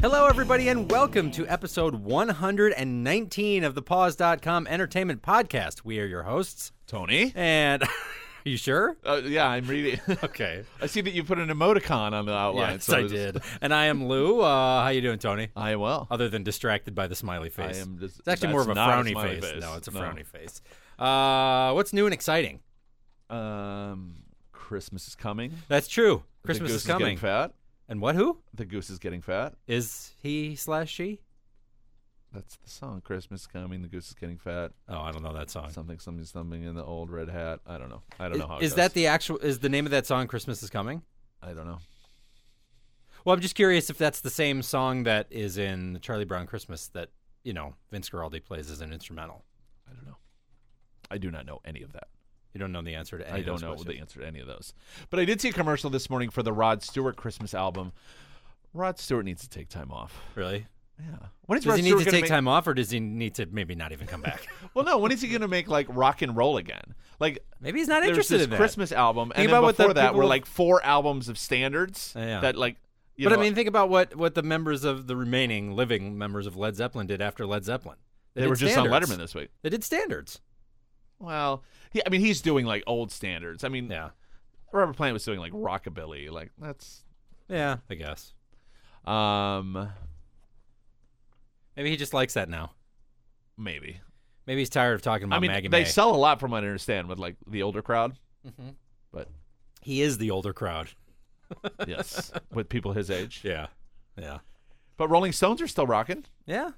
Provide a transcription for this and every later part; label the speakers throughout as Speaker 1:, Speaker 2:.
Speaker 1: Hello, everybody, and welcome to episode 119 of the Pause.com Entertainment Podcast. We are your hosts,
Speaker 2: Tony?
Speaker 1: and you sure?
Speaker 2: Uh, yeah, I'm reading.
Speaker 1: Okay.
Speaker 2: I see that you put an emoticon on the outline.
Speaker 1: Yes,
Speaker 2: so
Speaker 1: I
Speaker 2: was-
Speaker 1: did. And I am Lou. Uh, how you doing, Tony?
Speaker 2: I am well.
Speaker 1: Other than distracted by the smiley face,
Speaker 2: am just-
Speaker 1: it's actually
Speaker 2: that's
Speaker 1: more of a
Speaker 2: not a
Speaker 1: frowny
Speaker 2: smiley
Speaker 1: face.
Speaker 2: face.
Speaker 1: No, it's a
Speaker 2: No.
Speaker 1: frowny face. Uh, what's new and exciting?
Speaker 2: Um, Christmas is coming.
Speaker 1: That's true.
Speaker 2: the
Speaker 1: Christmas
Speaker 2: goose
Speaker 1: is coming.
Speaker 2: getting fat.
Speaker 1: and what? Who
Speaker 2: The goose is getting fat.
Speaker 1: is he slash she?
Speaker 2: That's the song. Christmas is coming. The goose is getting fat.
Speaker 1: Oh, I don't know that song.
Speaker 2: Something, something, something in the old red hat. I don't know. I don't know how. it
Speaker 1: Is
Speaker 2: goes.
Speaker 1: that the actual? Is the name of that song "Christmas Is Coming"?
Speaker 2: I don't know.
Speaker 1: Well, I'm just curious if that's the same song that is in the Charlie Brown Christmas that you know Vince Guaraldi plays as an instrumental.
Speaker 2: I don't know. I do not know any of that.
Speaker 1: You don't know the answer to any
Speaker 2: I
Speaker 1: of
Speaker 2: don't
Speaker 1: those
Speaker 2: know the
Speaker 1: questions.
Speaker 2: answer to any of those. But I did see a commercial this morning for the Rod Stewart Christmas album. Rod Stewart needs to take time off.
Speaker 1: Really?
Speaker 2: Yeah. When is
Speaker 1: Does
Speaker 2: Rod
Speaker 1: he need
Speaker 2: Stewart
Speaker 1: to
Speaker 2: gonna
Speaker 1: take
Speaker 2: make-
Speaker 1: time off, or does he need to maybe not even come back?
Speaker 2: Well, no. When is he going to make like rock and roll again? Like
Speaker 1: maybe he's not
Speaker 2: there's
Speaker 1: interested
Speaker 2: this
Speaker 1: in that.
Speaker 2: Christmas album, and
Speaker 1: Think
Speaker 2: then
Speaker 1: about what the
Speaker 2: before that
Speaker 1: people
Speaker 2: were
Speaker 1: with-
Speaker 2: like four albums of standards
Speaker 1: Yeah.
Speaker 2: that like. You
Speaker 1: but
Speaker 2: know,
Speaker 1: I mean, think about what what the members of the remaining living members of Led Zeppelin did after Led Zeppelin.
Speaker 2: they,
Speaker 1: did
Speaker 2: were just
Speaker 1: standards.
Speaker 2: on Letterman this week.
Speaker 1: They did standards.
Speaker 2: Well, he, I mean, he's doing like old standards. I mean,
Speaker 1: Yeah.
Speaker 2: Robert Plant was doing like rockabilly. Like that's.
Speaker 1: Yeah, I guess.
Speaker 2: Um,
Speaker 1: Maybe he just likes that now.
Speaker 2: maybe.
Speaker 1: Maybe he's tired of talking about
Speaker 2: I mean,
Speaker 1: Maggie
Speaker 2: they
Speaker 1: May.
Speaker 2: sell a lot from what I understand with like the older crowd,
Speaker 1: Mhm.
Speaker 2: but
Speaker 1: He is the older crowd.
Speaker 2: yes, with people his age.
Speaker 1: Yeah. Yeah.
Speaker 2: But Rolling Stones are still rocking.
Speaker 1: Yeah.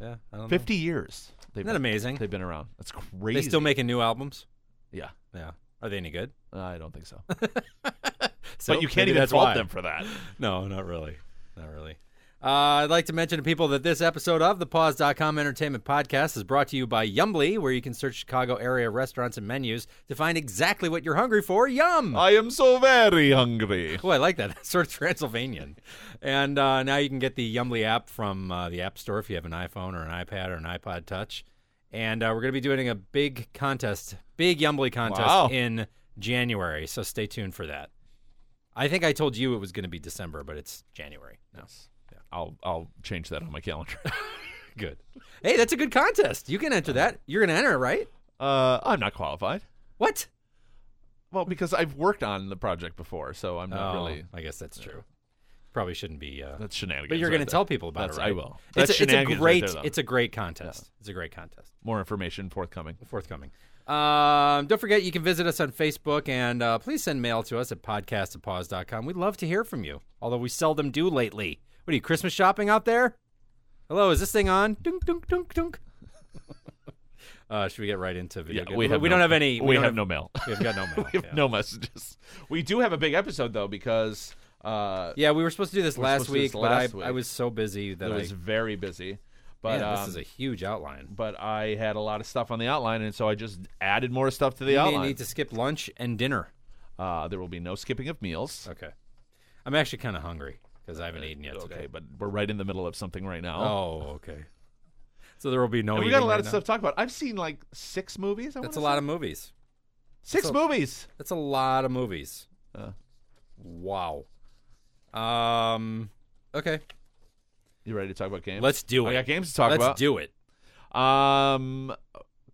Speaker 1: Yeah. I don't know.
Speaker 2: Fifty years.
Speaker 1: Mm-hmm.
Speaker 2: They've
Speaker 1: Isn't that
Speaker 2: been,
Speaker 1: amazing?
Speaker 2: they've been around. That's crazy.
Speaker 1: They still making new albums?
Speaker 2: yeah.
Speaker 1: Yeah. Are they any good?
Speaker 2: I don't think so.
Speaker 1: So
Speaker 2: but you can't
Speaker 1: maybe
Speaker 2: even
Speaker 1: that's
Speaker 2: fault
Speaker 1: why.
Speaker 2: them for that.
Speaker 1: No, not really. Not really. Uh, I'd like to mention to people that this episode of the Pause.com Entertainment Podcast is brought to you by Yumbly, where you can search Chicago area restaurants and menus to find exactly what you're hungry for. Yum!
Speaker 2: I am so very hungry.
Speaker 1: Oh, I like that. That's sort of Transylvanian. And uh, now you can get the Yumly app from uh, the App Store if you have an iPhone or an iPad or an iPod Touch. And uh, we're going to be doing a big contest, big Yumly contest
Speaker 2: Wow.
Speaker 1: in January. So stay tuned for that. I think I told you it was going to be December, but it's January. No,
Speaker 2: I'll I'll change that on my calendar.
Speaker 1: good. Hey, that's a good contest. You can enter that. You're going to enter it, right?
Speaker 2: Uh, I'm not qualified.
Speaker 1: What?
Speaker 2: Well, because I've worked on the project before, so I'm not
Speaker 1: Oh,
Speaker 2: really.
Speaker 1: I guess that's true. Probably shouldn't be. Uh,
Speaker 2: That's shenanigans.
Speaker 1: but you're
Speaker 2: right
Speaker 1: going to
Speaker 2: there.
Speaker 1: tell people about
Speaker 2: That's-
Speaker 1: it, right?
Speaker 2: I will.
Speaker 1: It's, a, it's
Speaker 2: That's
Speaker 1: a
Speaker 2: shenanigans right
Speaker 1: great.
Speaker 2: there, though.
Speaker 1: it's a great contest. It's a great contest.
Speaker 2: More information forthcoming.
Speaker 1: forthcoming. Um, don't forget, you can visit us on Facebook and uh, please send mail to us at podcastatpause.com. We'd love to hear from you, although we seldom do lately. What are you, Christmas shopping out there? Hello, is this thing on? Dunk, dunk, dunk, dunk. uh, should we get right into video? game-
Speaker 2: no-
Speaker 1: don't have any.
Speaker 2: We,
Speaker 1: don't
Speaker 2: have, no mail.
Speaker 1: We've got no mail.
Speaker 2: we have
Speaker 1: yeah.
Speaker 2: no messages. We do have a big episode though because uh,
Speaker 1: Yeah, we were supposed to do this last
Speaker 2: supposed to do
Speaker 1: week,
Speaker 2: this last
Speaker 1: but I,
Speaker 2: week.
Speaker 1: I was so busy that
Speaker 2: it was
Speaker 1: I.
Speaker 2: very busy. But
Speaker 1: Man,
Speaker 2: um,
Speaker 1: this is a huge outline.
Speaker 2: but I had a lot of stuff on the outline, and so I just added more stuff to the
Speaker 1: You may
Speaker 2: outline.
Speaker 1: need to skip lunch and dinner.
Speaker 2: Uh, there will be no skipping of meals.
Speaker 1: Okay. I'm actually kind of hungry because I haven't eaten yet today.
Speaker 2: Okay, but we're right in the middle of something right now.
Speaker 1: Oh, okay. So there will be no.
Speaker 2: we got a
Speaker 1: eating
Speaker 2: lot
Speaker 1: right
Speaker 2: of
Speaker 1: now?
Speaker 2: stuff to talk about. I've seen like six movies. I
Speaker 1: That's a lot
Speaker 2: wanna say.
Speaker 1: of movies.
Speaker 2: six
Speaker 1: that's a-
Speaker 2: movies.
Speaker 1: That's a lot of movies.
Speaker 2: Uh.
Speaker 1: Wow. Um. Okay.
Speaker 2: You ready to talk about games?
Speaker 1: Let's do
Speaker 2: Oh, I
Speaker 1: it.
Speaker 2: got games to talk
Speaker 1: Let's
Speaker 2: about.
Speaker 1: do it.
Speaker 2: um,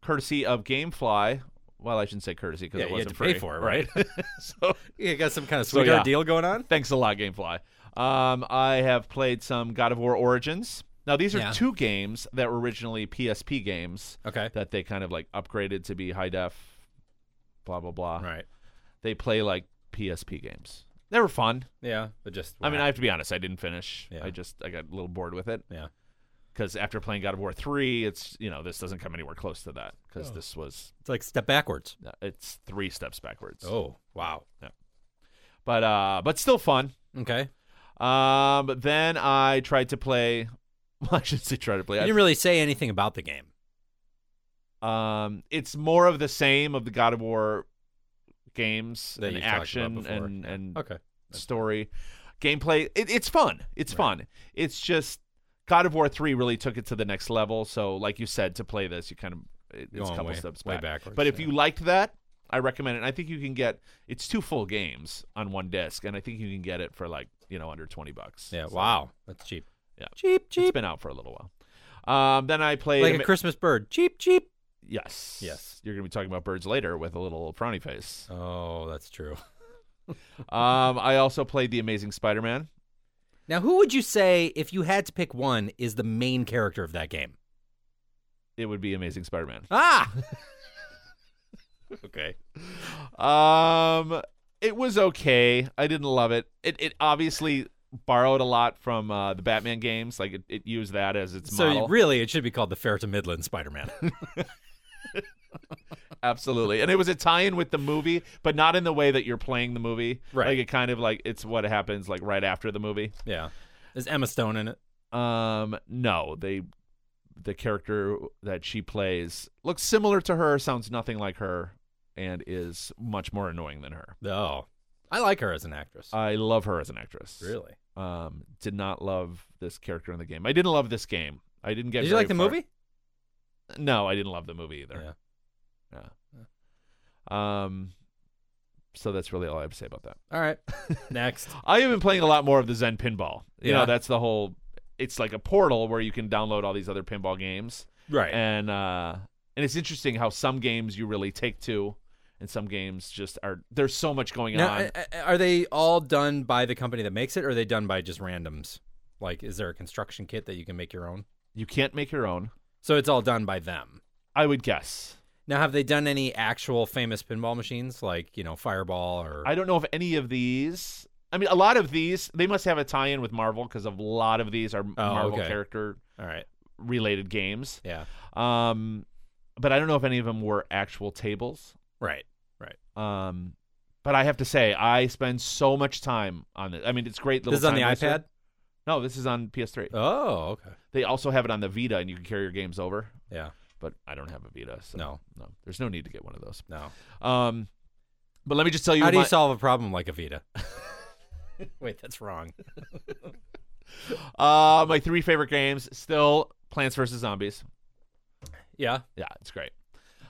Speaker 2: courtesy of GameFly. Well, I shouldn't say courtesy because
Speaker 1: Yeah,
Speaker 2: it
Speaker 1: you had to
Speaker 2: wasn't free.
Speaker 1: pay for it, right?
Speaker 2: so
Speaker 1: you got some kind of
Speaker 2: So,
Speaker 1: sweetheart
Speaker 2: yeah.
Speaker 1: deal going on.
Speaker 2: thanks a lot, GameFly. Um, I have played some God of War Origins. Now these are
Speaker 1: Yeah.
Speaker 2: two games that were originally PSP games
Speaker 1: Okay.
Speaker 2: that they kind of like upgraded to be high def. Blah blah blah.
Speaker 1: Right.
Speaker 2: They play like PSP games. They were fun.
Speaker 1: Yeah. But just.
Speaker 2: I mean, I have to be honest. I didn't finish.
Speaker 1: Yeah.
Speaker 2: I just I got a little bored with it
Speaker 1: Yeah.
Speaker 2: because after playing God of War three, it's you know this doesn't come anywhere close to that because
Speaker 1: Oh.
Speaker 2: this was uh,
Speaker 1: It's like step backwards.
Speaker 2: it's three steps backwards.
Speaker 1: Oh. Wow.
Speaker 2: But uh, but still fun.
Speaker 1: Okay.
Speaker 2: Um, but then I tried to play. Well, I should say try to play.
Speaker 1: You didn't really say anything about the game.
Speaker 2: um, it's more of the same of the God of War games
Speaker 1: That
Speaker 2: and
Speaker 1: you've talked about
Speaker 2: action
Speaker 1: before.
Speaker 2: and and
Speaker 1: Okay.
Speaker 2: story, gameplay. It, it's fun. It's fun. It's just God of War three really took it to the next level. So, like you said, to play this, you kind of it, it's a
Speaker 1: Going
Speaker 2: couple
Speaker 1: way-
Speaker 2: steps
Speaker 1: way
Speaker 2: back.
Speaker 1: backwards,
Speaker 2: But if
Speaker 1: yeah.
Speaker 2: you liked that, I recommend it. And I think you can get it's two full games on one disc, and I think you can get it for like you know under twenty bucks.
Speaker 1: Yeah.
Speaker 2: So,
Speaker 1: Wow. That's cheap.
Speaker 2: Yeah.
Speaker 1: Cheep,
Speaker 2: It's
Speaker 1: cheep.
Speaker 2: been out for a little while. Um, then I played.
Speaker 1: Like
Speaker 2: Ama-
Speaker 1: a Christmas bird. Cheep, cheep.
Speaker 2: yes.
Speaker 1: Yes.
Speaker 2: You're going to be talking about birds later with a little frowny face.
Speaker 1: Oh, that's true.
Speaker 2: um, I also played The Amazing Spider Man.
Speaker 1: Now, who would you say, if you had to pick one, is the main character of that game?
Speaker 2: It would be Amazing Spider Man.
Speaker 1: Ah! okay.
Speaker 2: Um, it was okay. I didn't love it. It it obviously borrowed a lot from uh, the Batman games. Like it, it used that as its
Speaker 1: So,
Speaker 2: model.
Speaker 1: really, it should be called the Fair to Midland Spider Man.
Speaker 2: Absolutely, and it was a tie-in with the movie, but not in the way that you're playing the movie.
Speaker 1: Right.
Speaker 2: Like it kind of like it's what happens like right after the movie.
Speaker 1: yeah. Is Emma Stone in it?
Speaker 2: Um, no, they the character that she plays looks similar to her, sounds nothing like her, and is much more annoying than her.
Speaker 1: Oh. I like her as an actress.
Speaker 2: I love her as an actress.
Speaker 1: Uh, really?
Speaker 2: um, did not love this character in the game. I didn't love this game. I didn't get.
Speaker 1: Did you like the
Speaker 2: very far-
Speaker 1: movie?
Speaker 2: No, I didn't love the movie either. Yeah. Um. So that's really all I have to say about that.
Speaker 1: All right. Next.
Speaker 2: I have been playing a lot more of the Zen Pinball. You
Speaker 1: Yeah.
Speaker 2: know, that's the whole. It's like a portal where you can download all these other pinball games,
Speaker 1: Right.
Speaker 2: and uh, and it's interesting how some games you really take to, and some games just are. There's so much going
Speaker 1: Now,
Speaker 2: on.
Speaker 1: a- a- are they all done by the company that makes it, or are they done by just randoms? Like, is there a construction kit that you can make your own?
Speaker 2: you can't make your own.
Speaker 1: So it's all done by them.
Speaker 2: I would guess.
Speaker 1: Now, have they done any actual famous pinball machines, like you know, Fireball or?
Speaker 2: I don't know if any of these. I mean, a lot of these they must have a tie-in with Marvel because a lot of these are Marvel
Speaker 1: Oh, okay.
Speaker 2: character
Speaker 1: all right.
Speaker 2: related games.
Speaker 1: Yeah.
Speaker 2: Um, but I don't know if any of them were actual tables.
Speaker 1: Right.
Speaker 2: Um, but I have to say, I spend so much time on this. I mean, it's great. Little
Speaker 1: This is on the
Speaker 2: time waster.
Speaker 1: iPad.
Speaker 2: No, this is on PS3.
Speaker 1: Oh, okay.
Speaker 2: They also have it on the Vita, and you can carry your games over.
Speaker 1: Yeah.
Speaker 2: But I don't have a Vita, so
Speaker 1: No.
Speaker 2: no. There's no need to get one of those.
Speaker 1: No.
Speaker 2: Um, but let me just tell you,
Speaker 1: How do you
Speaker 2: my-
Speaker 1: solve a problem like a Vita? Wait, that's wrong.
Speaker 2: uh, my three favorite games still Plants vs Zombies.
Speaker 1: Yeah.
Speaker 2: Yeah, it's great.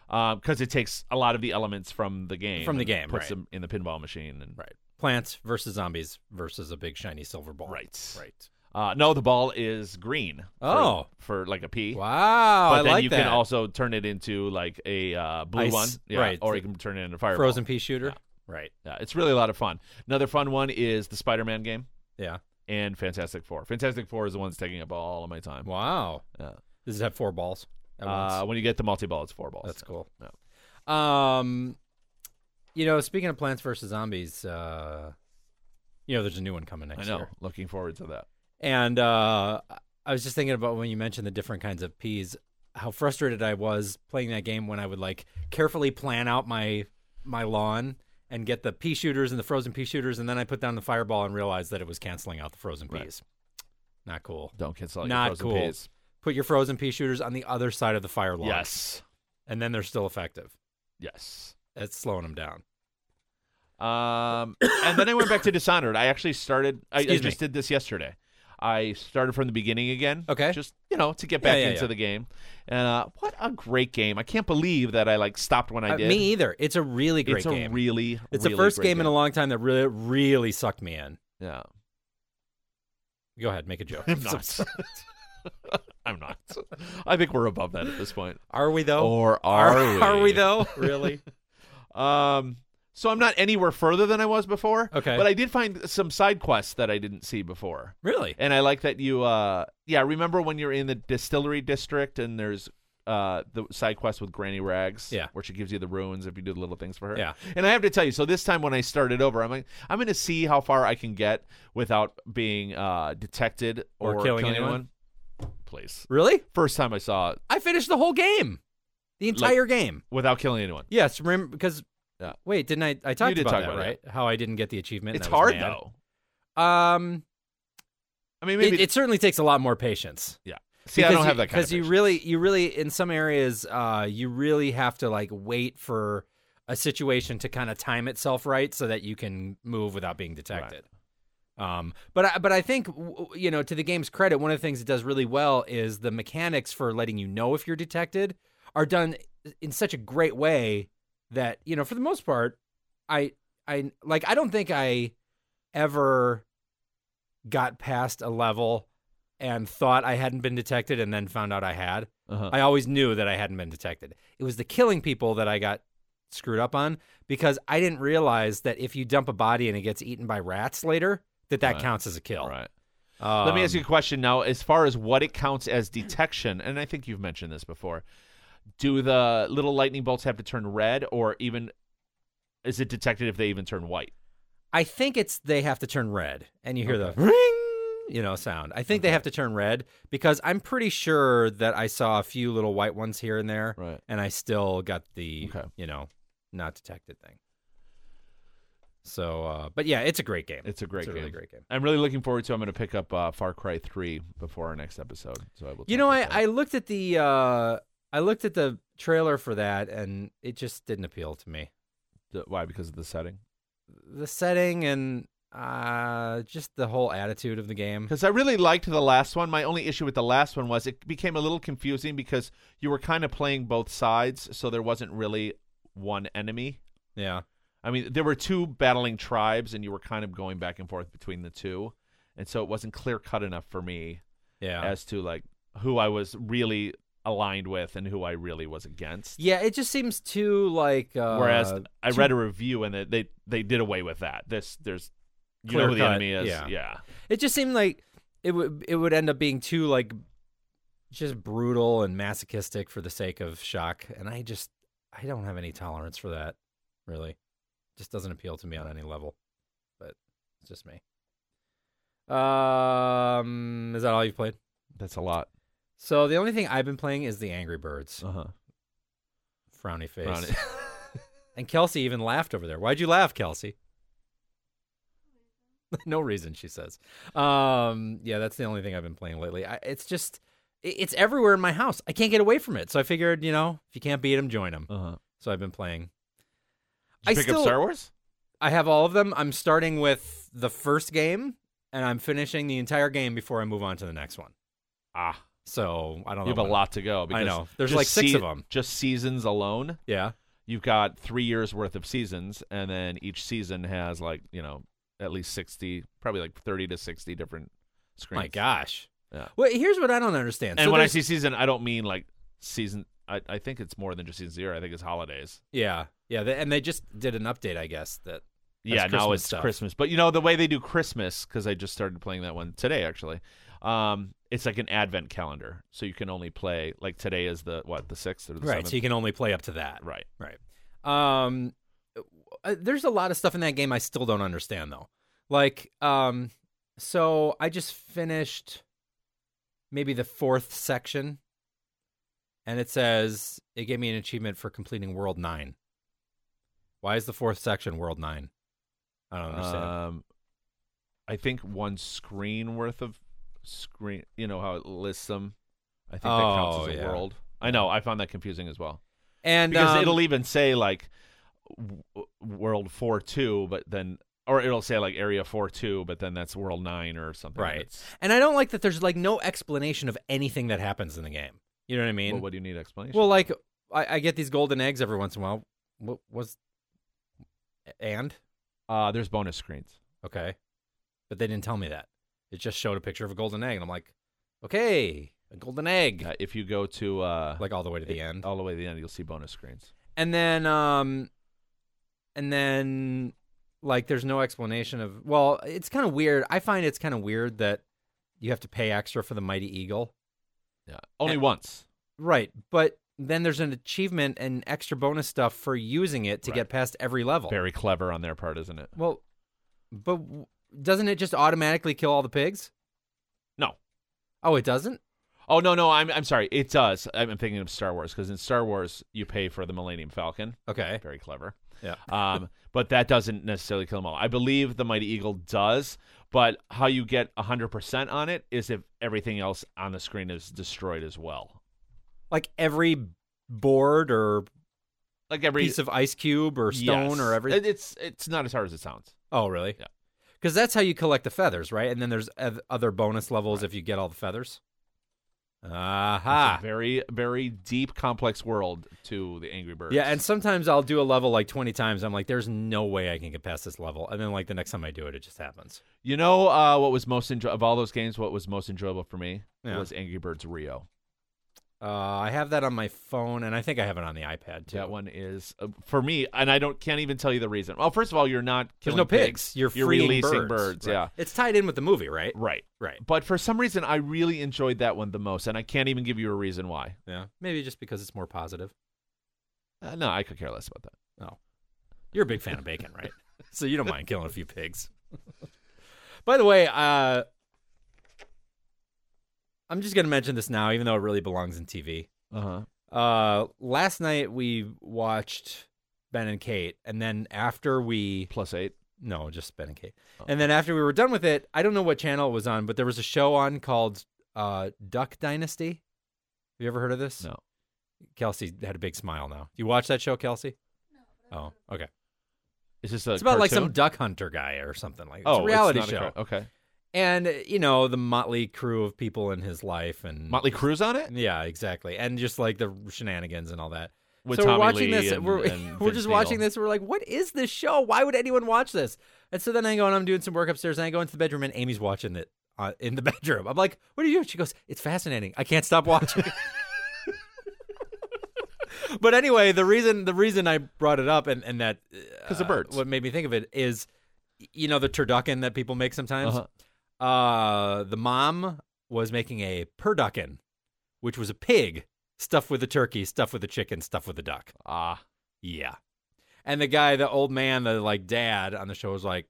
Speaker 2: Because it takes a lot of the elements from the game,
Speaker 1: From the
Speaker 2: and
Speaker 1: game,
Speaker 2: puts
Speaker 1: right.
Speaker 2: them in the pinball machine, and
Speaker 1: Right. Plants versus zombies versus a big shiny silver ball.
Speaker 2: right,
Speaker 1: Right.
Speaker 2: Uh, no, the ball is green. for-
Speaker 1: Oh.
Speaker 2: for, like a pea.
Speaker 1: Wow.
Speaker 2: But
Speaker 1: I
Speaker 2: then
Speaker 1: like
Speaker 2: you
Speaker 1: that.
Speaker 2: can also turn it into like a uh, blue
Speaker 1: Ice,
Speaker 2: one, yeah,
Speaker 1: right.
Speaker 2: Or you can turn it into a fireball.
Speaker 1: Frozen pea shooter. Right.
Speaker 2: Yeah, it's really a lot of fun. Another fun one is the Spider-Man game
Speaker 1: Yeah.
Speaker 2: and Fantastic Four. Fantastic Four is the one that's taking up all of my time.
Speaker 1: Wow.
Speaker 2: Yeah.
Speaker 1: Does it have four balls? At once?
Speaker 2: Uh, when you get the multi-ball, it's four balls.
Speaker 1: That's cool.
Speaker 2: Yeah.
Speaker 1: Um, you know, speaking of Plants vs Zombies, uh, you know, there's a new one coming
Speaker 2: I
Speaker 1: next
Speaker 2: know.
Speaker 1: year,
Speaker 2: Looking forward to that.
Speaker 1: and uh, I was just thinking about when you mentioned the different kinds of peas, how frustrated I was playing that game when I would like carefully plan out my my lawn and get the pea shooters and the frozen pea shooters, and then I put down the fireball and realized that it was canceling out the frozen
Speaker 2: Right.
Speaker 1: peas. Not cool.
Speaker 2: Don't cancel out
Speaker 1: Not
Speaker 2: your frozen
Speaker 1: cool.
Speaker 2: peas.
Speaker 1: Put your frozen pea shooters on the other side of the fire lawn,
Speaker 2: Yes.
Speaker 1: and then they're still effective.
Speaker 2: Yes.
Speaker 1: It's slowing them down.
Speaker 2: Um, and then I went back to Dishonored. I actually started. I, I
Speaker 1: Excuse
Speaker 2: just
Speaker 1: me.
Speaker 2: did this yesterday. I started from the beginning again.
Speaker 1: Okay.
Speaker 2: Just you know to get
Speaker 1: Yeah,
Speaker 2: back
Speaker 1: yeah,
Speaker 2: into
Speaker 1: yeah.
Speaker 2: the game. And uh, what a great game! I can't believe that I like stopped when I
Speaker 1: Uh,
Speaker 2: did.
Speaker 1: Me either. It's a really great
Speaker 2: it's a
Speaker 1: game.
Speaker 2: really.
Speaker 1: it's
Speaker 2: really
Speaker 1: the first
Speaker 2: great
Speaker 1: game, in a long time that really, really sucked me in.
Speaker 2: Yeah.
Speaker 1: Go ahead, make a joke.
Speaker 2: I'm not. I'm not. I think we're above that at this point.
Speaker 1: Are we though?
Speaker 2: Or Oh, are, we?
Speaker 1: Oh, Are we though? really?
Speaker 2: Um. So I'm not anywhere further than I was before.
Speaker 1: Okay.
Speaker 2: But I did find some side quests that I didn't see before.
Speaker 1: Really?
Speaker 2: And I like that you uh yeah, remember when you're in the distillery district and there's uh the side quest with Granny Rags.
Speaker 1: Yeah.
Speaker 2: Where she gives you the ruins if you do the little things for her.
Speaker 1: Yeah.
Speaker 2: And I have to tell you, so this time when I started over, I'm like, I'm gonna see how far I can get without being uh detected
Speaker 1: Or
Speaker 2: or,
Speaker 1: killing anyone?
Speaker 2: Please.
Speaker 1: Really?
Speaker 2: First time I saw it
Speaker 1: I finished the whole game, the entire game.
Speaker 2: without killing anyone.
Speaker 1: Yes, remember because.
Speaker 2: Yeah.
Speaker 1: Wait, didn't I? I talked
Speaker 2: did
Speaker 1: about
Speaker 2: talk
Speaker 1: that,
Speaker 2: about
Speaker 1: right?
Speaker 2: it.
Speaker 1: How I didn't get the achievement. and
Speaker 2: it's
Speaker 1: I was
Speaker 2: hard
Speaker 1: mad.
Speaker 2: though.
Speaker 1: Um,
Speaker 2: I mean
Speaker 1: it,
Speaker 2: maybe
Speaker 1: it certainly takes a lot more patience.
Speaker 2: see I don't have that kind of
Speaker 1: because you- 'cause you really you really in some areas uh, you really have to like wait for a situation to kind of time itself right so that you can move without being detected. Um, but I, but I think w- w- you know to the game's credit, one of the things it does really well is the mechanics for letting you know if you're detected are done in such a great way that you know for the most part, I I like I don't think I ever got past a level and thought I hadn't been detected and then found out I had.
Speaker 2: Uh-huh.
Speaker 1: I always knew that I hadn't been detected. It was the killing people that I got screwed up on because I didn't realize that if you dump a body and it gets eaten by rats later, that that
Speaker 2: Right.
Speaker 1: counts as a kill.
Speaker 2: All right. Let me ask
Speaker 1: Um,
Speaker 2: you a question now. As far as what it counts as detection, and I think you've mentioned this before, do the little lightning bolts have to turn red, or even is it detected if they even turn white?
Speaker 1: I think it's they have to turn red, and you hear
Speaker 2: Okay.
Speaker 1: the ring, you know, sound. I think they have to turn red because I'm pretty sure that I saw a few little white ones here and there,
Speaker 2: Right.
Speaker 1: and I still got the
Speaker 2: Okay.
Speaker 1: you know not detected thing. So, uh, but yeah, it's a great game.
Speaker 2: It's a great
Speaker 1: It's a
Speaker 2: game.
Speaker 1: really great game.
Speaker 2: I'm really looking forward to. I'm going to pick up uh, Far Cry Three before our next episode. So I will.
Speaker 1: You
Speaker 2: talk
Speaker 1: know, I,
Speaker 2: about that.
Speaker 1: I looked at the uh, I looked at the trailer for that, and it just didn't appeal to me.
Speaker 2: Th- why because of the setting.
Speaker 1: The setting and uh, just the whole attitude of the game.
Speaker 2: Because I really liked the last one. My only issue with the last one was it became a little confusing because you were kind of playing both sides, so there wasn't really one enemy.
Speaker 1: Yeah.
Speaker 2: I mean, there were two battling tribes, and you were kind of going back and forth between the two, and so it wasn't clear cut enough for me
Speaker 1: Yeah.
Speaker 2: as to like who I was really aligned with and who I really was against.
Speaker 1: Yeah, it just seems too like. Uh,
Speaker 2: Whereas I
Speaker 1: two-
Speaker 2: read a review and they, they they did away with that. This there's you know who the
Speaker 1: Clear-cut,
Speaker 2: enemy is.
Speaker 1: yeah.
Speaker 2: yeah.
Speaker 1: it just seemed like it would it would end up being too like just brutal and masochistic for the sake of shock, and I just I don't have any tolerance for that. Really, just doesn't appeal to me on any level. But it's just me. Um, is that all you've played?
Speaker 2: That's a lot.
Speaker 1: So the only thing I've been playing is the Angry Birds.
Speaker 2: Uh huh.
Speaker 1: Frowny face. And Kelsey even laughed over there. Why'd you laugh, Kelsey? no reason, she says. Um, yeah, that's the only thing I've been playing lately. I, it's just, it, it's everywhere in my house. I can't get away from it. So I figured, you know, if you can't beat them, join them.
Speaker 2: uh huh.
Speaker 1: So I've been playing.
Speaker 2: Did you
Speaker 1: I
Speaker 2: pick
Speaker 1: still-
Speaker 2: up Star Wars?
Speaker 1: I have all of them. I'm starting with the first game, and I'm finishing the entire game before I move on to the next one.
Speaker 2: Ah,
Speaker 1: So I don't
Speaker 2: you have
Speaker 1: know.
Speaker 2: a
Speaker 1: when-
Speaker 2: lot to go. Because
Speaker 1: I know. There's
Speaker 2: just
Speaker 1: like six
Speaker 2: sea-
Speaker 1: of them.
Speaker 2: Just seasons alone,
Speaker 1: Yeah.
Speaker 2: you've got three years worth of seasons, and then each season has like you know at least sixty, probably like thirty to sixty different screens.
Speaker 1: My gosh.
Speaker 2: Yeah.
Speaker 1: Well, here's what I don't understand.
Speaker 2: And
Speaker 1: so
Speaker 2: when I
Speaker 1: there's-
Speaker 2: see season, I don't mean like season. I, I think it's more than just season zero. I think it's holidays.
Speaker 1: Yeah, yeah, they, and they just did an update, I guess. That
Speaker 2: yeah,
Speaker 1: That's
Speaker 2: now
Speaker 1: Christmas
Speaker 2: it's
Speaker 1: stuff.
Speaker 2: Christmas. But you know the way they do Christmas because I just started playing that one today actually. Um, it's like an advent calendar, so you can only play like today is the what the sixth or the
Speaker 1: right,
Speaker 2: seventh.
Speaker 1: so you can only play up to that.
Speaker 2: right.
Speaker 1: Right. Um, uh, there's a lot of stuff in that game I still don't understand though. Like, um, so I just finished maybe the fourth section, and it says it gave me an achievement for completing World Nine. Why is the fourth section World Nine? I don't understand.
Speaker 2: Um, I think one screen worth of screen. You know how it lists them. I think that counts
Speaker 1: Oh,
Speaker 2: as a
Speaker 1: yeah.
Speaker 2: world. I know. I found that confusing as well
Speaker 1: and
Speaker 2: because
Speaker 1: um,
Speaker 2: it'll even say like w- w- world four two, but then or it'll say like area four two, but then that's world nine or something.
Speaker 1: Right.
Speaker 2: It's-
Speaker 1: and I don't like that. There's like no explanation of anything that happens in the game. You know what I mean?
Speaker 2: well, what do you need explanation?
Speaker 1: Well, like I, I get these golden eggs every once in a while. What was and
Speaker 2: uh, there's bonus screens.
Speaker 1: okay, but they didn't tell me that. It just showed a picture of a golden egg, and I'm like, okay, a golden egg.
Speaker 2: Uh, if you go to uh,
Speaker 1: Like all the way to the end,
Speaker 2: all the way to the end, you'll see bonus screens.
Speaker 1: and then um, and then like there's no explanation of. Well, it's kind of weird. I find it's kind of weird that you have to pay extra for the mighty eagle.
Speaker 2: Yeah, only
Speaker 1: And-
Speaker 2: once.
Speaker 1: Right, but then there's an achievement and extra bonus stuff for using it to
Speaker 2: Right.
Speaker 1: get past every level.
Speaker 2: Very clever on their part, isn't it?
Speaker 1: Well, but w- doesn't it just automatically kill all the pigs?
Speaker 2: No.
Speaker 1: Oh, it doesn't.
Speaker 2: Oh no, no, I'm I'm sorry. It does. I'm I'm thinking of Star Wars because in Star Wars you pay for the Millennium Falcon.
Speaker 1: Okay.
Speaker 2: Very clever.
Speaker 1: Yeah.
Speaker 2: Um, but that doesn't necessarily kill them all. I believe the Mighty Eagle does, but how you get 100% on it is if everything else on the screen is destroyed as well.
Speaker 1: Like every board or
Speaker 2: Like every
Speaker 1: piece of ice cube or stone
Speaker 2: Yes.
Speaker 1: or everything.
Speaker 2: It- It's it's not as hard as it sounds.
Speaker 1: Oh, really?
Speaker 2: Yeah.
Speaker 1: Because that's how you collect the feathers, right? And then there's oth- other bonus levels if you get all the feathers. Aha.
Speaker 2: It's a very, very deep, complex world to the Angry Birds.
Speaker 1: Yeah, and sometimes I'll do a level like 20 times. I'm like, there's no way I can get past this level. And then, like, the next time I do it, it just happens.
Speaker 2: you know uh, what was most enjo- of all those games? What was most enjoyable for me
Speaker 1: Yeah.
Speaker 2: was Angry Birds Rio.
Speaker 1: Uh, I have that on my phone, and I think I have it on the iPad, too.
Speaker 2: That one is uh, for me, and I don't can't even tell you the reason. Well, first of all, you're not
Speaker 1: There's
Speaker 2: killing
Speaker 1: no pigs. You're, freeing
Speaker 2: releasing birds.
Speaker 1: Right.
Speaker 2: Yeah,
Speaker 1: It's tied in with the movie, right?
Speaker 2: right.
Speaker 1: Right.
Speaker 2: But for some reason, I really enjoyed that one the most, and I can't even give you a reason why.
Speaker 1: Yeah. Maybe just because it's more positive.
Speaker 2: Uh, no, I could care less about that.
Speaker 1: You're a big fan of bacon, right? So you don't mind killing a few pigs. By the way, uh, I'm just going to mention this now, even though it really belongs in TV.
Speaker 2: Uh huh.
Speaker 1: Uh, last night we watched Ben and Kate, and then after we
Speaker 2: Plus eight.
Speaker 1: no, just Ben and Kate,
Speaker 2: Oh.
Speaker 1: and then after we were done with it, I don't know what channel it was on, but there was a show on called uh, Duck Dynasty. Have you ever heard of this?
Speaker 2: No.
Speaker 1: Kelsey had a big smile. Now, you watch that show, Kelsey? No. Oh, okay.
Speaker 2: Is this a?
Speaker 1: It's about like some
Speaker 2: cartoon?
Speaker 1: duck hunter guy or something like. That.
Speaker 2: oh
Speaker 1: it's a reality
Speaker 2: it's not
Speaker 1: show,
Speaker 2: A, car- okay.
Speaker 1: and uh, you know the motley crew of people in his life and
Speaker 2: Motley Crue's on it
Speaker 1: Yeah, exactly, and just like the shenanigans and all that.
Speaker 2: with
Speaker 1: so
Speaker 2: Tommy
Speaker 1: we're watching
Speaker 2: Lee
Speaker 1: this.
Speaker 2: and-
Speaker 1: we're
Speaker 2: and
Speaker 1: we're
Speaker 2: Vince
Speaker 1: just watching
Speaker 2: Neil.
Speaker 1: this. We're like, what is this show? Why would anyone watch this? And so then I go and I'm doing some work upstairs, and I go into the bedroom, and Amy's watching it uh, in the bedroom. I'm like, what are you doing? She goes, it's fascinating. I can't stop watching. but anyway, the reason the reason I brought it up and and that uh,
Speaker 2: 'Cause of birds.
Speaker 1: What made me think of it is, y- you know, the turducken that people make sometimes.
Speaker 2: Uh-huh.
Speaker 1: Uh, the mom was making a perducken, which was a pig stuffed with a turkey, stuffed with a chicken, stuffed with a duck.
Speaker 2: Ah,
Speaker 1: Yeah. And the guy, the old man, the like dad on the show was like,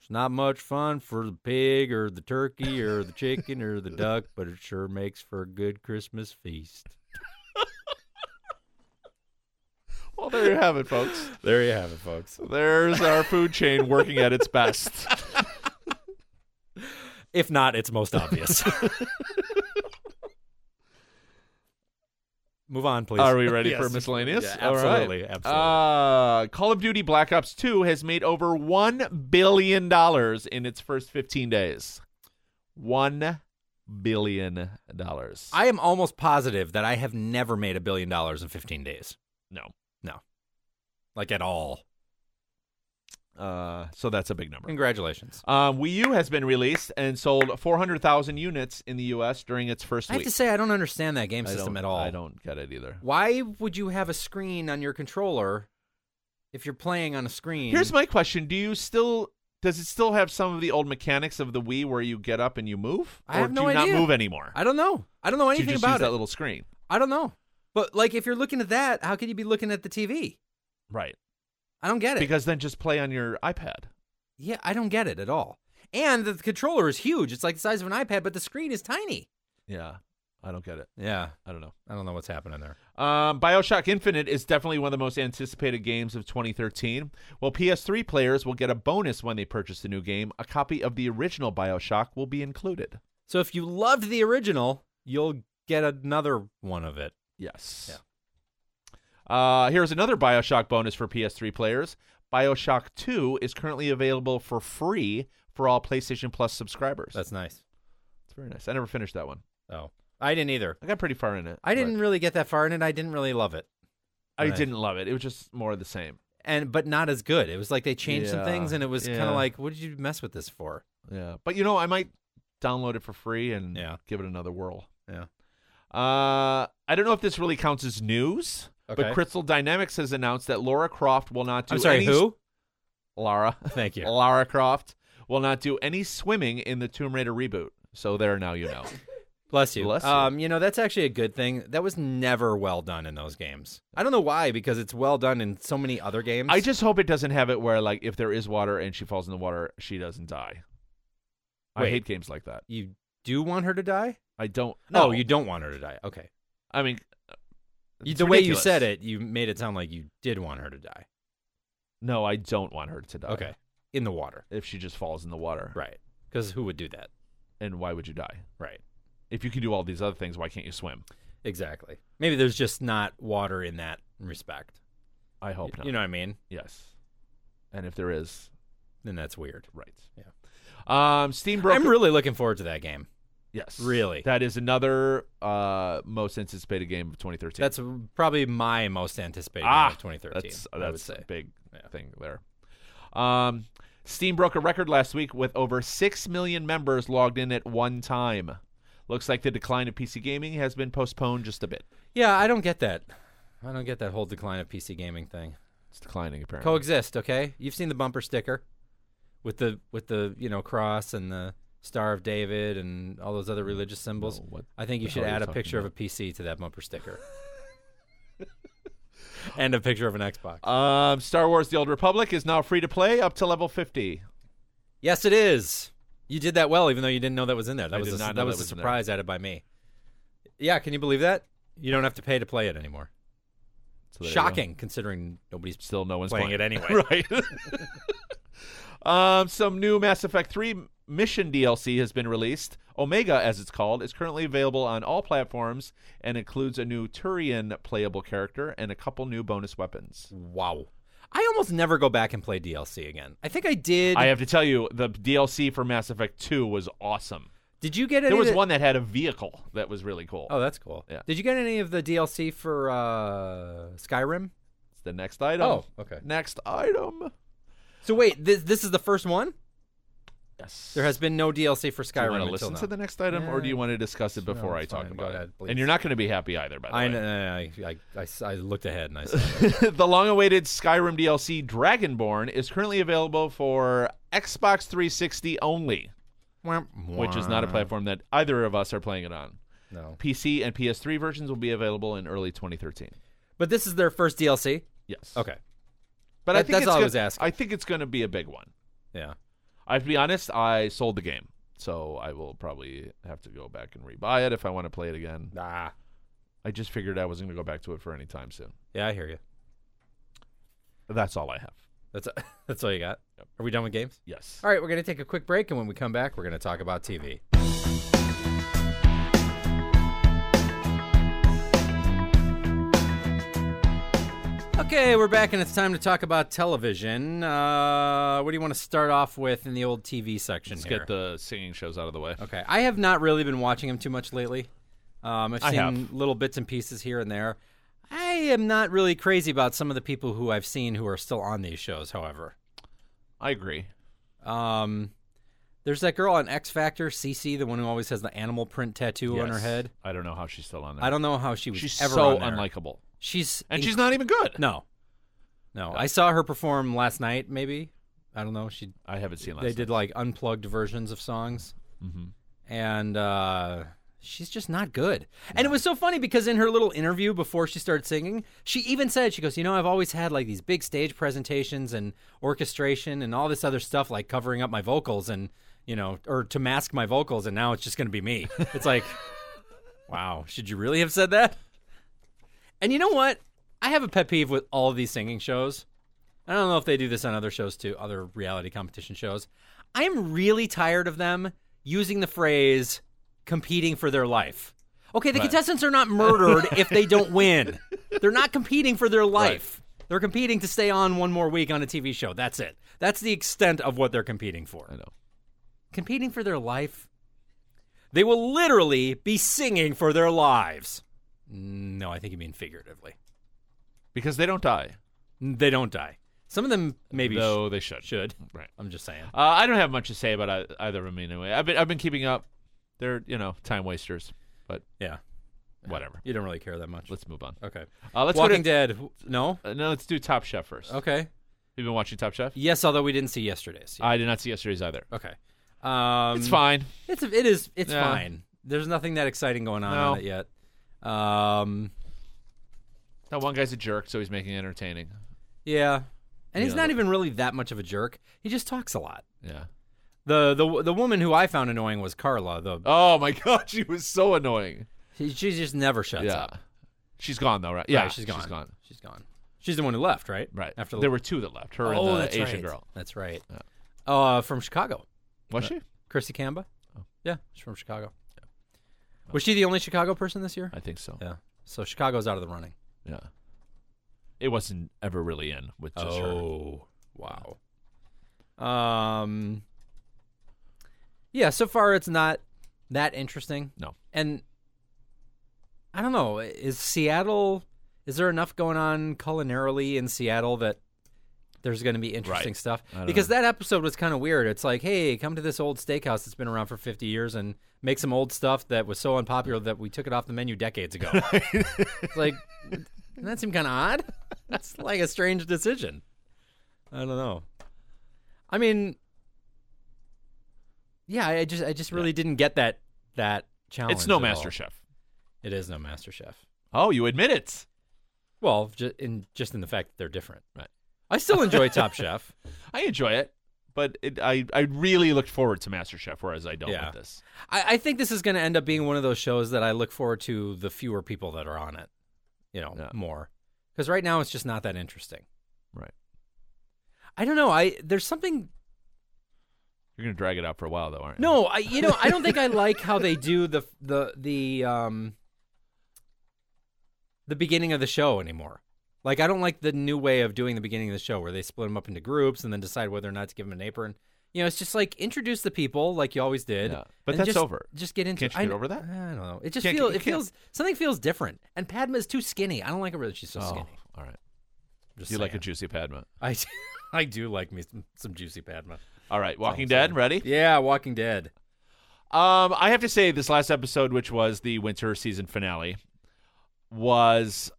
Speaker 1: it's not much fun for the pig or the turkey or the chicken or the duck, but it sure makes for a good Christmas feast.
Speaker 2: well, there you have it, folks.
Speaker 1: There you have it, folks.
Speaker 2: There's our food chain working at its best.
Speaker 1: If not, it's most obvious. Move on, please.
Speaker 2: Are we ready
Speaker 1: Yes.
Speaker 2: for miscellaneous?
Speaker 1: Yeah,
Speaker 2: All right.
Speaker 1: absolutely, absolutely.
Speaker 2: Uh, Call of Duty Black Ops 2 has made over $1 billion in its first 15 days. $1 billion.
Speaker 1: I am almost positive that I have never made a billion dollars in 15 days,
Speaker 2: no.
Speaker 1: like at all.
Speaker 2: Uh, so that's a big number.
Speaker 1: Congratulations.
Speaker 2: Um, Wii U has been released and sold 400,000 units in the U.S. during its first
Speaker 1: I have
Speaker 2: week.
Speaker 1: to say, I don't understand that game
Speaker 2: I
Speaker 1: system
Speaker 2: don't-
Speaker 1: at all.
Speaker 2: I don't get it either.
Speaker 1: Why would you have a screen on your controller if you're playing on a screen?
Speaker 2: Here's my question: Do you still does it still have some of the old mechanics of the Wii where you get up and you move,
Speaker 1: I
Speaker 2: or
Speaker 1: have
Speaker 2: do
Speaker 1: no
Speaker 2: you
Speaker 1: idea.
Speaker 2: not move anymore?
Speaker 1: I don't know. I don't know
Speaker 2: do you
Speaker 1: anything
Speaker 2: just use
Speaker 1: about it.
Speaker 2: that little screen?
Speaker 1: I don't know. But like, if you're looking at that, how could you be looking at the TV?
Speaker 2: Right.
Speaker 1: I don't get it.
Speaker 2: Because then just play on your iPad.
Speaker 1: yeah, I don't get it at all. And the controller is huge. It's like the size of an iPad, but the screen is tiny.
Speaker 2: Yeah, I don't get it.
Speaker 1: Yeah,
Speaker 2: I don't know.
Speaker 1: I don't know what's happening there.
Speaker 2: Um, Bioshock Infinite is definitely one of the most anticipated games of 2013. Well, PS3 players will get a bonus when they purchase the new game. A copy of the original Bioshock will be included.
Speaker 1: So if you loved the original, you'll get another one of it.
Speaker 2: Yes. Uh, here's another Bioshock bonus for PS3 players. Bioshock 2 is currently available for free for all PlayStation Plus subscribers.
Speaker 1: That's nice.
Speaker 2: That's very nice. I never finished that one.
Speaker 1: Oh, I didn't either.
Speaker 2: I got pretty far in it.
Speaker 1: I
Speaker 2: but
Speaker 1: didn't really get that far in it. I didn't really love it.
Speaker 2: I
Speaker 1: Right.
Speaker 2: didn't love it. It was just more of the same.
Speaker 1: and but not as good. It was like they changed some things,
Speaker 2: Yeah,
Speaker 1: and it was kind
Speaker 2: yeah.
Speaker 1: of like, what did you mess with this for?
Speaker 2: Yeah. But you know, I might download it for free and
Speaker 1: Yeah.
Speaker 2: give it another whirl.
Speaker 1: Yeah.
Speaker 2: Uh, I don't know if this really counts as news,
Speaker 1: Okay.
Speaker 2: but Crystal Dynamics has announced that Laura Croft will not do
Speaker 1: I'm sorry,
Speaker 2: any
Speaker 1: who?
Speaker 2: Lara.
Speaker 1: Thank you.
Speaker 2: Lara Croft will not do any swimming in the Tomb Raider reboot. So there now you know.
Speaker 1: Bless you.
Speaker 2: Bless you.
Speaker 1: Um, you know that's actually a good thing. That was never well done in those games. I don't know why, because it's well done in so many other games.
Speaker 2: I just hope it doesn't have it where like if there is water and she falls in the water, she doesn't die. I
Speaker 1: Wait.
Speaker 2: hate games like that.
Speaker 1: you do want her to die?
Speaker 2: I don't. No,
Speaker 1: Oh, you don't want her to die. Okay.
Speaker 2: I mean,
Speaker 1: You,
Speaker 2: it's
Speaker 1: the way you
Speaker 2: ridiculous.
Speaker 1: said it, you made it sound like you did want her to die.
Speaker 2: No, I don't want her to die.
Speaker 1: Okay. In the water.
Speaker 2: If she just falls in the water,
Speaker 1: Right. Because who would do that?
Speaker 2: and why would you die?
Speaker 1: Right.
Speaker 2: If you can do all these other things, why can't you swim?
Speaker 1: Exactly. Maybe there's just not water in that respect.
Speaker 2: I hope not.
Speaker 1: You know what I mean?
Speaker 2: Yes. And if there is,
Speaker 1: Then that's weird.
Speaker 2: right.
Speaker 1: Yeah.
Speaker 2: Um, Steam broker.
Speaker 1: I'm really looking forward to that game.
Speaker 2: Yes.
Speaker 1: Really?
Speaker 2: That is another uh, most anticipated game of 2013.
Speaker 1: That's probably my most anticipated game
Speaker 2: Ah,
Speaker 1: of 2013.
Speaker 2: That's
Speaker 1: I would
Speaker 2: that's
Speaker 1: say.
Speaker 2: a big
Speaker 1: Yeah.
Speaker 2: thing there. Um, Steam broke a record last week with over six million members logged in at one time. Looks like the decline of PC gaming has been postponed just a bit.
Speaker 1: Yeah, I don't get that. I don't get that whole decline of PC gaming thing.
Speaker 2: It's declining apparently.
Speaker 1: Coexist, okay? You've seen the bumper sticker with the with the you know cross and the Star of David and all those other religious symbols.
Speaker 2: No, what
Speaker 1: I think you
Speaker 2: the
Speaker 1: should
Speaker 2: hell are you
Speaker 1: add a
Speaker 2: talking
Speaker 1: picture of a PC to that bumper sticker. and a picture of an Xbox.
Speaker 2: um, Star Wars: The Old Republic is now free to play up to level fifty.
Speaker 1: Yes, it is. You did that well, even though you didn't know that was in there. That
Speaker 2: I
Speaker 1: was
Speaker 2: did
Speaker 1: a,
Speaker 2: not
Speaker 1: that,
Speaker 2: know that
Speaker 1: was a
Speaker 2: was in there.
Speaker 1: surprise added by me. Yeah, can you believe that? You don't have to pay to play it anymore.
Speaker 2: So there you go.
Speaker 1: Shocking, considering nobody's
Speaker 2: Still, no one's
Speaker 1: playing
Speaker 2: playing,
Speaker 1: it anyway.
Speaker 2: right. um, some new Mass Effect Three mission DLC has been released. Omega, as it's called, is currently available on all platforms and includes a new Turian playable character and a couple new bonus weapons.
Speaker 1: Wow. I almost never go back and play DLC again. I think I did.
Speaker 2: I have to tell you, the DLC for Mass Effect Two was awesome.
Speaker 1: did you get any?
Speaker 2: There
Speaker 1: of
Speaker 2: was
Speaker 1: the-
Speaker 2: one that had a vehicle that was really cool.
Speaker 1: Oh, that's cool.
Speaker 2: Yeah.
Speaker 1: Did you get any of the DLC for uh, Skyrim?
Speaker 2: It's the next item.
Speaker 1: Oh, okay.
Speaker 2: Next item.
Speaker 1: So wait, this this is the first one.
Speaker 2: Yes.
Speaker 1: There has been no DLC for
Speaker 2: Do you
Speaker 1: Skyrim
Speaker 2: want to
Speaker 1: until
Speaker 2: listen
Speaker 1: now.
Speaker 2: to the next item, or
Speaker 1: Yeah.
Speaker 2: do you want to discuss it before I
Speaker 1: it's
Speaker 2: talk
Speaker 1: fine. Go
Speaker 2: about
Speaker 1: ahead,
Speaker 2: it?
Speaker 1: please.
Speaker 2: And you're not going to be happy either, by the
Speaker 1: I,
Speaker 2: way.
Speaker 1: know, I, I, I s- I looked ahead and I saw. that.
Speaker 2: the long-awaited Skyrim DLC Dragonborn is currently available for Xbox 360 only, which is not a platform that either of us are playing it on.
Speaker 1: No.
Speaker 2: PC and PS3 versions will be available in early 2013.
Speaker 1: But this is their first DLC.
Speaker 2: Yes.
Speaker 1: Okay.
Speaker 2: But I
Speaker 1: That-
Speaker 2: think
Speaker 1: that's
Speaker 2: it's
Speaker 1: all I
Speaker 2: gonna-
Speaker 1: was asking.
Speaker 2: I think it's going to be a big one.
Speaker 1: Yeah.
Speaker 2: I have to be honest. I sold the game, so I will probably have to go back and rebuy it if I want to play it again.
Speaker 1: Nah.
Speaker 2: I just figured I wasn't going to go back to it for any time soon.
Speaker 1: Yeah, I hear you.
Speaker 2: That's all I have.
Speaker 1: That's that's all you got. Are we done with games?
Speaker 2: Yes.
Speaker 1: All right, we're going to take a quick break, and when we come back, we're going to talk about TV. Okay, we're back, and it's time to talk about television. Uh, what do you want to start off with in the old TV section
Speaker 2: Let's
Speaker 1: here?
Speaker 2: get the singing shows out of the way.
Speaker 1: okay, I have not really been watching them too much lately. Um, I've
Speaker 2: I
Speaker 1: seen
Speaker 2: have.
Speaker 1: little bits and pieces here and there. I am not really crazy about some of the people who I've seen who are still on these shows, however.
Speaker 2: I agree.
Speaker 1: Um, there's that girl on X Factor, Cece, the one who always has the animal print tattoo on her
Speaker 2: Yes.
Speaker 1: head.
Speaker 2: I don't know how she's still on there.
Speaker 1: I don't know how she was
Speaker 2: She's
Speaker 1: ever
Speaker 2: so
Speaker 1: on there.
Speaker 2: unlikable,
Speaker 1: She's
Speaker 2: and
Speaker 1: inc-
Speaker 2: she's not even good.
Speaker 1: no, no. I saw her perform last night. Maybe I don't know. She
Speaker 2: I haven't seen last.
Speaker 1: they did like unplugged versions of songs, and uh, she's just not good. And it was so funny because in her little interview before she started singing, she even said, "She goes, you know, I've always had like these big stage presentations and orchestration and all this other stuff, like covering up my vocals and you know, or to mask my vocals, and now it's just going to be me." It's like, wow, should you really have said that? And you know what? I have a pet peeve with all of these singing shows. I don't know if they do this on other shows too, other reality competition shows. I'm really tired of them using the phrase competing for their life. Okay, the contestants are not murdered if they don't win. They're not competing for their life. They're competing to stay on one more week on a TV show. That's it. That's the extent of what they're competing for.
Speaker 2: I know.
Speaker 1: Competing for their life? They will literally be singing for their lives. No, I think you mean figuratively.
Speaker 2: because they don't die,
Speaker 1: They don't die. Some of them maybe sh-
Speaker 2: though they should.
Speaker 1: should.
Speaker 2: Right.
Speaker 1: I'm just saying.
Speaker 2: Uh, I don't have much to say about ei- either of them anyway. I've been I've been keeping up. They're you know time wasters, but
Speaker 1: Yeah,
Speaker 2: whatever.
Speaker 1: you don't really care that much.
Speaker 2: Let's move on.
Speaker 1: okay.
Speaker 2: Uh, let's
Speaker 1: Walking
Speaker 2: go to,
Speaker 1: Dead. wh- No.
Speaker 2: uh, no. Let's do Top Chef first.
Speaker 1: Okay.
Speaker 2: You've been watching Top Chef.
Speaker 1: Yes, although we didn't see yesterday's.
Speaker 2: I did not see yesterday's either.
Speaker 1: okay. Um,
Speaker 2: Uh, It's fine.
Speaker 1: It's it is it's
Speaker 2: Yeah.
Speaker 1: fine. There's nothing that exciting going on
Speaker 2: No.
Speaker 1: on it yet. Um,
Speaker 2: That one guy's a jerk, so he's making it entertaining.
Speaker 1: yeah, and he's
Speaker 2: Yeah.
Speaker 1: not even really that much of a jerk. He just talks a lot.
Speaker 2: Yeah.
Speaker 1: The the the woman who I found annoying was Carla. The
Speaker 2: Oh my god, she was so annoying.
Speaker 1: she, she just never shuts
Speaker 2: yeah.
Speaker 1: up.
Speaker 2: She's gone though, right? Yeah,
Speaker 1: Right, she's gone.
Speaker 2: She's gone.
Speaker 1: She's gone. She's the one who left, right?
Speaker 2: Right.
Speaker 1: After the
Speaker 2: there were two that left. Her
Speaker 1: oh,
Speaker 2: and
Speaker 1: that's
Speaker 2: the Asian
Speaker 1: right.
Speaker 2: girl.
Speaker 1: That's right. Uh, from Chicago.
Speaker 2: Was she?
Speaker 1: Chrissy Camba.
Speaker 2: Oh.
Speaker 1: Yeah, she's from Chicago. Was she the only Chicago person this year?
Speaker 2: I think so.
Speaker 1: Yeah. So Chicago's out of the running.
Speaker 2: Yeah. It wasn't ever really in with just
Speaker 1: Oh.
Speaker 2: her.
Speaker 1: wow. Um. Yeah. So far, it's not that interesting?
Speaker 2: No.
Speaker 1: And I don't know. Is Seattle? Is there enough going on culinarily in Seattle that there's going to be interesting
Speaker 2: Right.
Speaker 1: stuff?
Speaker 2: don't
Speaker 1: Because that episode was kind of weird. It's like, hey, come to this old steakhouse that's been around for 50 years and make some old stuff that was so unpopular that we took it off the menu decades ago. It's like, doesn't that seemed kind of odd. That's like a strange decision. I don't know. I mean, yeah, I I just, I just really didn't get that that challenge.
Speaker 2: it's no
Speaker 1: at all.
Speaker 2: Master Chef.
Speaker 1: It is no master chef.
Speaker 2: Oh, you admit it.
Speaker 1: Well, ju- in just in the fact that they're different.
Speaker 2: Right.
Speaker 1: I still enjoy Top Chef.
Speaker 2: I enjoy it, but it, I I really looked forward to Master Chef, whereas I don't
Speaker 1: Yeah.
Speaker 2: with this.
Speaker 1: I, I think this is going to end up being one of those shows that I look forward to the fewer people that are on it, you know,
Speaker 2: Yeah.
Speaker 1: more. Because right now it's just not that interesting.
Speaker 2: Right.
Speaker 1: I don't know. I there's something.
Speaker 2: You're gonna drag it out for a while, though, aren't you?
Speaker 1: No, I you know I don't think I like how they do the the the um the beginning of the show anymore. Like I don't like the new way of doing the beginning of the show where they split them up into groups and then decide whether or not to give them an apron. You know, it's just like introduce the people like you always did.
Speaker 2: Yeah. But
Speaker 1: and
Speaker 2: that's
Speaker 1: just-
Speaker 2: over.
Speaker 1: Just get into.
Speaker 2: Can't you
Speaker 1: I-
Speaker 2: get over that?
Speaker 1: I don't know. It just
Speaker 2: Can't-
Speaker 1: feels.
Speaker 2: you
Speaker 1: It
Speaker 2: can't.
Speaker 1: feels something feels different. And Padma's too skinny. I don't like her that she's so
Speaker 2: Oh,
Speaker 1: skinny.
Speaker 2: all right.
Speaker 1: Just
Speaker 2: You like a
Speaker 1: saying.
Speaker 2: juicy Padma.
Speaker 1: I do- I do like me some, some juicy Padma.
Speaker 2: All right,
Speaker 1: all
Speaker 2: Walking
Speaker 1: I'm
Speaker 2: Dead,
Speaker 1: saying.
Speaker 2: ready?
Speaker 1: Yeah, Walking Dead.
Speaker 2: Um, I have to say, this last episode, which was the winter season finale, was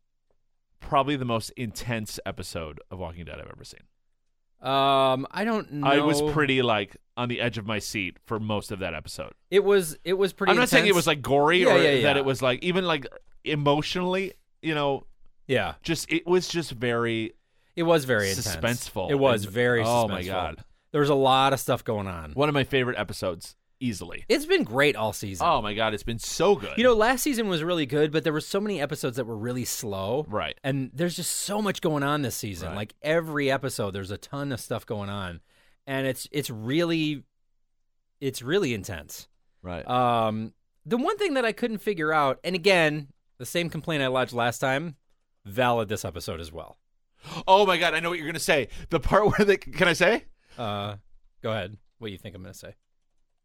Speaker 2: probably the most intense episode of Walking Dead I've ever seen.
Speaker 1: Um, I don't know.
Speaker 2: I was pretty like on the edge of my seat for most of that episode.
Speaker 1: It was. It was pretty.
Speaker 2: I'm not saying it
Speaker 1: intense.
Speaker 2: was like gory
Speaker 1: Yeah,
Speaker 2: or
Speaker 1: yeah,
Speaker 2: that
Speaker 1: yeah.
Speaker 2: it was like even like emotionally, you know,
Speaker 1: Yeah,
Speaker 2: just it was just very
Speaker 1: it was very intense.
Speaker 2: suspenseful.
Speaker 1: It was
Speaker 2: and-
Speaker 1: very.
Speaker 2: Oh
Speaker 1: suspenseful.
Speaker 2: my god,
Speaker 1: there was a lot of stuff going on.
Speaker 2: one of my favorite episodes easily.
Speaker 1: It's been great all season.
Speaker 2: Oh my god, it's been so good.
Speaker 1: You know, last season was really good, but there were so many episodes that were really slow.
Speaker 2: right?
Speaker 1: And there's just so much going on this season.
Speaker 2: Right.
Speaker 1: Like every episode, there's a ton of stuff going on, and it's it's really, it's really intense.
Speaker 2: Right.
Speaker 1: Um, the one thing that I couldn't figure out, and again, the same complaint I lodged last time, valid this episode as well.
Speaker 2: oh my god, I know what you're gonna say. The part where they can I say
Speaker 1: Uh, go ahead. What do you think I'm going to say?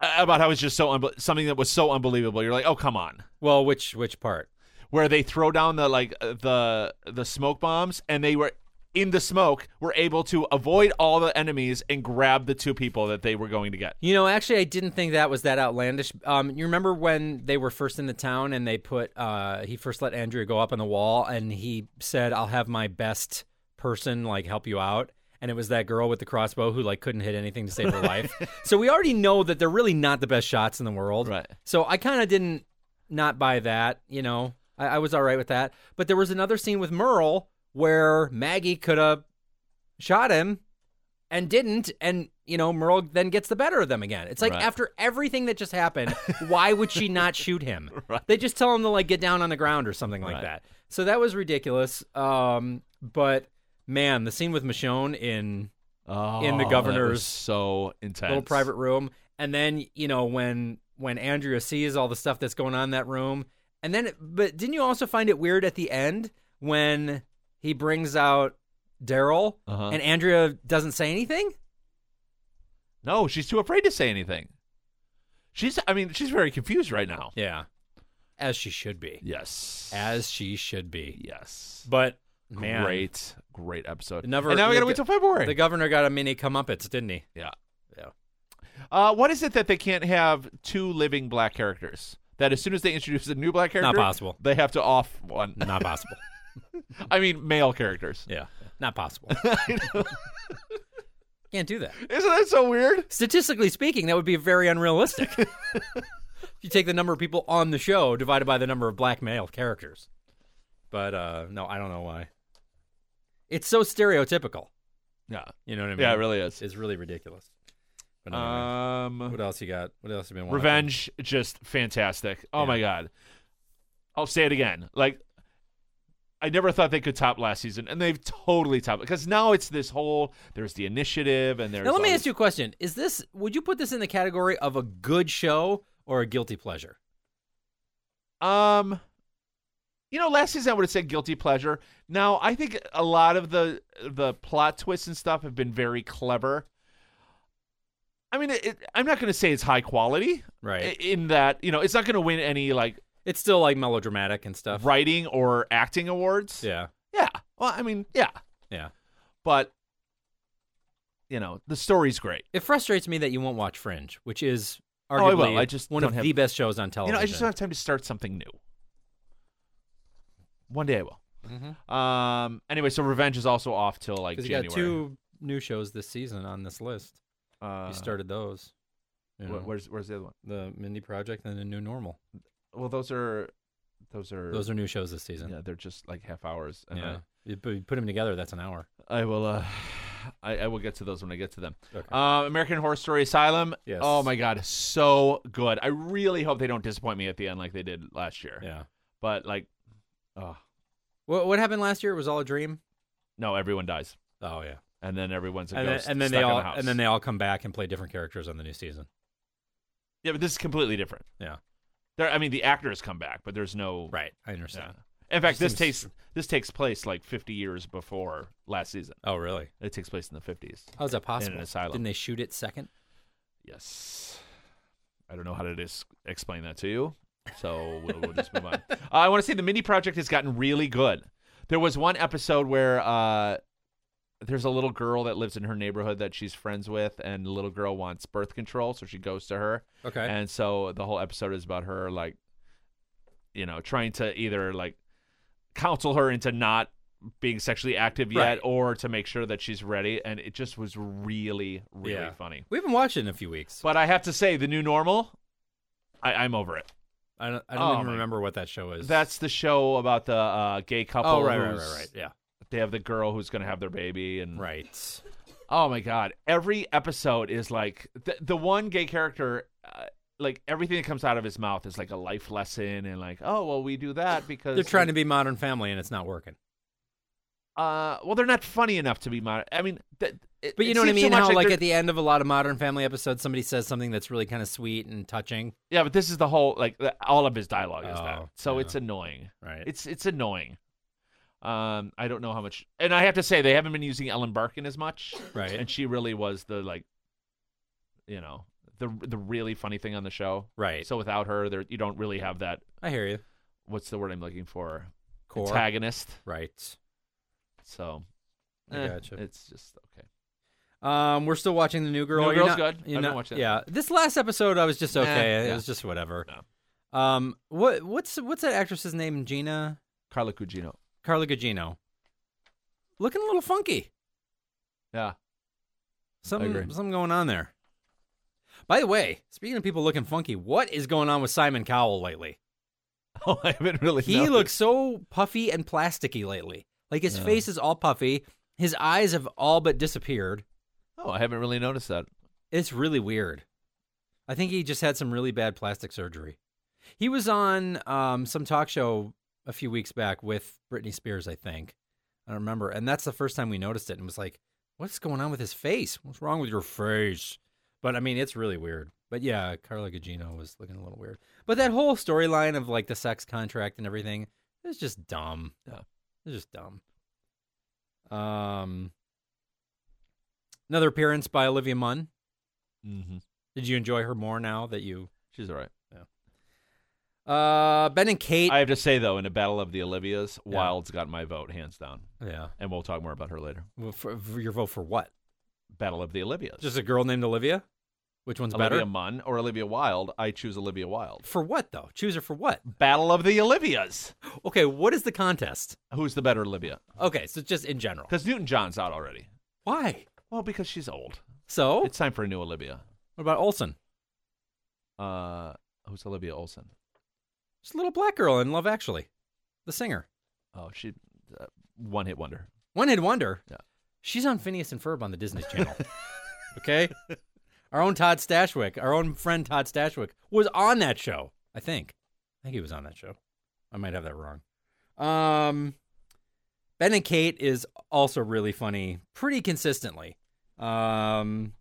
Speaker 2: Uh, about how it's just so unbe- something that was so unbelievable. You're like, oh come on.
Speaker 1: Well, which which part?
Speaker 2: where they throw down the like uh, the the smoke bombs and they were in the smoke were able to avoid all the enemies and grab the two people that they were going to get.
Speaker 1: You know, actually, I didn't think that was that outlandish. Um, you remember when they were first in the town and they put uh, he first let Andrea go up on the wall and he said, "I'll have my best person like help you out." And it was that girl with the crossbow who like couldn't hit anything to save her life. So we already know that they're really not the best shots in the world.
Speaker 2: Right.
Speaker 1: So I kind of didn't not buy that. You know, I, I was all right with that. But there was another scene with Merle where Maggie could have shot him and didn't and you know merle then gets the better of them again it's like
Speaker 2: Right.
Speaker 1: after everything that just happened why would she not shoot him
Speaker 2: Right.
Speaker 1: they just tell him to like get down on the ground or something like
Speaker 2: Right.
Speaker 1: that so that was ridiculous um but man the scene with michonne in
Speaker 2: Oh,
Speaker 1: In the
Speaker 2: that was
Speaker 1: governor's
Speaker 2: so intense
Speaker 1: little private room and then you know when when andrea sees all the stuff that's going on in that room and then but didn't you also find it weird at the end when he brings out daryl
Speaker 2: Uh-huh.
Speaker 1: and andrea doesn't say anything
Speaker 2: No, she's too afraid to say anything. She's I mean she's very confused right now.
Speaker 1: Yeah. As she should be.
Speaker 2: Yes.
Speaker 1: As she should be.
Speaker 2: yes.
Speaker 1: But man,
Speaker 2: Great, great episode.
Speaker 1: Never-
Speaker 2: and now we
Speaker 1: the
Speaker 2: gotta wait
Speaker 1: go-
Speaker 2: till February.
Speaker 1: the governor got a mini comeuppance, didn't he?
Speaker 2: Yeah.
Speaker 1: Yeah.
Speaker 2: Uh, what is it that they can't have two living black characters? That as soon as they introduce a new black character,
Speaker 1: possible.
Speaker 2: They have to off one.
Speaker 1: Not possible.
Speaker 2: I mean, male characters.
Speaker 1: yeah. Not possible. Can't do that.
Speaker 2: Isn't that so weird?
Speaker 1: Statistically speaking, that would be very unrealistic. you take the number of people on the show divided by the number of black male characters. But uh no, I don't know why. It's so stereotypical.
Speaker 2: Yeah,
Speaker 1: You know what I mean?
Speaker 2: yeah, it really is.
Speaker 1: It's really ridiculous. But anyway,
Speaker 2: Um,
Speaker 1: what else you got? What else have you been watching?
Speaker 2: revenge, just fantastic. Oh
Speaker 1: Yeah.
Speaker 2: my god, I'll say it again. Like, I never thought they could top last season, and they've totally topped because now it's this whole there's the initiative and there's
Speaker 1: Now let me
Speaker 2: all
Speaker 1: ask you a question: Is this would you put this in the category of a good show or a guilty pleasure?
Speaker 2: Um, you know, last season I would have said guilty pleasure. Now I think a lot of the the plot twists and stuff have been very clever. I mean, it, it, I'm not going to say it's high quality
Speaker 1: Right.
Speaker 2: i- in that you know it's not going to win any like
Speaker 1: it's still like melodramatic and stuff.
Speaker 2: writing or acting awards.
Speaker 1: Yeah.
Speaker 2: Yeah. Well, I mean, yeah,
Speaker 1: Yeah.
Speaker 2: but you know, the story's great.
Speaker 1: It frustrates me that you won't watch Fringe, which is arguably
Speaker 2: Oh, I will. I just
Speaker 1: one of
Speaker 2: don't have-
Speaker 1: the best shows on
Speaker 2: You know,
Speaker 1: television.
Speaker 2: I just don't have time to start something new. One day I will.
Speaker 1: Mhm.
Speaker 2: Um. Anyway, so Revenge is also off till like
Speaker 1: 'Cause you
Speaker 2: January.
Speaker 1: got two new shows this season on this list.
Speaker 2: Uh,
Speaker 1: You started those. you
Speaker 2: wh-
Speaker 1: know,
Speaker 2: where's Where's the other one?
Speaker 1: the Mindy Project and the New Normal.
Speaker 2: Well, those are those are
Speaker 1: Those are new shows this season.
Speaker 2: yeah. uh-huh. They're just like half hours. and I-
Speaker 1: Yeah. You put, you put them together, that's an hour.
Speaker 2: I will. Uh, I, I will get to those when I get to them.
Speaker 1: Okay.
Speaker 2: Uh, American Horror Story Asylum.
Speaker 1: Yes.
Speaker 2: Oh my God, so good. I really hope they don't disappoint me at the end like they did last year.
Speaker 1: Yeah.
Speaker 2: But like, oh
Speaker 1: What, what happened last year? It was all a dream.
Speaker 2: no, everyone dies,
Speaker 1: Oh yeah.
Speaker 2: and then everyone's a
Speaker 1: And then,
Speaker 2: ghost
Speaker 1: and then
Speaker 2: stuck
Speaker 1: they
Speaker 2: in
Speaker 1: all
Speaker 2: the house.
Speaker 1: and then they all come back and play different characters on the new season.
Speaker 2: yeah, but this is completely different.
Speaker 1: Yeah.
Speaker 2: There, I mean, the actors come back, but there's no
Speaker 1: Right. I
Speaker 2: Yeah.
Speaker 1: understand.
Speaker 2: In fact, this
Speaker 1: Just
Speaker 2: takes
Speaker 1: seems-
Speaker 2: this takes place like 50 years before last season.
Speaker 1: Oh really?
Speaker 2: It takes place in the 50s.
Speaker 1: How's that possible?
Speaker 2: asylum.
Speaker 1: Didn't they shoot it second?
Speaker 2: Yes. I don't know how to dis- explain that to you. So we'll, we'll just move on. Uh, I want to say the mini project has gotten really good. There was one episode where uh, there's a little girl that lives in her neighborhood that she's friends with, and the little girl wants birth control, so she goes to her.
Speaker 1: Okay.
Speaker 2: And so the whole episode is about her, like, you know, trying to either, like, counsel her into not being sexually active yet
Speaker 1: Right.
Speaker 2: or to make sure that she's ready. And it just was really, really
Speaker 1: Yeah.
Speaker 2: funny.
Speaker 1: we haven't watched it in a few weeks.
Speaker 2: But I have to say, the new normal, I, I'm over it.
Speaker 1: I don't, I don't
Speaker 2: Oh,
Speaker 1: even
Speaker 2: my-
Speaker 1: remember what that show is.
Speaker 2: That's the show about the uh, gay couple.
Speaker 1: oh right, right, right,
Speaker 2: who's-
Speaker 1: right. Yeah,
Speaker 2: They have the girl who's going to have their baby,
Speaker 1: Mm.
Speaker 2: and
Speaker 1: right.
Speaker 2: oh my god, every episode is like the the one gay character. Uh, like everything that comes out of his mouth is like a life lesson, and like, oh well, we do that because
Speaker 1: They're trying to be Modern Family, and it's not working.
Speaker 2: Uh, well, they're not funny enough to be modern. I mean, th- it-
Speaker 1: But you
Speaker 2: it
Speaker 1: know what I
Speaker 2: seems so
Speaker 1: mean?
Speaker 2: much
Speaker 1: How like
Speaker 2: they're-
Speaker 1: at the end of a lot of Modern Family episodes, somebody says something that's really kind of sweet and touching.
Speaker 2: yeah, but this is the whole like the- all of his dialogue is that,
Speaker 1: Oh,
Speaker 2: so
Speaker 1: yeah.
Speaker 2: it's annoying.
Speaker 1: Right.
Speaker 2: It's it's annoying. Um, I don't know how much, and I have to say they haven't been using Ellen Barkin as much,
Speaker 1: right.
Speaker 2: and she really was the like, you know, the the really funny thing on the show.
Speaker 1: Right.
Speaker 2: So without her, there you don't really have that.
Speaker 1: I hear you.
Speaker 2: What's the word I'm looking for?
Speaker 1: Core.
Speaker 2: Antagonist.
Speaker 1: Right.
Speaker 2: So,
Speaker 1: I
Speaker 2: eh,
Speaker 1: gotcha.
Speaker 2: it's just okay.
Speaker 1: Um, we're still watching the New Girl.
Speaker 2: New
Speaker 1: You're
Speaker 2: Girl's
Speaker 1: not-
Speaker 2: good.
Speaker 1: you're
Speaker 2: I've been
Speaker 1: not-
Speaker 2: watching it.
Speaker 1: Yeah. This last episode, I was just okay.
Speaker 2: yeah.
Speaker 1: It was just whatever. Um, what what's what's that actress's name? Gina
Speaker 2: Carla Cugino.
Speaker 1: Carla Gugino. Looking a little funky.
Speaker 2: Yeah.
Speaker 1: Something
Speaker 2: agree.
Speaker 1: something going on there. By the way, speaking of people looking funky, what is going on with Simon Cowell lately?
Speaker 2: Oh, I haven't really.
Speaker 1: He
Speaker 2: noticed.
Speaker 1: looks so puffy and plasticky lately. Like his
Speaker 2: Yeah.
Speaker 1: face is all puffy. His eyes have all but disappeared.
Speaker 2: Oh, I haven't really noticed that.
Speaker 1: It's really weird. I think he just had some really bad plastic surgery. He was on um, some talk show a few weeks back with Britney Spears, I think. I don't remember. And that's the first time we noticed it and was like, what's going on with his face? What's wrong with your face? But I mean, it's really weird. But yeah, Carla Gugino was looking a little weird. But that whole storyline of like the sex contract and everything is just dumb.
Speaker 2: Yeah.
Speaker 1: It's just dumb. Um, another appearance by Olivia Munn.
Speaker 2: Mm-hmm.
Speaker 1: Did you enjoy her more now that you?
Speaker 2: She's all right.
Speaker 1: Uh, Ben and Kate.
Speaker 2: I have to say though, in a battle of the Olivias,
Speaker 1: Yeah.
Speaker 2: Wilde's got my vote hands down,
Speaker 1: yeah.
Speaker 2: and we'll talk more about her later.
Speaker 1: Well, for, for your vote for what?
Speaker 2: Battle of the Olivias.
Speaker 1: Just a girl named Olivia. Which one's
Speaker 2: Olivia
Speaker 1: better?
Speaker 2: Munn or Olivia Wilde. I choose Olivia Wilde.
Speaker 1: For what though? Choose her for what?
Speaker 2: Battle of the Olivias.
Speaker 1: Okay, what is the contest?
Speaker 2: Who's the better Olivia?
Speaker 1: Okay, so just in general.
Speaker 2: Because Newton John's out already.
Speaker 1: Why?
Speaker 2: Well, because she's old.
Speaker 1: So
Speaker 2: It's time for a new Olivia.
Speaker 1: what about Olsen?
Speaker 2: Uh, who's Olivia Olson?
Speaker 1: Just a little black girl in Love Actually, the singer,
Speaker 2: Oh, she uh, one hit wonder.
Speaker 1: one hit wonder.
Speaker 2: Yeah.
Speaker 1: She's on Phineas and Ferb on the Disney Channel. okay, our own Todd Stashwick, our own friend Todd Stashwick was on that show. I think. I think he was on that show. I might have that wrong. Um, ben and Kate is also really funny, pretty consistently. Um,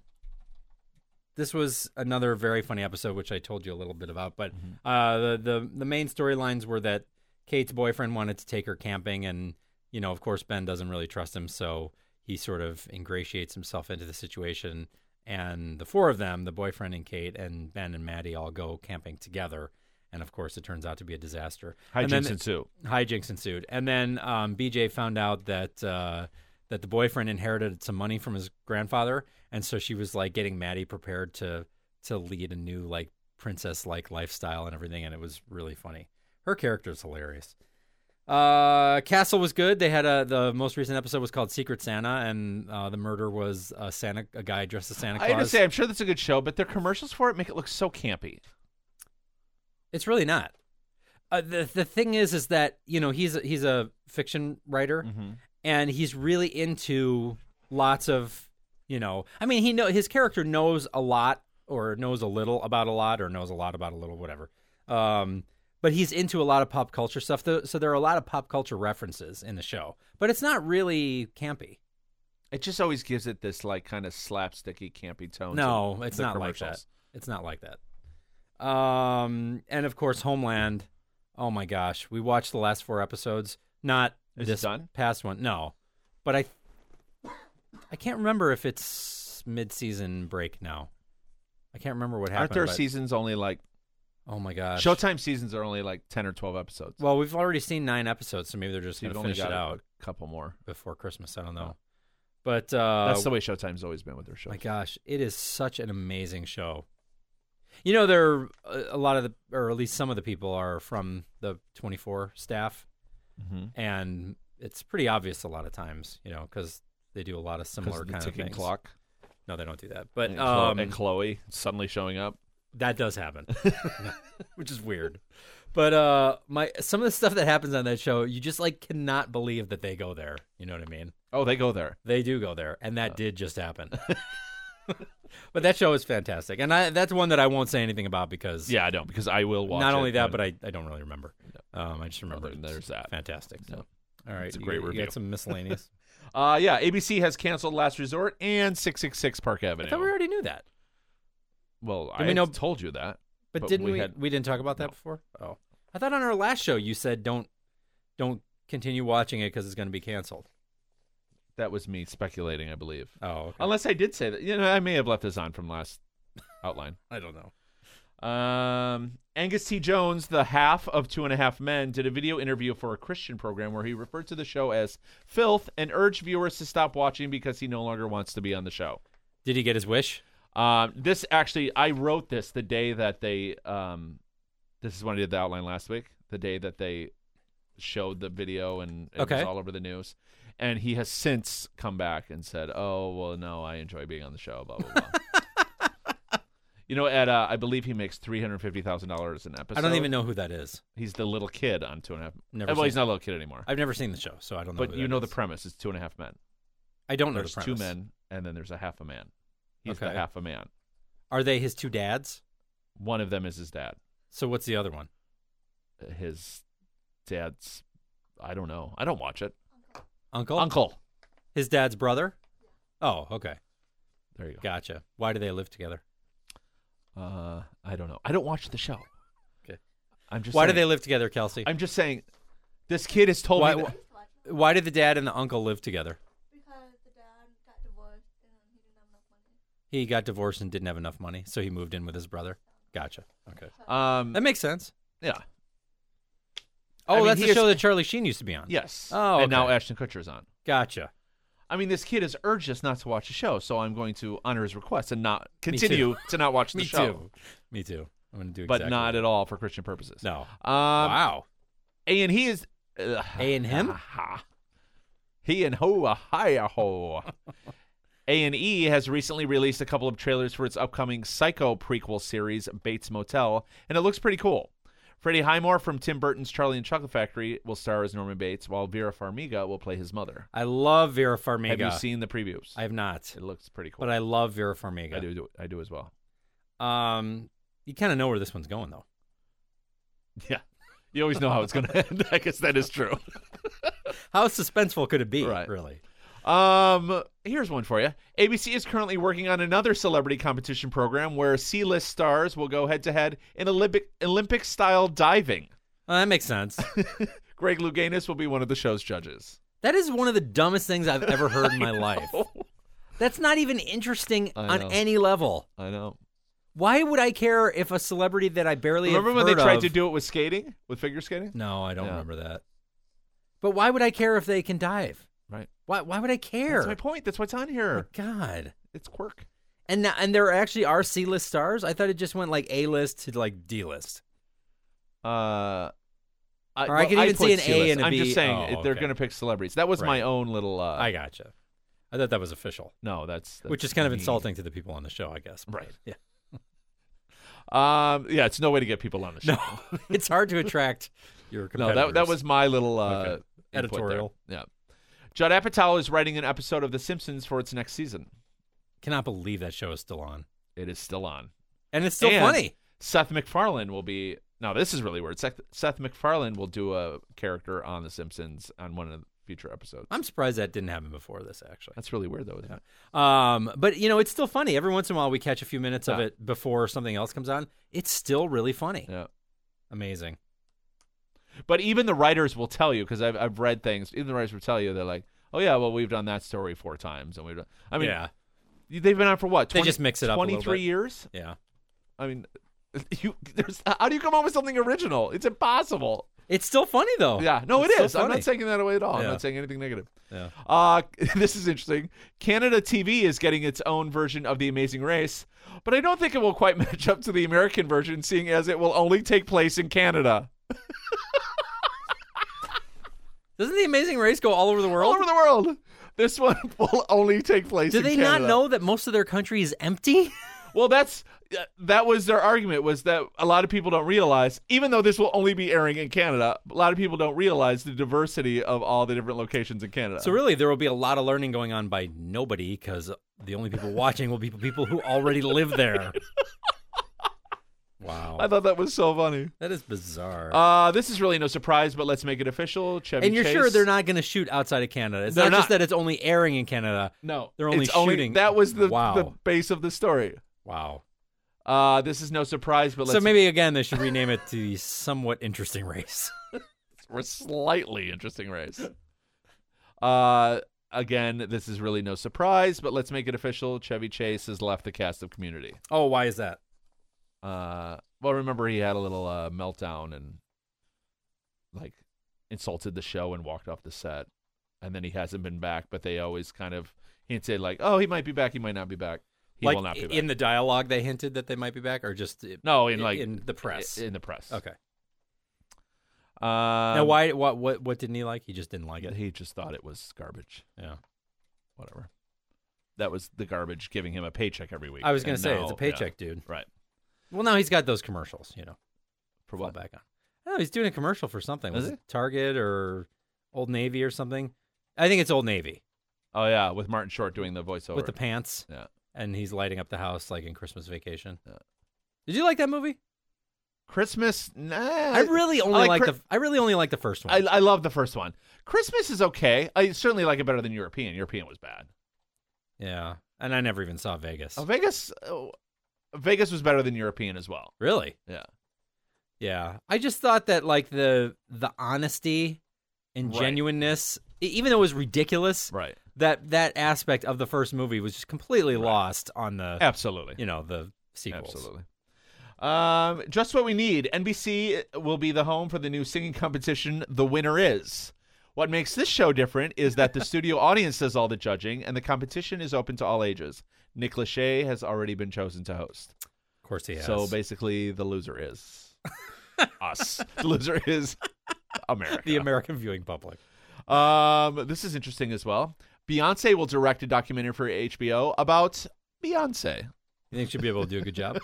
Speaker 1: this was another very funny episode, which I told you a little bit about. But uh, the the the main storylines were that Kate's boyfriend wanted to take her camping, and you know, of course, Ben doesn't really trust him, so he sort of ingratiates himself into the situation And the four of them, the boyfriend and Kate and Ben and Maddie, all go camping together. And of course, it turns out to be a disaster.
Speaker 2: Hijinks
Speaker 1: and then,
Speaker 2: ensue.
Speaker 1: hijinks ensued. And then um, BJ found out that uh, that the boyfriend inherited some money from his grandfather, and so she was like getting Maddie prepared to to lead a new like princess like lifestyle and everything, and it was really funny. Her character's hilarious. Uh, Castle was good. They had a the most recent episode was called Secret Santa, and uh, the murder was a Santa a guy dressed as Santa Claus.
Speaker 2: I understand. I'm sure that's a good show, but their commercials for it make it look so campy.
Speaker 1: It's really not. Uh, the the thing is, is that you know he's he's a fiction
Speaker 2: Mm-hmm.
Speaker 1: writer, and he's really into lots of you know. I mean, he know his character knows a lot, or knows a little about a lot, or knows a lot about a little, whatever. Um, but he's into a lot of pop culture stuff, though, so there are a lot of pop culture references in the show. But it's not really campy.
Speaker 2: It just always gives it this like kind of slapsticky, campy tone. to
Speaker 1: No, it's
Speaker 2: the
Speaker 1: not like that.
Speaker 2: commercials.
Speaker 1: It's not like that. Um, and of course, Homeland. Oh my gosh, we watched the last four episodes. Not
Speaker 2: Is it
Speaker 1: this
Speaker 2: done?
Speaker 1: past one, no. But I, I can't remember if it's mid-season break now. I can't remember what happened.
Speaker 2: Aren't their
Speaker 1: but-
Speaker 2: seasons only like
Speaker 1: Oh my gosh.
Speaker 2: Showtime seasons are only like ten or twelve episodes?
Speaker 1: Well, we've already seen nine episodes, so maybe they're just
Speaker 2: So
Speaker 1: going
Speaker 2: you've
Speaker 1: to
Speaker 2: only
Speaker 1: finish
Speaker 2: got
Speaker 1: it
Speaker 2: a
Speaker 1: out
Speaker 2: couple more.
Speaker 1: before Christmas. I don't know. But uh,
Speaker 2: That's the way Showtime's always been with their shows.
Speaker 1: My gosh, it is such an amazing show. You know, there are uh, a lot of the, or at least some of the people are from the 24 staff,
Speaker 2: Mhm.
Speaker 1: and it's pretty obvious a lot of times, you know, because they do a lot of
Speaker 2: 'Cause
Speaker 1: similar
Speaker 2: of the
Speaker 1: kind
Speaker 2: ticking
Speaker 1: of things.
Speaker 2: clock.
Speaker 1: No, they don't do that, but
Speaker 2: and, Chlo-
Speaker 1: um,
Speaker 2: and Chloe suddenly showing up.
Speaker 1: that does happen, which is weird. But uh, my some of the stuff that happens on that show, you just like cannot believe that they go there. You know what I mean?
Speaker 2: Oh, they go there.
Speaker 1: They do go there, and
Speaker 2: Oh.
Speaker 1: that did just happen. but that show is fantastic, and I, that's one that I won't say anything about because
Speaker 2: Yeah, I don't because I will watch.
Speaker 1: not only
Speaker 2: it
Speaker 1: that,
Speaker 2: when-
Speaker 1: but I, I don't really remember. Um, I just remember
Speaker 2: there-
Speaker 1: it's
Speaker 2: there's that.
Speaker 1: fantastic. So. All right,
Speaker 2: It's a
Speaker 1: you-
Speaker 2: great
Speaker 1: you,
Speaker 2: review.
Speaker 1: got some miscellaneous.
Speaker 2: Uh, yeah, ABC has canceled Last Resort and 666 Park Avenue.
Speaker 1: I thought we already knew that,
Speaker 2: well,
Speaker 1: Did
Speaker 2: I
Speaker 1: we know-
Speaker 2: told you that.
Speaker 1: but,
Speaker 2: But
Speaker 1: didn't
Speaker 2: we
Speaker 1: we?
Speaker 2: had-
Speaker 1: we didn't talk about that
Speaker 2: No.
Speaker 1: before. Oh, I thought on our last show you said don't don't continue watching it because it's going to be canceled.
Speaker 2: That was me speculating, I believe.
Speaker 1: Oh, okay.
Speaker 2: Unless I did say that. You know, I may have left this on from last outline.
Speaker 1: I don't know.
Speaker 2: Um, Angus T. Jones, the half of Two and a Half Men, did a video interview for a Christian program where he referred to the show as filth and urged viewers to stop watching because he no longer wants to be on the show.
Speaker 1: Did he get his wish?
Speaker 2: Um, this actually, I wrote this the day that they. Um, this is when I did the outline last week. The day that they showed the video and it
Speaker 1: Okay.
Speaker 2: was all over the news. And he has since come back and said, "Oh well, no, I enjoy being on the show." Blah blah blah. you know, at uh, I believe he makes three hundred fifty thousand dollars an episode.
Speaker 1: I don't even know who that is.
Speaker 2: He's the little kid on Two and a Half.
Speaker 1: Never
Speaker 2: well,
Speaker 1: seen
Speaker 2: he's not a little kid anymore.
Speaker 1: I've never seen the show, so I don't know.
Speaker 2: but
Speaker 1: who
Speaker 2: you
Speaker 1: that
Speaker 2: know the
Speaker 1: is.
Speaker 2: premise is Two and a Half Men.
Speaker 1: I don't know
Speaker 2: There's
Speaker 1: the
Speaker 2: two
Speaker 1: premise.
Speaker 2: men, and then there's a half a man. He's the
Speaker 1: Okay.
Speaker 2: half a man.
Speaker 1: Are they his two dads?
Speaker 2: One of them is his dad.
Speaker 1: So what's the other one?
Speaker 2: his dad's I don't know. I don't watch it.
Speaker 1: Uncle?
Speaker 2: Uncle.
Speaker 1: His dad's brother? Oh, okay.
Speaker 2: There you go.
Speaker 1: Gotcha. Why do they live together?
Speaker 2: Uh, I don't know. I don't watch the show.
Speaker 1: Okay.
Speaker 2: I'm just
Speaker 1: Why do
Speaker 2: saying,
Speaker 1: they live together, Kelsey?
Speaker 2: I'm just saying this kid has told
Speaker 1: Why,
Speaker 2: me
Speaker 1: why,
Speaker 2: that-
Speaker 1: why did the dad and the uncle live together?
Speaker 3: because the dad got divorced and he didn't have enough money.
Speaker 1: He got divorced and didn't have enough money, so he moved in with his brother. Gotcha. Okay.
Speaker 2: um
Speaker 1: That makes sense.
Speaker 2: yeah.
Speaker 1: Oh,
Speaker 2: I mean,
Speaker 1: that's
Speaker 2: he
Speaker 1: the show
Speaker 2: is-
Speaker 1: that Charlie Sheen used to be on.
Speaker 2: Yes.
Speaker 1: Oh,
Speaker 2: And now
Speaker 1: okay.
Speaker 2: Ashton Kutcher is on.
Speaker 1: Gotcha.
Speaker 2: I mean, this kid has urged us not to watch the show, so I'm going to honor his request and not continue to not watch the
Speaker 1: Me
Speaker 2: show,
Speaker 1: too. Me too. I'm going to do
Speaker 2: but
Speaker 1: exactly
Speaker 2: not at all for Christian purposes.
Speaker 1: No.
Speaker 2: Um,
Speaker 1: wow. Ah.
Speaker 2: and he is ugh.
Speaker 1: A and him?
Speaker 2: he and ho a hi a ho a and e has recently released a couple of trailers for its upcoming psycho prequel series bates motel and it looks pretty cool freddie highmore from tim burton's charlie and chocolate factory will star as norman bates while vera farmiga will play his mother
Speaker 1: I love Vera Farmiga.
Speaker 2: have you seen the previews
Speaker 1: I have not,
Speaker 2: it looks pretty cool
Speaker 1: but I love Vera Farmiga.
Speaker 2: I do, do i do as well
Speaker 1: Um, you kind of know where this one's going, though.
Speaker 2: yeah you always know how it's going to end i guess that is true
Speaker 1: How suspenseful could it be?
Speaker 2: Right.
Speaker 1: Really.
Speaker 2: Um, here's one for you. ABC is currently working on another celebrity competition program where C-list stars will go head-to-head in Olympic Olympic-style diving.
Speaker 1: Well, that makes sense.
Speaker 2: Greg Louganis will be one of the show's judges.
Speaker 1: that is one of the dumbest things I've ever heard in my life. That's not even interesting
Speaker 2: I
Speaker 1: on
Speaker 2: know.
Speaker 1: any level.
Speaker 2: I know.
Speaker 1: Why would I care if a celebrity that I barely have
Speaker 2: Remember when they
Speaker 1: heard
Speaker 2: tried
Speaker 1: of-
Speaker 2: to do it with skating, with figure skating?
Speaker 1: No, I don't
Speaker 2: Yeah.
Speaker 1: remember that. But why would I care if they can dive?
Speaker 2: Right.
Speaker 1: Why? Why would I care?
Speaker 2: That's my point. That's what's on
Speaker 1: My
Speaker 2: here.
Speaker 1: God.
Speaker 2: It's quirk.
Speaker 1: And now, and there actually are C list stars. I thought it just went like A list to like D list.
Speaker 2: Uh, I,
Speaker 1: Or I could
Speaker 2: well,
Speaker 1: even
Speaker 2: put
Speaker 1: see an A
Speaker 2: C-list.
Speaker 1: and a
Speaker 2: I'm
Speaker 1: B.
Speaker 2: just saying
Speaker 1: Oh,
Speaker 2: they're
Speaker 1: okay.
Speaker 2: going to pick celebrities. That was
Speaker 1: Right.
Speaker 2: my own little. Uh,
Speaker 1: I gotcha. I thought that was official,
Speaker 2: no, that's, that's
Speaker 1: which is kind of
Speaker 2: mean.
Speaker 1: insulting to the people on the show, I guess.
Speaker 2: Right.
Speaker 1: Yeah.
Speaker 2: Um, yeah, it's no way to get people on the show.
Speaker 1: No, it's hard to attract your
Speaker 2: No,
Speaker 1: competitors.
Speaker 2: that that was my little uh,
Speaker 1: Okay.
Speaker 2: input there.
Speaker 1: Editorial.
Speaker 2: Yeah, Judd Apatow is writing an episode of The Simpsons for its next season.
Speaker 1: Cannot believe that show is still on,
Speaker 2: It is still on.
Speaker 1: and it's still
Speaker 2: And
Speaker 1: funny.
Speaker 2: Seth MacFarlane will be. Now this is really weird. Seth, Seth MacFarlane will do a character on The Simpsons on one of the future episodes.
Speaker 1: I'm surprised that didn't happen before this, actually.
Speaker 2: That's really weird though. Isn't it?
Speaker 1: Um, but you know, it's still funny. Every once in a while, we catch a few minutes of
Speaker 2: Yeah.
Speaker 1: it before something else comes on. It's still really funny.
Speaker 2: Yeah.
Speaker 1: Amazing.
Speaker 2: But even the writers will tell you because I've I've read things. Even the writers will tell you they're like, oh yeah, well we've done that story four times and we've. Done, I mean,
Speaker 1: yeah,
Speaker 2: they've been on for what?
Speaker 1: They just mix it up a little
Speaker 2: Twenty three
Speaker 1: bit.
Speaker 2: years.
Speaker 1: yeah.
Speaker 2: I mean, you there's how do you come up with something original? It's impossible.
Speaker 1: It's still funny though.
Speaker 2: Yeah, no, it
Speaker 1: It's still
Speaker 2: is. I'm
Speaker 1: funny.
Speaker 2: not taking that away at all. I'm
Speaker 1: Yeah.
Speaker 2: not saying anything negative.
Speaker 1: Yeah.
Speaker 2: Uh, this is interesting. Canada TV is getting its own version of The Amazing Race, but I don't think it will quite match up to the American version, seeing as it will only take place in Canada.
Speaker 1: Doesn't the Amazing Race go all over the world?
Speaker 2: All over the world. This one will only take place
Speaker 1: Do
Speaker 2: in
Speaker 1: they
Speaker 2: Canada.
Speaker 1: not know that most of their country is empty?
Speaker 2: Well, that's uh, that was their argument was that a lot of people don't realize even though this will only be airing in Canada, a lot of people don't realize the diversity of all the different locations in Canada.
Speaker 1: so really, there will be a lot of learning going on by nobody because the only people watching will be people who already live there. wow,
Speaker 2: I thought that was so funny.
Speaker 1: that is bizarre.
Speaker 2: Uh, this is really no surprise, but let's make it official. Chevy
Speaker 1: and you're
Speaker 2: Chase-
Speaker 1: sure they're not going to shoot outside of Canada? It's
Speaker 2: They're
Speaker 1: not, just
Speaker 2: not.
Speaker 1: that it's only airing in Canada.
Speaker 2: No,
Speaker 1: They're only
Speaker 2: it's
Speaker 1: shooting-
Speaker 2: that was the,
Speaker 1: Wow.
Speaker 2: the base of the story.
Speaker 1: Wow.
Speaker 2: Uh, this is no surprise, but let's
Speaker 1: so maybe again they should rename it to the somewhat interesting race.
Speaker 2: we're slightly interesting race. Uh, again, this is really no surprise, but let's make it official. Chevy Chase has left the cast of Community.
Speaker 1: Oh, why is that?
Speaker 2: uh well remember he had a little uh meltdown and like insulted the show and walked off the set and then he hasn't been back but they always kind of hinted like oh he might be back he might not be back he
Speaker 1: like
Speaker 2: will not be back
Speaker 1: in the dialogue they hinted that they might be back, or just
Speaker 2: no in like
Speaker 1: in the press.
Speaker 2: in the press
Speaker 1: okay.
Speaker 2: um,
Speaker 1: now, why? What? What? What didn't he like? He just didn't like it.
Speaker 2: he just thought it was garbage
Speaker 1: Yeah.
Speaker 2: whatever that was the garbage giving him a paycheck every week
Speaker 1: I was gonna
Speaker 2: And
Speaker 1: say
Speaker 2: now-
Speaker 1: it's a
Speaker 2: yeah,
Speaker 1: paycheck, dude.
Speaker 2: right
Speaker 1: Well, now he's got those commercials, you know.
Speaker 2: for
Speaker 1: Fall
Speaker 2: what
Speaker 1: back on. I don't know he's doing a commercial for something. Was
Speaker 2: Is
Speaker 1: it Target or Old Navy or something? I think it's Old Navy
Speaker 2: oh yeah with martin short doing the voiceover
Speaker 1: with the pants.
Speaker 2: Yeah.
Speaker 1: And he's lighting up the house like in Christmas Vacation.
Speaker 2: Yeah.
Speaker 1: Did you like that movie?
Speaker 2: christmas nah
Speaker 1: I really only
Speaker 2: like
Speaker 1: like,
Speaker 2: Chri-
Speaker 1: the I really only like the first one.
Speaker 2: I, I love the first one. Christmas is okay. I certainly like it better than European. European was bad.
Speaker 1: yeah, and I never even saw Vegas.
Speaker 2: Uh, Vegas, oh, Vegas was better than European as well.
Speaker 1: Really?
Speaker 2: Yeah.
Speaker 1: Yeah. I just thought that like the the honesty and
Speaker 2: Right.
Speaker 1: genuineness, e- even though it was ridiculous,
Speaker 2: Right.
Speaker 1: that that aspect of the first movie was just completely lost on the
Speaker 2: Absolutely.
Speaker 1: you know the sequels.
Speaker 2: Absolutely. Um, just what we need. NBC will be the home for the new singing competition. The winner is. What makes this show different is that the studio audience does all the judging, and the competition is open to all ages. Nick Lachey has already been chosen to host.
Speaker 1: Of course he has.
Speaker 2: So basically, the loser is us. The loser is America.
Speaker 1: the American viewing public.
Speaker 2: um, this is interesting as well. Beyonce will direct a documentary for HBO about Beyonce.
Speaker 1: You think she'll be able to do a good job?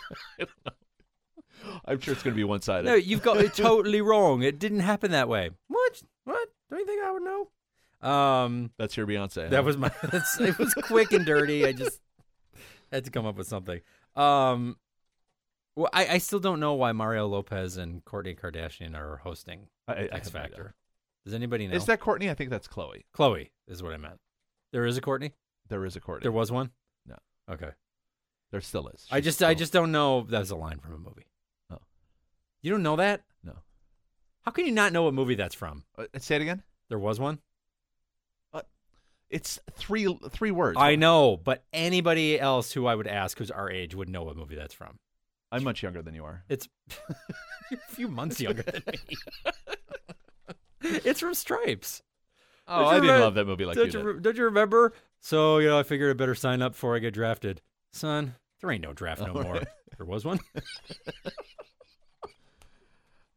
Speaker 2: I'm sure it's going to be one
Speaker 1: no,
Speaker 2: sided.
Speaker 1: you've got it totally wrong. It didn't happen that way. What? What? Don't you think I would know? Um,
Speaker 2: That's your Beyonce. huh?
Speaker 1: That was my. That's, it was quick and dirty. I just had to come up with something. Um, well, I, I still don't know why Mario Lopez and Courtney Kardashian are hosting
Speaker 2: I- I
Speaker 1: X
Speaker 2: have no idea.
Speaker 1: Factor. Does anybody know?
Speaker 2: Is that Courtney? I think that's Chloe.
Speaker 1: Chloe? Is what I meant. There is a Courtney.
Speaker 2: There is a Courtney.
Speaker 1: There was one.
Speaker 2: No.
Speaker 1: Okay.
Speaker 2: There still is.
Speaker 1: I
Speaker 2: She's
Speaker 1: just I
Speaker 2: still-
Speaker 1: just don't know. That's a line from a movie.
Speaker 2: Oh.
Speaker 1: You don't know that?
Speaker 2: No.
Speaker 1: How can you not know what movie that's from?
Speaker 2: Uh, say it again.
Speaker 1: There was one.
Speaker 2: It's three three words.
Speaker 1: I know, but anybody else who I would ask who's our age would know what movie that's from.
Speaker 2: I'm much younger than you are.
Speaker 1: It's You're a few months younger than me. it's from Stripes.
Speaker 2: Oh,
Speaker 1: Don't you
Speaker 2: I didn't
Speaker 1: remember-
Speaker 2: love that movie like you
Speaker 1: don't, you
Speaker 2: did.
Speaker 1: re- don't you remember? So, you know, I figured I better sign up before I get drafted. Son, there ain't no draft
Speaker 2: Oh,
Speaker 1: no more. There was one.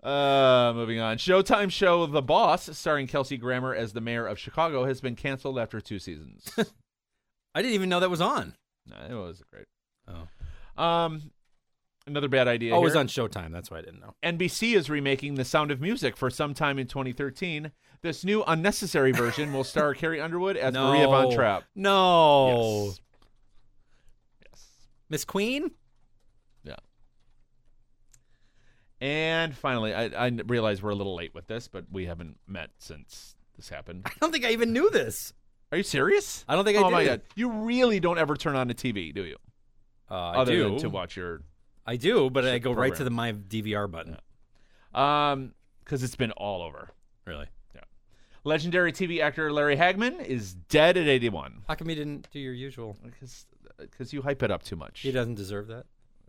Speaker 2: Uh, moving on. Showtime show The Boss, starring Kelsey Grammer as the mayor of Chicago, has been canceled after two seasons.
Speaker 1: I didn't even know that was on.
Speaker 2: no, it was great.
Speaker 1: Oh,
Speaker 2: Um, another bad idea.
Speaker 1: oh it was
Speaker 2: here.
Speaker 1: on Showtime. That's why I didn't know.
Speaker 2: NBC is remaking The Sound of Music for some time in 2013. This new unnecessary version will star Carrie Underwood as Maria Von
Speaker 1: No. Oh.
Speaker 2: Trapp.
Speaker 1: No.
Speaker 2: Yes. yes.
Speaker 1: Miss Queen?
Speaker 2: Yeah. And finally, I, I realize we're a little late with this, but we haven't met since this happened.
Speaker 1: I don't think I even knew this.
Speaker 2: Are you serious?
Speaker 1: I don't think I
Speaker 2: oh my
Speaker 1: did.
Speaker 2: god! You really don't ever turn on the TV, do you?
Speaker 1: Uh, I
Speaker 2: Other
Speaker 1: do.
Speaker 2: than to watch your
Speaker 1: I do, but I
Speaker 2: Shit
Speaker 1: go right to
Speaker 2: program.
Speaker 1: the my DVR button.
Speaker 2: um, because it's been all over.
Speaker 1: Really?
Speaker 2: Legendary TV actor Larry Hagman is dead at 81
Speaker 1: How come he didn't do your usual?
Speaker 2: because because uh, you hype it up too much.
Speaker 1: He doesn't deserve that.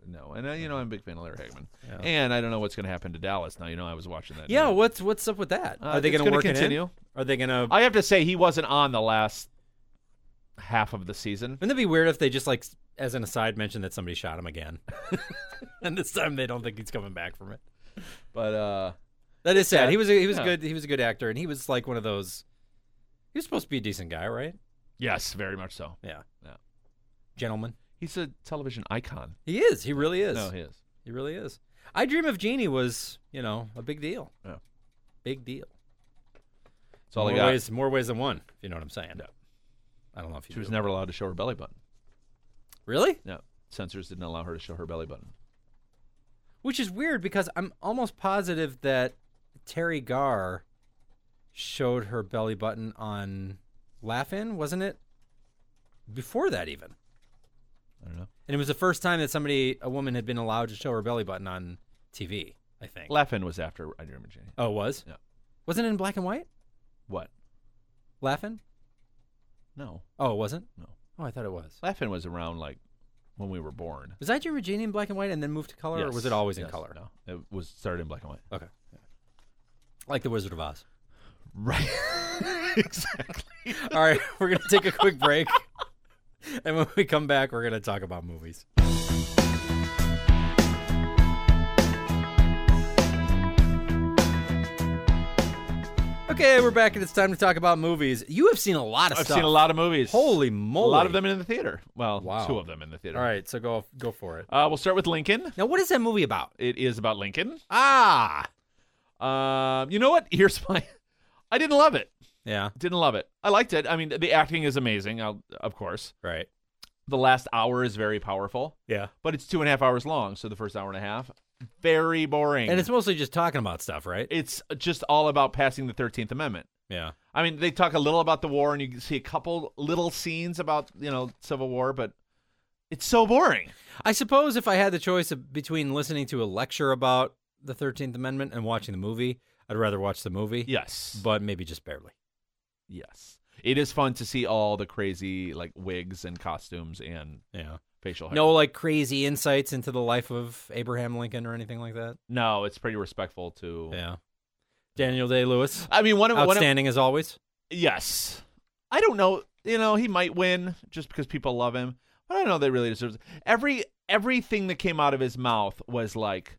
Speaker 2: No, and uh, you know I'm a big fan of Larry Hagman, and I don't know what's going to happen to Dallas now. You know I was watching that.
Speaker 1: Yeah,
Speaker 2: deal.
Speaker 1: what's what's up with that?
Speaker 2: Uh,
Speaker 1: Are they
Speaker 2: it's
Speaker 1: going to
Speaker 2: gonna
Speaker 1: work it in?
Speaker 2: continue.
Speaker 1: Are they going to?
Speaker 2: I have to say he wasn't on the last half of the season.
Speaker 1: Wouldn't it be weird if they just like, as an aside, mention that somebody shot him again, and this time they don't think he's coming back from it.
Speaker 2: But uh,
Speaker 1: That is sad.
Speaker 2: Yeah.
Speaker 1: He was a, he was
Speaker 2: Yeah.
Speaker 1: good. He was a good actor, and he was like one of those. He was supposed to be a decent guy, right?
Speaker 2: yes, very much so.
Speaker 1: Yeah.
Speaker 2: Yeah.
Speaker 1: Gentleman.
Speaker 2: He's a television icon.
Speaker 1: He is. He really is.
Speaker 2: No, he is.
Speaker 1: He really is. I Dream of Jeannie was, you know, a big deal.
Speaker 2: Yeah.
Speaker 1: Big deal.
Speaker 2: That's all
Speaker 1: more
Speaker 2: I got.
Speaker 1: ways, more ways than one. If you know what I'm saying. I don't know if you.
Speaker 2: She was
Speaker 1: do.
Speaker 2: never allowed to show her belly button.
Speaker 1: really,
Speaker 2: No, censors didn't allow her to show her belly button.
Speaker 1: which is weird because I'm almost positive that Terry Garr showed her belly button on Laugh-In, wasn't it? Before that, even,
Speaker 2: I don't know.
Speaker 1: and it was the first time that somebody, a woman, had been allowed to show her belly button on TV. I think.
Speaker 2: Laughing was after I Dream of Jeannie.
Speaker 1: oh, it was.
Speaker 2: Yeah.
Speaker 1: Wasn't it in black and white?
Speaker 2: What?
Speaker 1: Laugh-In.
Speaker 2: No,
Speaker 1: Oh, it wasn't.
Speaker 2: No.
Speaker 1: Oh, I thought it was.
Speaker 2: Laughing was around like when we were born.
Speaker 1: Was I Dream of Jeannie in black and white and then moved to color, or
Speaker 2: Yes,
Speaker 1: was it always in
Speaker 2: yes,
Speaker 1: color?
Speaker 2: No, it was started in black and white.
Speaker 1: Okay. Like the Wizard of Oz.
Speaker 2: Right. exactly.
Speaker 1: All right, we're going to take a quick break. And when we come back, we're going to talk about movies. Okay, we're back and it's time to talk about movies. You have seen a lot of
Speaker 2: I've
Speaker 1: stuff.
Speaker 2: seen a lot of movies.
Speaker 1: Holy
Speaker 2: A
Speaker 1: moly.
Speaker 2: lot of them in the theater. Well,
Speaker 1: Wow.
Speaker 2: two of them in the theater.
Speaker 1: All right, so go go for it.
Speaker 2: Uh, we'll start with Lincoln.
Speaker 1: Now, what is that movie about?
Speaker 2: It is about Lincoln.
Speaker 1: Ah.
Speaker 2: Um, you know what? Here's my. I didn't love it.
Speaker 1: Yeah,
Speaker 2: Didn't love it. I liked it. I mean, the acting is amazing. I'll, of course,
Speaker 1: right.
Speaker 2: the last hour is very powerful,
Speaker 1: Yeah.
Speaker 2: but it's two and a half hours long. So the first hour and a half, very boring.
Speaker 1: And it's mostly just talking about stuff, right?
Speaker 2: it's just all about passing the Thirteenth Amendment.
Speaker 1: Yeah.
Speaker 2: I mean, they talk a little about the war, and you can see a couple little scenes about you know Civil War, but it's so boring.
Speaker 1: I suppose if I had the choice of, between listening to a lecture about the 13th Amendment and watching the movie, I'd rather watch the movie.
Speaker 2: Yes,
Speaker 1: But maybe just barely.
Speaker 2: yes, it is fun to see all the crazy like wigs and costumes and
Speaker 1: Yeah.
Speaker 2: facial hair.
Speaker 1: No like crazy insights into the life of Abraham Lincoln or anything like that.
Speaker 2: no, it's pretty respectful to.
Speaker 1: Yeah. Daniel Day Lewis.
Speaker 2: I mean, one of one of
Speaker 1: Outstanding as always.
Speaker 2: Yes. I don't know. You know, he might win just because people love him. But I don't know that really deserves it. Every everything that came out of his mouth was like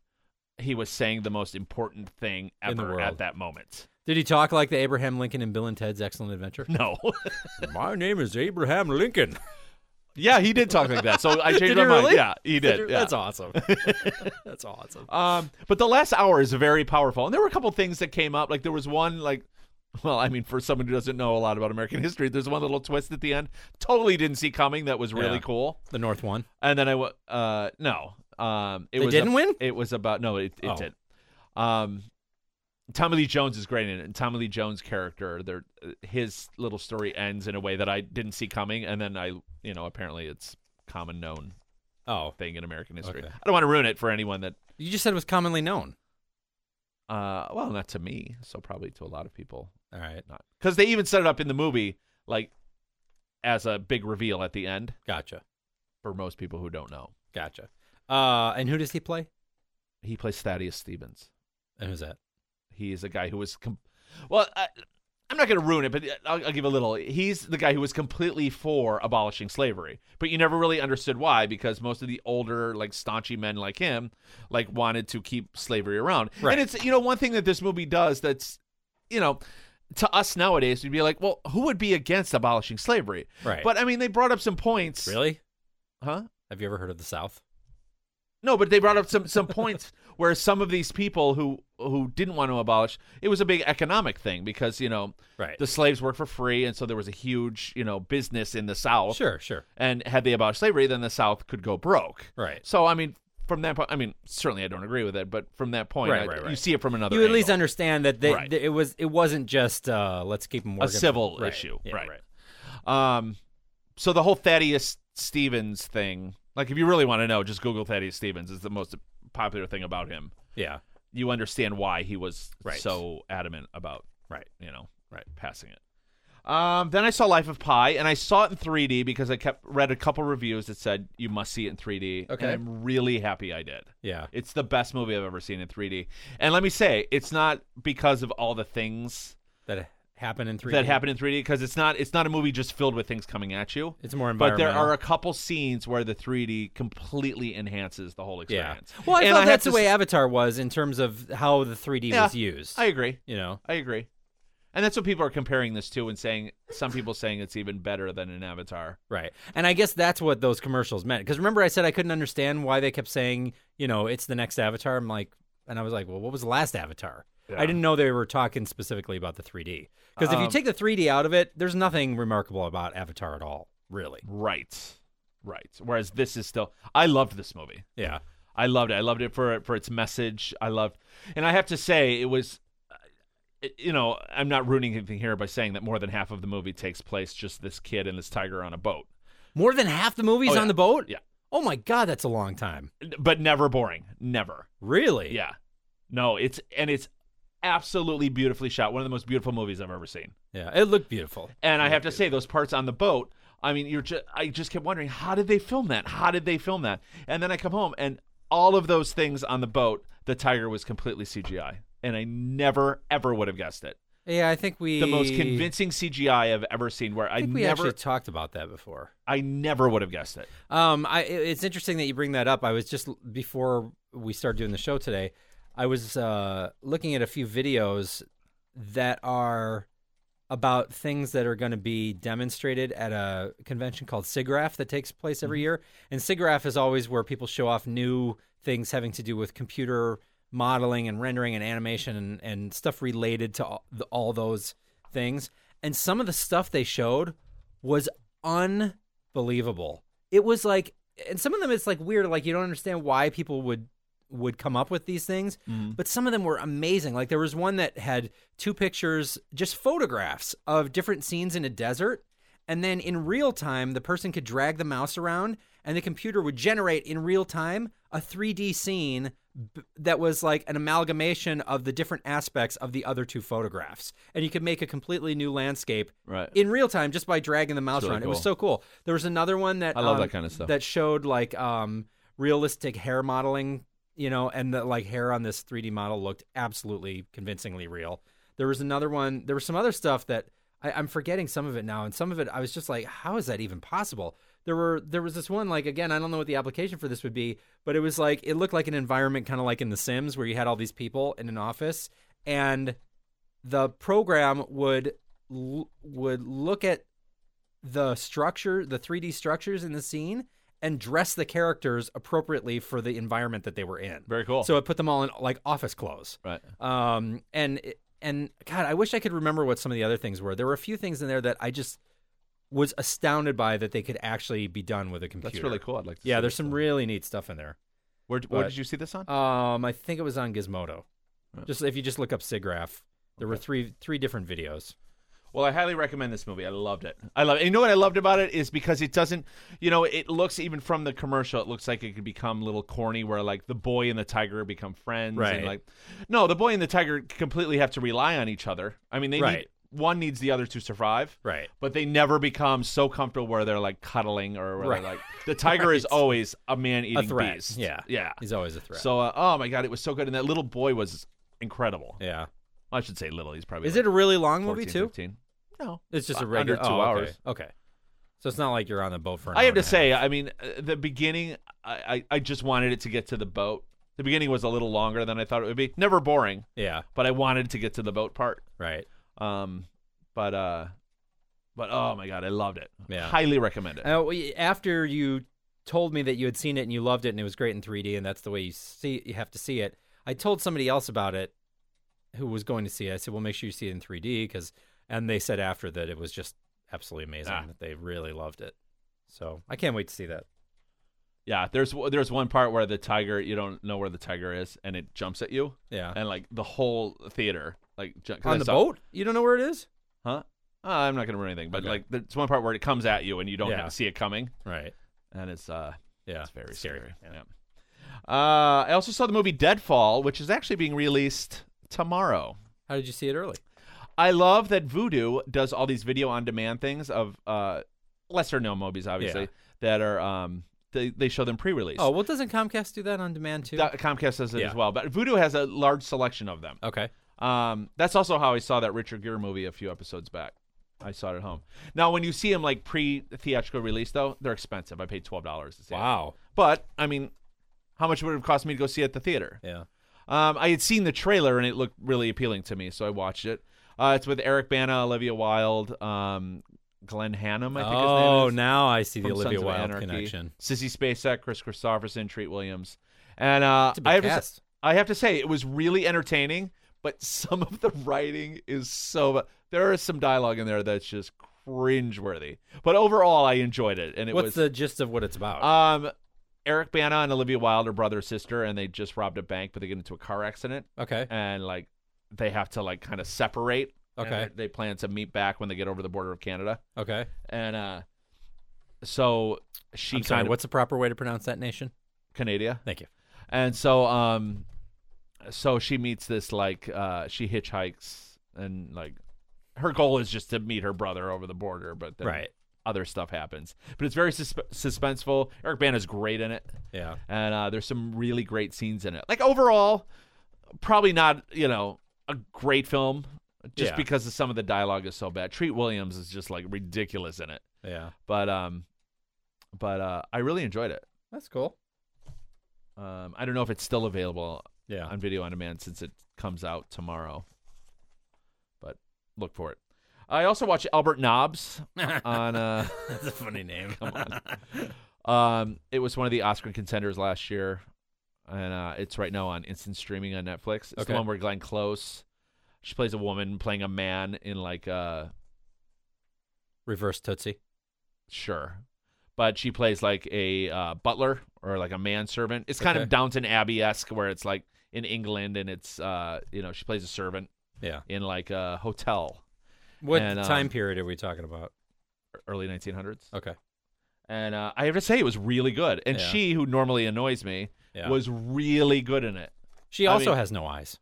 Speaker 2: he was saying the most important thing ever
Speaker 1: In the world.
Speaker 2: at that moment.
Speaker 1: Did he talk like the Abraham Lincoln in Bill and Ted's Excellent Adventure?
Speaker 2: No.
Speaker 1: My name is Abraham Lincoln.
Speaker 2: yeah, he did talk like that. So I changed
Speaker 1: Did
Speaker 2: my
Speaker 1: he
Speaker 2: mind.
Speaker 1: really?
Speaker 2: Yeah, he did. yeah.
Speaker 1: That's awesome. That's awesome.
Speaker 2: Um, but the last hour is very powerful, and there were a couple things that came up. Like there was one, like, well, I mean, for someone who doesn't know a lot about American history, there's one little twist at the end. Totally didn't see coming. That was really
Speaker 1: Yeah.
Speaker 2: cool.
Speaker 1: The North won.
Speaker 2: And then I wa- uh no. Um it
Speaker 1: They
Speaker 2: was
Speaker 1: didn't
Speaker 2: a-
Speaker 1: win?
Speaker 2: It was about no, it, it
Speaker 1: Oh.
Speaker 2: did. Um Tommy Lee Jones is great in it. And Tommy Lee Jones' character, their his little story ends in a way that I didn't see coming and then I, you know, apparently it's common known
Speaker 1: Oh.
Speaker 2: thing in American history.
Speaker 1: Okay.
Speaker 2: I don't want to ruin it for anyone that
Speaker 1: You just said it was commonly known.
Speaker 2: uh well, not to me, so probably to a lot of people
Speaker 1: All right.
Speaker 2: not. Cuz they even set it up in the movie like as a big reveal at the end
Speaker 1: Gotcha.
Speaker 2: for most people who don't know.
Speaker 1: Gotcha. Uh, and who does he play?
Speaker 2: He plays Thaddeus Stevens.
Speaker 1: And who's that?
Speaker 2: He is a guy who was, com- well, I, I'm not going to ruin it, but I'll, I'll give a little. He's the guy who was completely for abolishing slavery, but you never really understood why because most of the older, like staunchy men like him, like wanted to keep slavery around.
Speaker 1: Right.
Speaker 2: And it's you know one thing that this movie does that's, you know. To us nowadays, we'd be like, well, who would be against abolishing slavery?
Speaker 1: Right.
Speaker 2: But I mean, they brought up some points.
Speaker 1: Really?
Speaker 2: Huh?
Speaker 1: Have you ever heard of the South?
Speaker 2: No, but they brought up some some points where some of these people who who didn't want to abolish it was a big economic thing because you know
Speaker 1: Right.
Speaker 2: the slaves worked for free and so there was a huge you know business in the South.
Speaker 1: Sure, sure.
Speaker 2: And had they abolished slavery, then the South could go broke.
Speaker 1: Right.
Speaker 2: So I mean, from that point, I mean, certainly I don't agree with it, but from that point,
Speaker 1: Right,
Speaker 2: I-
Speaker 1: right, right.
Speaker 2: you see it from another.
Speaker 1: You at least
Speaker 2: angle.
Speaker 1: understand that they,
Speaker 2: Right.
Speaker 1: that it was it wasn't just uh, let's keep them
Speaker 2: a civil issue, right? Um, so the whole Thaddeus Stevens thing, like if you really want to know, just Google Thaddeus Stevens is the most popular thing about him.
Speaker 1: Yeah.
Speaker 2: you understand why he was
Speaker 1: Right.
Speaker 2: so adamant about
Speaker 1: Right.
Speaker 2: you know
Speaker 1: Right.
Speaker 2: passing it. Um, then I saw Life of Pi, and I saw it in 3D because I kept read a couple reviews that said you must see it in 3D.
Speaker 1: Okay.
Speaker 2: and I'm really happy I did.
Speaker 1: Yeah.
Speaker 2: It's the best movie I've ever seen in 3D, and let me say it's not because of all the things
Speaker 1: That happened in three.
Speaker 2: that happened in 3D because it's not it's not a movie just filled with things coming at you.
Speaker 1: It's more
Speaker 2: But there
Speaker 1: environmental.
Speaker 2: are a couple scenes where the 3D completely enhances the whole
Speaker 1: yeah.
Speaker 2: experience.
Speaker 1: Well, I
Speaker 2: And
Speaker 1: thought
Speaker 2: have
Speaker 1: that's
Speaker 2: to
Speaker 1: the way Avatar was in terms of how the 3D
Speaker 2: Yeah,
Speaker 1: was used.
Speaker 2: s- I agree.
Speaker 1: you know.
Speaker 2: I agree. And that's what people are comparing this to and saying some people saying it's even better than an avatar.
Speaker 1: Right. And I guess that's what those commercials meant. Because remember, I said I couldn't understand why they kept saying, you know, it's the next Avatar. I'm like, and I was like, well, what was the last Avatar? I didn't know they were talking specifically about the 3D. Because if you
Speaker 2: Um,
Speaker 1: take the 3D out of it, there's nothing remarkable about Avatar at all, really.
Speaker 2: Right. Right. Whereas this is still I loved this movie.
Speaker 1: Yeah.
Speaker 2: I loved it. I loved it for for its message. I loved and I have to say it was uh, you know, I'm not ruining anything here by saying that more than half of the movie takes place just this kid and this tiger on a boat.
Speaker 1: More than half the movies
Speaker 2: Oh, yeah.
Speaker 1: on the boat?
Speaker 2: Yeah.
Speaker 1: Oh my God, that's a long time.
Speaker 2: But never boring. Never.
Speaker 1: Really?
Speaker 2: Yeah. No, it's and it's absolutely beautifully shot. One of the most beautiful movies I've ever seen.
Speaker 1: Yeah. It looked beautiful.
Speaker 2: And I have to say, those parts on the boat, I mean, you're just, I just kept wondering, how did they film that? How did they film that? And then I come home, and all of those things on the boat, the tiger was completely CGI. And I never, ever would have guessed it.
Speaker 1: Yeah, I think we.
Speaker 2: The most convincing CGI I've ever seen, where I,
Speaker 1: I think we
Speaker 2: never,
Speaker 1: actually talked about that before.
Speaker 2: I never would have guessed it.
Speaker 1: Um, I it- it's interesting that you bring that up. I was just before we started doing the show today, I was uh, looking at a few videos that are about things that are going to be demonstrated at a convention called SIGGRAPH that takes place every year. And SIGGRAPH is always where people show off new things having to do with computer modeling and rendering and animation and, and stuff related to all, the, all those things. And some of the stuff they showed was unbelievable. It was like, and some of them it's like weird, like you don't understand why people would would come up with these things, but some of them were amazing. Like there was one that had two pictures, just photographs of different scenes in a desert, and then in real time the person could drag the mouse around and the computer would generate in real time a 3D scene b- that was like an amalgamation of the different aspects of the other two photographs. And you could make a completely new landscape
Speaker 2: Right.
Speaker 1: in real time just by dragging the mouse
Speaker 2: really
Speaker 1: around. It was
Speaker 2: cool.
Speaker 1: so cool. There was another one that
Speaker 2: I love
Speaker 1: um,
Speaker 2: that kinda stuff.
Speaker 1: that showed like um, realistic hair modeling, you know, and the like hair on this 3D model looked absolutely convincingly real. There was another one. There was some other stuff that I, I'm forgetting some of it now, and some of it I was just like, how is that even possible? There were there was this one like again I don't know what the application for this would be, but it was like it looked like an environment kind of like in The Sims where you had all these people in an office and the program would l- would look at the structure, the 3D structures in the scene, and dress the characters appropriately for the environment that they were in.
Speaker 2: Very cool.
Speaker 1: So it put them all in like office clothes.
Speaker 2: right.
Speaker 1: Um, and and God, I wish I could remember what some of the other things were. There were a few things in there that I just was astounded by that they could actually be done with a computer.
Speaker 2: That's really cool. I'd like to
Speaker 1: Yeah,
Speaker 2: see
Speaker 1: there's
Speaker 2: this
Speaker 1: some
Speaker 2: one.
Speaker 1: really neat stuff in there.
Speaker 2: Where, where
Speaker 1: but-
Speaker 2: did you see this on?
Speaker 1: Um, I think it was on Gizmodo.
Speaker 2: Yeah.
Speaker 1: Just if you just look up SIGGRAPH, there were three three different videos.
Speaker 2: Well, I highly recommend this movie. I loved it. I love it. You know what I loved about it is because it doesn't, you know, it looks even from the commercial, it looks like it could become a little corny where like the boy and the tiger become friends.
Speaker 1: Right.
Speaker 2: And like, no, the boy and the tiger completely have to rely on each other. I mean, they
Speaker 1: Right.
Speaker 2: need one needs the other to survive.
Speaker 1: Right.
Speaker 2: But they never become so comfortable where they're like cuddling or where
Speaker 1: Right.
Speaker 2: they're like the tiger is always a man eating
Speaker 1: A threat.
Speaker 2: beast.
Speaker 1: Yeah.
Speaker 2: Yeah.
Speaker 1: He's always a threat.
Speaker 2: So uh, oh my god, it was so good and that little boy was incredible.
Speaker 1: yeah.
Speaker 2: I should say little, he's probably
Speaker 1: Is
Speaker 2: like
Speaker 1: it a really long
Speaker 2: 14,
Speaker 1: movie too?
Speaker 2: 15. No.
Speaker 1: It's just a
Speaker 2: Under
Speaker 1: regular
Speaker 2: two
Speaker 1: oh, okay.
Speaker 2: hours.
Speaker 1: Okay. So it's not like you're on the boat for. An
Speaker 2: I
Speaker 1: hour
Speaker 2: have to
Speaker 1: and a half.
Speaker 2: say, I mean, uh, the beginning, I, I, I just wanted it to get to the boat. The beginning was a little longer than I thought it would be. Never boring,
Speaker 1: Yeah.
Speaker 2: but I wanted to get to the boat part.
Speaker 1: Right.
Speaker 2: Um, but uh, but oh my god, I loved it.
Speaker 1: Yeah.
Speaker 2: Highly recommend it.
Speaker 1: Uh, we- after you told me that you had seen it and you loved it and it was great in 3D and that's the way you see you have to see it. I told somebody else about it who was going to see it. I said, "Well, make sure you see it in 3D cuz and they said after that it was just absolutely amazing.
Speaker 2: Ah.
Speaker 1: That they really loved it. So, I can't wait to see that.
Speaker 2: Yeah, there's there's one part where the tiger, you don't know where the tiger is, and it jumps at you,
Speaker 1: Yeah.
Speaker 2: and like the whole theater, like ju- 'cause I
Speaker 1: Uh-huh. on the
Speaker 2: saw-
Speaker 1: boat? You don't know where it is?
Speaker 2: huh? Uh, I'm not gonna ruin anything, but
Speaker 1: Okay.
Speaker 2: like there's one part where it comes at you and you don't
Speaker 1: Yeah.
Speaker 2: see it coming,
Speaker 1: Right.
Speaker 2: and it's uh,
Speaker 1: Yeah.
Speaker 2: It's very
Speaker 1: Scary.
Speaker 2: scary. Yeah. Uh, I also saw the movie Deadfall, which is actually being released tomorrow.
Speaker 1: How did you see it early?
Speaker 2: I love that Voodoo does all these video on demand things of uh, lesser known movies, obviously,
Speaker 1: Yeah.
Speaker 2: that are um, they, they show them pre release.
Speaker 1: Oh, well, doesn't Comcast do that on demand too?
Speaker 2: Comcast does it
Speaker 1: Yeah.
Speaker 2: as well, but Voodoo has a large selection of them.
Speaker 1: okay.
Speaker 2: Um, that's also how I saw that Richard Gere movie a few episodes back. I saw it at home. Now, when you see them like pre theatrical release, though, they're expensive. I paid twelve dollars to see it.
Speaker 1: Wow.
Speaker 2: But I mean, how much would it have cost me to go see it at the theater?
Speaker 1: Yeah.
Speaker 2: Um, I had seen the trailer and it looked really appealing to me, so I watched it. Uh, it's with Eric Bana, Olivia Wilde, um, Glenn Hannum, I think
Speaker 1: oh,
Speaker 2: his name is.
Speaker 1: now I see the
Speaker 2: from Sons
Speaker 1: Olivia
Speaker 2: of
Speaker 1: Wilde
Speaker 2: Anarchy.
Speaker 1: connection.
Speaker 2: Sissy Spacek, Chris Christopherson, Treat Williams. And uh,
Speaker 1: It's a big
Speaker 2: I, have to,
Speaker 1: cast.
Speaker 2: s- I have to say, it was really entertaining, but some of the writing is so. bu- There is some dialogue in there that's just cringeworthy. But overall, I enjoyed it. And it
Speaker 1: What's
Speaker 2: was.
Speaker 1: the gist of what it's about?
Speaker 2: Um, Eric Bana and Olivia Wilde are brother and sister, and they just robbed a bank, but they get into a car accident,
Speaker 1: okay.
Speaker 2: and like they have to like kind of separate. and
Speaker 1: Okay.
Speaker 2: they they plan to meet back when they get over the border of Canada,
Speaker 1: Okay.
Speaker 2: and uh, so she
Speaker 1: I'm sorry.
Speaker 2: kind of
Speaker 1: What's the proper way to pronounce that nation?
Speaker 2: Canada,
Speaker 1: Thank you.
Speaker 2: and so um, so she meets this like uh, she hitchhikes, and like her goal is just to meet her brother over the border, but then
Speaker 1: Right.
Speaker 2: other stuff happens. But it's very susp suspenseful. Eric Bana's great in it.
Speaker 1: Yeah.
Speaker 2: and uh, there's some really great scenes in it. Like overall, probably not you know a great film, just
Speaker 1: Yeah.
Speaker 2: because of some of the dialogue is so bad. Treat Williams is just like ridiculous in it,
Speaker 1: Yeah.
Speaker 2: but um, but uh, I really enjoyed it.
Speaker 1: That's cool.
Speaker 2: Um, I don't know if it's still available
Speaker 1: Yeah.
Speaker 2: on video on demand since it comes out tomorrow, but look for it. I also watched Albert Nobbs on. Uh,
Speaker 1: That's a funny name.
Speaker 2: Come on. um, it was one of the Oscar contenders last year, and uh, it's right now on instant streaming on Netflix. It's
Speaker 1: Okay.
Speaker 2: the one where Glenn Close, she plays a woman playing a man in like uh
Speaker 1: Reverse Tootsie.
Speaker 2: sure, but she plays like a uh, butler or like a manservant. It's kind
Speaker 1: Okay.
Speaker 2: of Downton Abbey esque, where it's like in England, and it's uh you know she plays a servant
Speaker 1: Yeah.
Speaker 2: in like a hotel,
Speaker 1: What
Speaker 2: And, um,
Speaker 1: time period are we talking about?
Speaker 2: early 1900s.
Speaker 1: Okay.
Speaker 2: And uh, I have to say, it was really good. And
Speaker 1: Yeah.
Speaker 2: she, who normally annoys me,
Speaker 1: Yeah.
Speaker 2: was really good in it.
Speaker 1: she
Speaker 2: I
Speaker 1: also
Speaker 2: mean-
Speaker 1: has no eyes.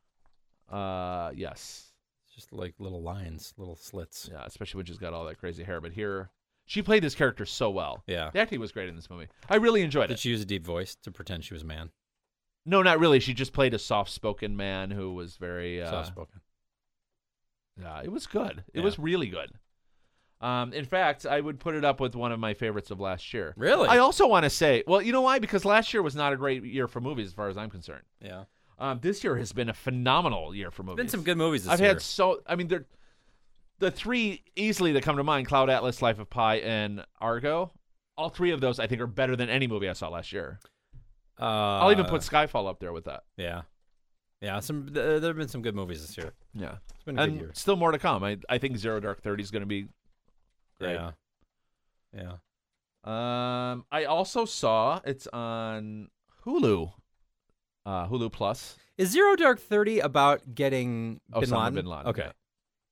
Speaker 2: Uh, yes.
Speaker 1: It's just like little lines, little slits.
Speaker 2: Yeah, especially when she's got all that crazy hair. But here, she played this character so well.
Speaker 1: Yeah.
Speaker 2: The acting was great in this movie. I really enjoyed
Speaker 1: Did
Speaker 2: it.
Speaker 1: she use a deep voice to pretend she was a man?
Speaker 2: No, not really. She just played a soft-spoken man who was very. Uh,
Speaker 1: Soft spoken.
Speaker 2: Yeah, it was good. It
Speaker 1: Yeah.
Speaker 2: was really good. Um, in fact, I would put it up with one of my favorites of last year.
Speaker 1: Really?
Speaker 2: I also want to say, well, you know why? Because last year was not a great year for movies, as far as I'm concerned.
Speaker 1: Yeah.
Speaker 2: Um, this year has been a phenomenal year for movies.
Speaker 1: Been some good movies this
Speaker 2: I've
Speaker 1: year.
Speaker 2: had so. I mean, they're the three easily that come to mind: Cloud Atlas, Life of Pi, and Argo. All three of those, I think, are better than any movie I saw last year.
Speaker 1: Uh,
Speaker 2: I'll even put Skyfall up there with that.
Speaker 1: Yeah. Yeah. Some th- uh, there have been some good movies this year.
Speaker 2: Yeah,
Speaker 1: It's been a good
Speaker 2: and
Speaker 1: year.
Speaker 2: still more to come. I, I think Zero Dark Thirty is going to be great.
Speaker 1: Yeah. Yeah.
Speaker 2: Um, I also saw it's on Hulu, uh, Hulu Plus.
Speaker 1: Is Zero Dark Thirty about getting
Speaker 2: Osama
Speaker 1: Bin Laden?
Speaker 2: Bin Laden,
Speaker 1: Okay.
Speaker 2: yeah.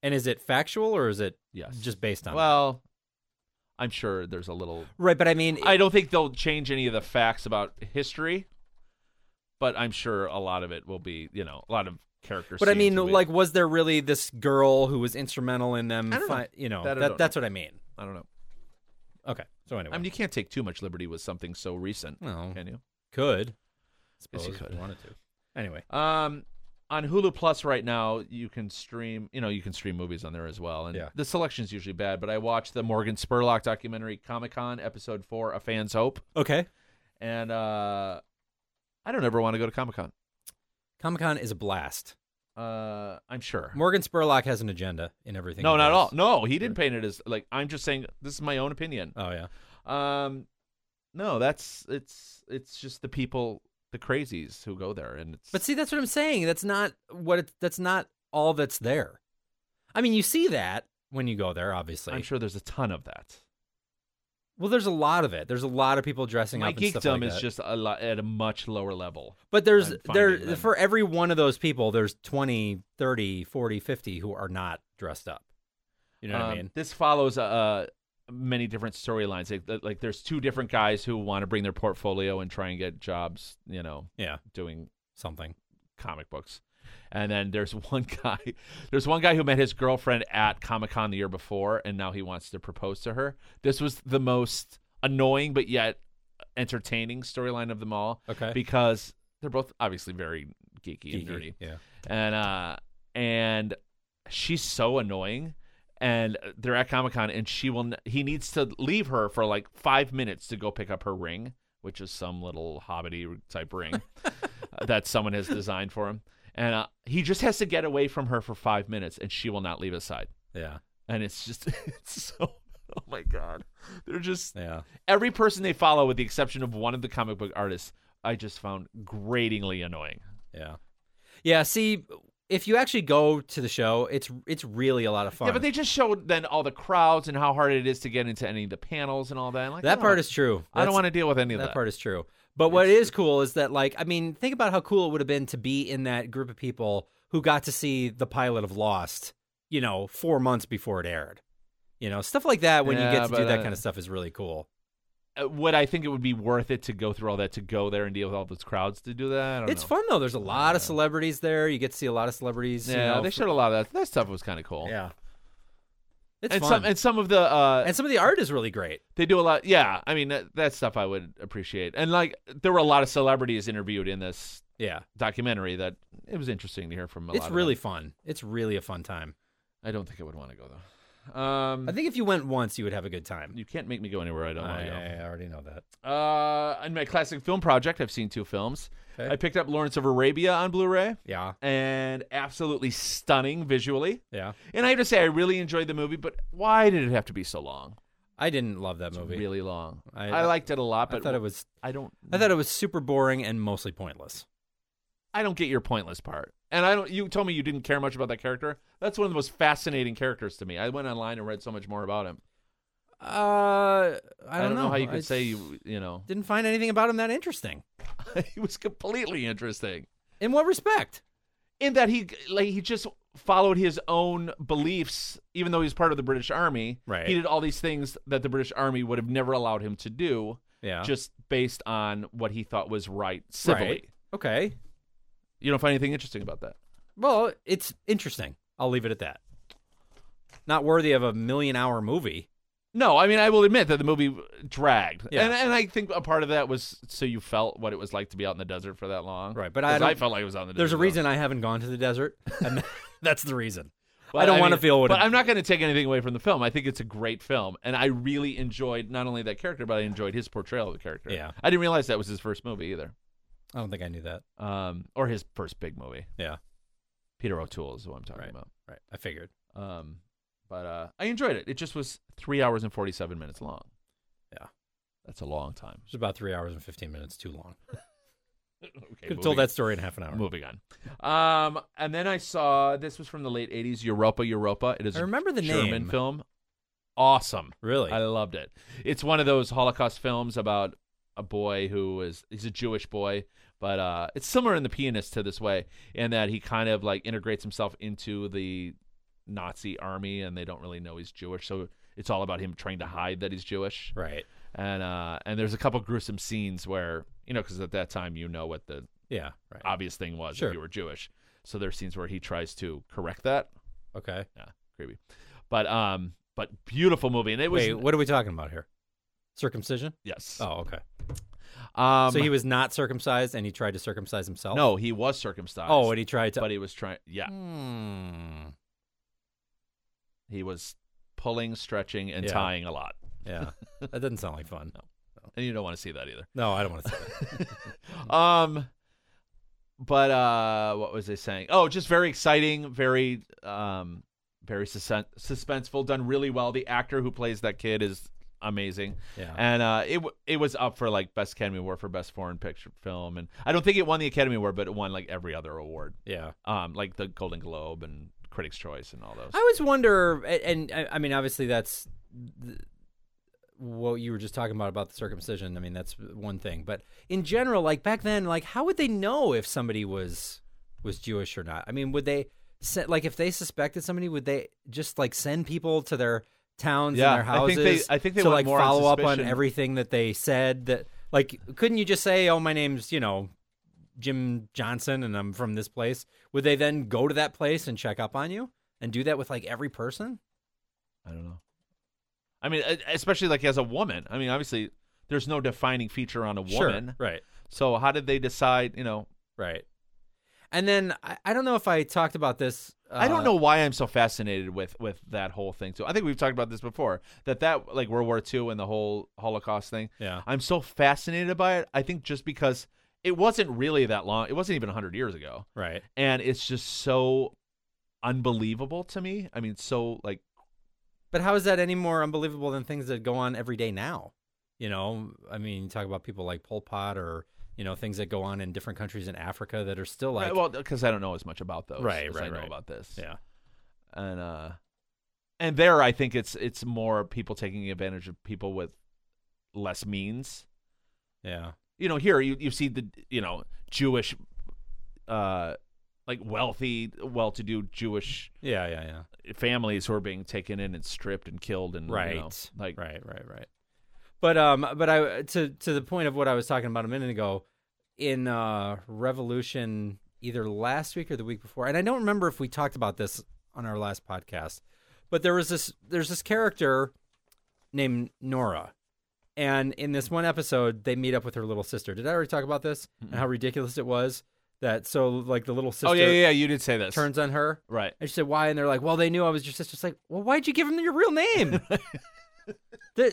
Speaker 1: And is it factual or is it
Speaker 2: Yes,
Speaker 1: just based on?
Speaker 2: well, I'm sure there's a little
Speaker 1: that? right. But I mean,
Speaker 2: I don't think they'll change any of the facts about history, but I'm sure a lot of it will be, you know, a lot of character.
Speaker 1: But I
Speaker 2: scenes
Speaker 1: mean,
Speaker 2: with-
Speaker 1: like, was there really this girl who was instrumental in them?
Speaker 2: I don't know.
Speaker 1: fi- You know,
Speaker 2: That I
Speaker 1: that,
Speaker 2: don't
Speaker 1: that's what I mean.
Speaker 2: I don't know.
Speaker 1: Okay. So anyway,
Speaker 2: I mean, you can't take too much liberty with something so recent,
Speaker 1: well,
Speaker 2: can you?
Speaker 1: could.
Speaker 2: Yes,
Speaker 1: Suppose
Speaker 2: you
Speaker 1: if
Speaker 2: could.
Speaker 1: you wanted to. Anyway,
Speaker 2: Um, on Hulu Plus right now, you can stream. You know, you can stream movies on there as well. And
Speaker 1: Yeah.
Speaker 2: the selection's usually bad, but I watched the Morgan Spurlock documentary, Comic Con Episode Four: A Fan's Hope,
Speaker 1: okay.
Speaker 2: and uh, I don't ever want to go to Comic Con.
Speaker 1: Comic Con is a blast.
Speaker 2: Uh, I'm sure.
Speaker 1: Morgan Spurlock has an agenda in everything.
Speaker 2: No,
Speaker 1: he
Speaker 2: not at all.
Speaker 1: does.
Speaker 2: No, he didn't paint it as like. I'm just saying this is my own opinion.
Speaker 1: Oh yeah.
Speaker 2: Um, no, that's it's it's just the people, the crazies who go there, and it's
Speaker 1: But see, that's what I'm saying. That's not what. It, that's not all that's there. I mean, you see that when you go there, obviously.
Speaker 2: I'm sure there's a ton of that.
Speaker 1: Well, there's a lot of it. There's a lot of people dressing
Speaker 2: My
Speaker 1: up. and stuff
Speaker 2: geekdom
Speaker 1: like
Speaker 2: is
Speaker 1: that.
Speaker 2: just a lot at a much lower level.
Speaker 1: But there's
Speaker 2: I'm
Speaker 1: there
Speaker 2: finding them.
Speaker 1: for every one of those people, there's 20, 30, 40, 50 who are not dressed up. You know what I
Speaker 2: Um,
Speaker 1: mean?
Speaker 2: This follows uh, many different storylines. Like, like there's two different guys who want to bring their portfolio and try and get jobs, you know,
Speaker 1: Yeah,
Speaker 2: doing
Speaker 1: something.
Speaker 2: comic books. And then there's one guy, there's one guy who met his girlfriend at Comic Con the year before, and now he wants to propose to her. This was the most annoying but yet entertaining storyline of them all
Speaker 1: Okay.
Speaker 2: because they're both obviously very geeky,
Speaker 1: Geeky.
Speaker 2: and nerdy
Speaker 1: Yeah.
Speaker 2: and uh and she's so annoying and they're at comic-con and she will n- he needs to leave her for like five minutes to go pick up her ring which is some little hobbity type ring uh, that someone has designed for him and uh, he just has to get away from her for five minutes and she will not leave his side
Speaker 1: Yeah.
Speaker 2: and it's just it's so oh my god they're just
Speaker 1: Yeah.
Speaker 2: every person they follow with the exception of one of the comic book artists i just found gratingly annoying
Speaker 1: Yeah. Yeah, see if you actually go to the show, it's it's really a lot of fun.
Speaker 2: Yeah, but they just showed then all the crowds and how hard it is to get into any of the panels and all that. I'm Like,
Speaker 1: that
Speaker 2: no,
Speaker 1: part is true.
Speaker 2: I don't
Speaker 1: That's-
Speaker 2: want to deal with any of
Speaker 1: that,
Speaker 2: that.
Speaker 1: part is true. But what is cool is that like I mean, think about how cool it would have been to be in that group of people who got to see the pilot of Lost, you know, 4 months before it aired. You know, stuff like that when you
Speaker 2: Yeah,
Speaker 1: get to do
Speaker 2: but,
Speaker 1: that
Speaker 2: uh,
Speaker 1: kind of stuff is really cool.
Speaker 2: Uh, Would I think it would be worth it to go through all that to go there and deal with all those crowds to do that? I don't
Speaker 1: It's
Speaker 2: know.
Speaker 1: fun though. There's a lot of celebrities there. You get to see a lot of celebrities. you
Speaker 2: Yeah,
Speaker 1: know,
Speaker 2: they
Speaker 1: fr-
Speaker 2: showed a lot of that. That stuff was kind of cool.
Speaker 1: Yeah. It's
Speaker 2: and
Speaker 1: fun.
Speaker 2: some and some of the uh,
Speaker 1: and some of the art is really great.
Speaker 2: they do a lot. Yeah, I mean that, that stuff I would appreciate. And like there were a lot of celebrities interviewed in this
Speaker 1: Yeah.
Speaker 2: documentary that it was interesting to hear from. A lot
Speaker 1: It's
Speaker 2: of
Speaker 1: really
Speaker 2: them.
Speaker 1: fun. It's really a fun time.
Speaker 2: I don't think I would want to go though. Um,
Speaker 1: I think if you went once, you would have a good time.
Speaker 2: you can't make me go anywhere I don't want to go.
Speaker 1: already know that.
Speaker 2: Uh, in my classic film project, I've seen two films.
Speaker 1: Okay.
Speaker 2: I picked up Lawrence of Arabia on Blu-ray,
Speaker 1: Yeah,
Speaker 2: and absolutely stunning visually.
Speaker 1: yeah.
Speaker 2: And I have to say, I really enjoyed the movie, but why did it have to be so long?
Speaker 1: I didn't love that movie.
Speaker 2: Really long.
Speaker 1: I-
Speaker 2: I, liked it a lot,
Speaker 1: I
Speaker 2: but
Speaker 1: thought it was.
Speaker 2: I don't.
Speaker 1: I thought it was super boring and mostly pointless.
Speaker 2: I don't get your pointless part. And I don't. You told me you didn't care much about that character. That's one of the most fascinating characters to me. I went online and read so much more about him.
Speaker 1: Uh, I don't,
Speaker 2: know. how you could
Speaker 1: I
Speaker 2: say you. You know,
Speaker 1: didn't find anything about him that interesting.
Speaker 2: he was completely interesting.
Speaker 1: In what respect?
Speaker 2: in that he like he just followed his own beliefs even though he's part of the british army
Speaker 1: Right.
Speaker 2: he did all these things that the british army would have never allowed him to do
Speaker 1: Yeah.
Speaker 2: just based on what he thought was right civilly
Speaker 1: Right. okay.
Speaker 2: you don't find anything interesting about that
Speaker 1: Well, it's interesting. I'll leave it at that. Not worthy of a million-hour movie.
Speaker 2: no i mean i will admit that the movie dragged
Speaker 1: Yeah.
Speaker 2: and, and i think a part of that was so you felt what it was like to be out in the desert for that long
Speaker 1: Right, but I
Speaker 2: 'Cause
Speaker 1: don't-
Speaker 2: I felt like it was out in the
Speaker 1: There's a
Speaker 2: desert
Speaker 1: reason I haven't gone to the desert, and that's the reason.
Speaker 2: But
Speaker 1: I don't want
Speaker 2: mean-
Speaker 1: to feel what.
Speaker 2: But
Speaker 1: it-
Speaker 2: I'm not going to take anything away from the film. I think it's a great film, and I really enjoyed not only that character, but I enjoyed his portrayal of the character.
Speaker 1: Yeah.
Speaker 2: I didn't realize that was his first movie either,
Speaker 1: I don't think I knew that.
Speaker 2: um, or his first big movie.
Speaker 1: Yeah.
Speaker 2: Peter O'Toole is what I'm talking
Speaker 1: Right.
Speaker 2: about.
Speaker 1: Right. I figured.
Speaker 2: Um, but uh, I enjoyed it. It just was three hours and 47 minutes long.
Speaker 1: Yeah.
Speaker 2: that's a long time.
Speaker 1: It's about three hours and 15 minutes too long.
Speaker 2: Okay,
Speaker 1: Could have
Speaker 2: moving-
Speaker 1: told that story in half an hour.
Speaker 2: Moving on. Um, and then I saw this was from the late 80s, Europa, Europa. It is
Speaker 1: I
Speaker 2: a
Speaker 1: remember the
Speaker 2: German
Speaker 1: name.
Speaker 2: film. Awesome.
Speaker 1: Really?
Speaker 2: I loved it. It's one of those Holocaust films about a boy who is he's a Jewish boy, but uh, it's similar in The Pianist to this way in that he kind of like integrates himself into the Nazi army, and they don't really know he's Jewish, so it's all about him trying to hide that he's Jewish.
Speaker 1: right.
Speaker 2: And uh, and there's a couple gruesome scenes where you know because at that time you know what the
Speaker 1: Yeah. Right.
Speaker 2: obvious thing was
Speaker 1: Sure.
Speaker 2: if you were Jewish. So there's scenes where he tries to correct that.
Speaker 1: Okay.
Speaker 2: Creepy, but um, but beautiful movie, and it was
Speaker 1: Wait, what are we talking about here? Circumcision?
Speaker 2: yes.
Speaker 1: Oh, okay.
Speaker 2: Um,
Speaker 1: so he was not circumcised, and he tried to circumcise himself.
Speaker 2: no, he was circumcised.
Speaker 1: Oh, and he tried to.
Speaker 2: but he was trying. Yeah,
Speaker 1: Hmm.
Speaker 2: he was pulling, stretching, and
Speaker 1: Yeah.
Speaker 2: tying a lot,
Speaker 1: Yeah, that doesn't sound like fun.
Speaker 2: and you don't want to see that either.
Speaker 1: No, I don't want to say that.
Speaker 2: um but uh what was i saying oh just very exciting very um very susen- suspenseful done really well the actor who plays that kid is amazing
Speaker 1: Yeah.
Speaker 2: and uh it w- it was up for like best academy award for best foreign picture film and i don't think it won the academy award but it won like every other award
Speaker 1: yeah.
Speaker 2: um like the golden globe and critics choice and all those
Speaker 1: I always wonder, a- and, uh, I I mean, obviously, that's th- what you were just talking about about the circumcision. I mean, that's one thing, but in general, like back then, like how would they know if somebody was was Jewish or not? I mean, would they se- like if they suspected somebody, would they just like send people to their towns
Speaker 2: Yeah,
Speaker 1: and their
Speaker 2: I
Speaker 1: houses
Speaker 2: think they- I think they
Speaker 1: to
Speaker 2: went
Speaker 1: like
Speaker 2: more on
Speaker 1: follow up on
Speaker 2: suspicion.
Speaker 1: everything that they said? That like, couldn't you just say, "Oh, my name's you know." Jim Johnson and I'm from this place. Would they then go to that place and check up on you? and do that with like every person?
Speaker 2: I don't know. I mean, e- especially like as a woman. I mean, obviously, there's no defining feature on a woman.
Speaker 1: Right.
Speaker 2: So how did they decide? You know,
Speaker 1: Right. And then I, I don't know if I talked about this. Uh,
Speaker 2: I don't know why I'm so fascinated with with that whole thing. So I think we've talked about this before. That that like World War II and the whole Holocaust thing.
Speaker 1: Yeah.
Speaker 2: I'm so fascinated by it. I think just because it wasn't really that long. It wasn't even 100 years ago,
Speaker 1: Right.
Speaker 2: and it's just so unbelievable to me. I mean, so like
Speaker 1: But how is that any more unbelievable than things that go on every day now? You know, I mean, you talk about people like Pol Pot or, you know, things that go on in different countries in Africa that are still like.
Speaker 2: Right, well, because I don't know as much about those.
Speaker 1: Right,
Speaker 2: as I
Speaker 1: right,
Speaker 2: know
Speaker 1: right.
Speaker 2: about this.
Speaker 1: Yeah.
Speaker 2: and uh, and there I think it's it's more people taking advantage of people with less means.
Speaker 1: yeah.
Speaker 2: You know, here you you see the you know Jewish, uh, like wealthy, well-to-do Jewish
Speaker 1: Yeah. Yeah. Yeah.
Speaker 2: families who are being taken in and stripped and killed and you
Speaker 1: right
Speaker 2: know, like
Speaker 1: right right right but um but i to to the point of what i was talking about a minute ago in uh revolution either last week or the week before and i don't remember if we talked about this on our last podcast but there was this there's this character named nora and in this one episode they meet up with her little sister did i already talk about this and how ridiculous it was that so like the little sister
Speaker 2: oh yeah, yeah yeah you did say this
Speaker 1: turns on her
Speaker 2: right
Speaker 1: and she said, "Why?" And they're like, "Well, they knew I was your sister." It's like, "Well, why'd you give them your real name?" they,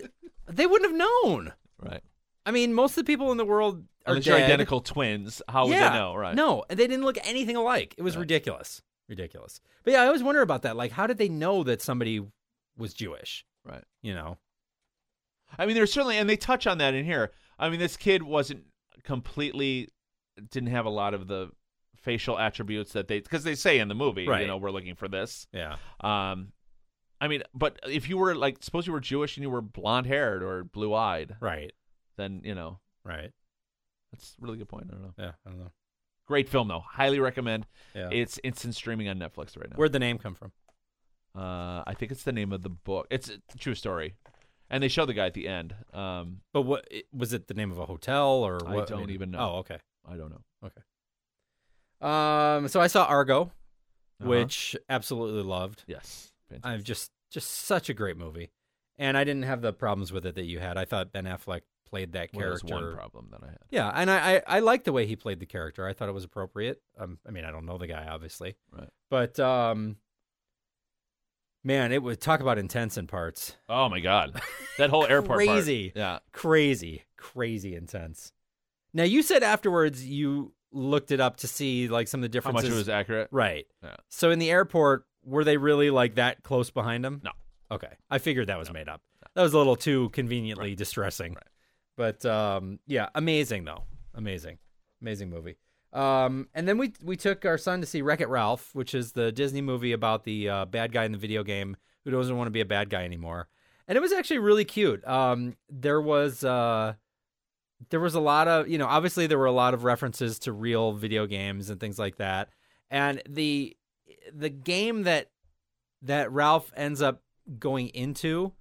Speaker 1: they wouldn't have known.
Speaker 2: right
Speaker 1: I mean, most of the people in the world are
Speaker 2: unless you're
Speaker 1: dead.
Speaker 2: identical twins how would
Speaker 1: yeah,
Speaker 2: they know right
Speaker 1: No, and they didn't look anything alike. It was
Speaker 2: Right.
Speaker 1: ridiculous, ridiculous. But yeah, I always wonder about that. Like, how did they know that somebody was Jewish?
Speaker 2: right
Speaker 1: You know?
Speaker 2: I mean, there's certainly, and they touch on that in here. I mean, this kid wasn't completely, didn't have a lot of the facial attributes that they, because they say in the movie, you
Speaker 1: Right.
Speaker 2: know, we're looking for this.
Speaker 1: Yeah.
Speaker 2: Um, I mean, but if you were like, suppose you were Jewish and you were blonde haired or blue eyed,
Speaker 1: Right.
Speaker 2: then you know,
Speaker 1: Right.
Speaker 2: that's a really good point. I don't know.
Speaker 1: Yeah. I don't know.
Speaker 2: Great film though, highly recommend.
Speaker 1: Yeah.
Speaker 2: It's instant streaming on Netflix right now.
Speaker 1: Where'd the name come from?
Speaker 2: uh, I think it's the name of the book. It's a true story, and they show the guy at the end. Um,
Speaker 1: But what it- was it? The name of a hotel or
Speaker 2: I
Speaker 1: what?
Speaker 2: don't even know.
Speaker 1: Oh, okay.
Speaker 2: I don't know.
Speaker 1: Um. So I saw Argo,
Speaker 2: Uh-huh.
Speaker 1: which absolutely loved.
Speaker 2: yes, fantastic.
Speaker 1: I've just just such a great movie, and I didn't have the problems with it that you had. I thought Ben Affleck played that
Speaker 2: Well, there's
Speaker 1: character.
Speaker 2: one problem that I had.
Speaker 1: yeah, and I, I I liked the way he played the character. I thought it was appropriate. Um, I mean, I don't know the guy obviously,
Speaker 2: Right.
Speaker 1: but um, man, it would talk about intense in parts.
Speaker 2: Oh my god, that whole airport part.
Speaker 1: Crazy.
Speaker 2: Yeah,
Speaker 1: Crazy, crazy intense. Now you said afterwards you looked it up to see like some of the
Speaker 2: how
Speaker 1: differences.
Speaker 2: much it was accurate.
Speaker 1: Right.
Speaker 2: Yeah.
Speaker 1: So in the airport, were they really like that close behind him?
Speaker 2: No.
Speaker 1: Okay. I figured that was made up. That was a little too conveniently distressing.
Speaker 2: Right.
Speaker 1: But um, yeah, amazing though. Amazing. Amazing movie. Um, and then we we took our son to see Wreck It Ralph, which is the Disney movie about the uh, bad guy in the video game who doesn't want to be a bad guy anymore. And it was actually really cute. Um, there was uh, there was a lot of you know obviously there were a lot of references to real video games and things like that and the the game that that Ralph ends up going into,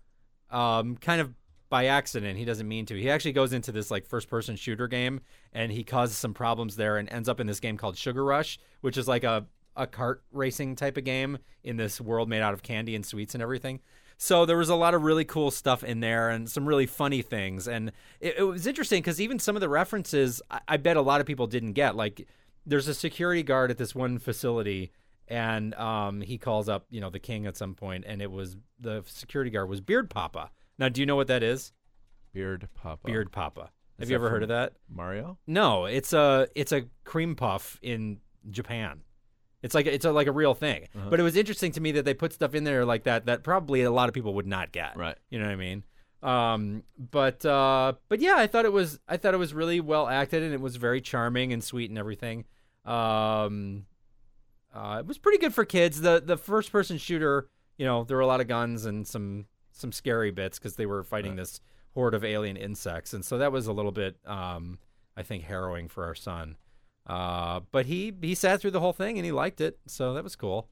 Speaker 1: um, kind of by accident, he doesn't mean to. He actually goes into this like first person shooter game, and he causes some problems there, and ends up in this game called Sugar Rush, which is like a a kart racing type of game in this world made out of candy and sweets and everything. So there was a lot of really cool stuff in there and some really funny things. And it, it was interesting because even some of the references, I, I bet a lot of people didn't get. Like, there's a security guard at this one facility, and um, he calls up, you know, the king at some point, and it was the security guard was Beard Papa. Now, do you know what that is?
Speaker 2: Beard Papa.
Speaker 1: Beard Papa. Have
Speaker 2: Is
Speaker 1: you
Speaker 2: that
Speaker 1: ever heard
Speaker 2: from-
Speaker 1: of that?
Speaker 2: Mario.
Speaker 1: No, it's a it's a cream puff in Japan. It's like it's a, like a real thing.
Speaker 2: Uh-huh.
Speaker 1: But it was interesting to me that they put stuff in there like that that probably a lot of people would not get.
Speaker 2: Right.
Speaker 1: You know what I mean? Um, but uh, but yeah, I thought it was I thought it was really well acted and it was very charming and sweet and everything. Um, uh, it was pretty good for kids. The the first person shooter, you know, there were a lot of guns and some some scary bits because they were fighting this horde of alien insects, and so that was a little bit, um, I think, harrowing for our son. Uh, but he he sat through the whole thing and he liked it, so that was cool.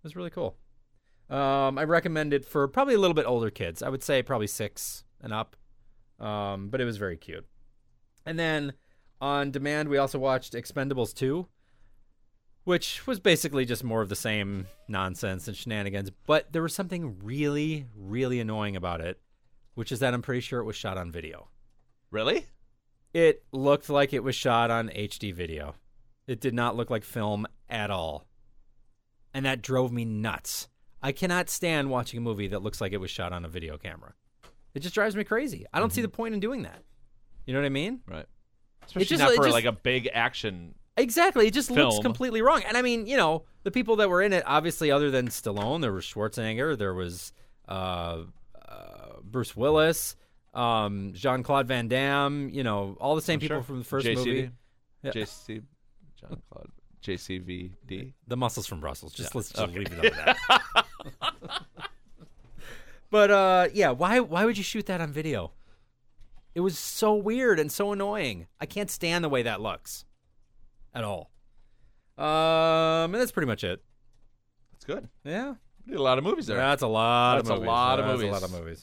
Speaker 1: It was really cool. Um, I recommend it for probably a little bit older kids. I would say probably six and up. Um, but it was very cute. And then on demand, we also watched Expendables 2, which was basically just more of the same nonsense and shenanigans. But there was something really, really annoying about it, which is that I'm pretty sure it was shot on video.
Speaker 2: Really?
Speaker 1: It looked like it was shot on HD video. It did not look like film at all. And that drove me nuts. I cannot stand watching a movie that looks like it was shot on a video camera. It just drives me crazy. I
Speaker 2: Mm-hmm.
Speaker 1: don't see the point in doing that. You know what I mean?
Speaker 2: Right. Especially
Speaker 1: just-
Speaker 2: not
Speaker 1: it
Speaker 2: for
Speaker 1: just-
Speaker 2: like a big action.
Speaker 1: Exactly. It just looks
Speaker 2: Film.
Speaker 1: completely wrong. And I mean, you know, the people that were in it, obviously, other than Stallone, there was Schwarzenegger, there was uh, uh, Bruce Willis, um, Jean Claude Van Damme, you know, all the same people
Speaker 2: Oh, Sure.
Speaker 1: from the first
Speaker 2: JCD.
Speaker 1: movie. Yeah.
Speaker 2: JC. John Claude. JCVD.
Speaker 1: The muscles from Brussels. Just let's just leave it at that. but uh, yeah, why why would you shoot that on video? It was so weird and so annoying. I can't stand the way that looks, at all. Um, and that's pretty much it.
Speaker 2: That's good.
Speaker 1: Yeah,
Speaker 2: We did a lot of movies there.
Speaker 1: that's a lot.
Speaker 2: That's a
Speaker 1: of movies.
Speaker 2: lot of
Speaker 1: that's
Speaker 2: movies.
Speaker 1: A lot of movies.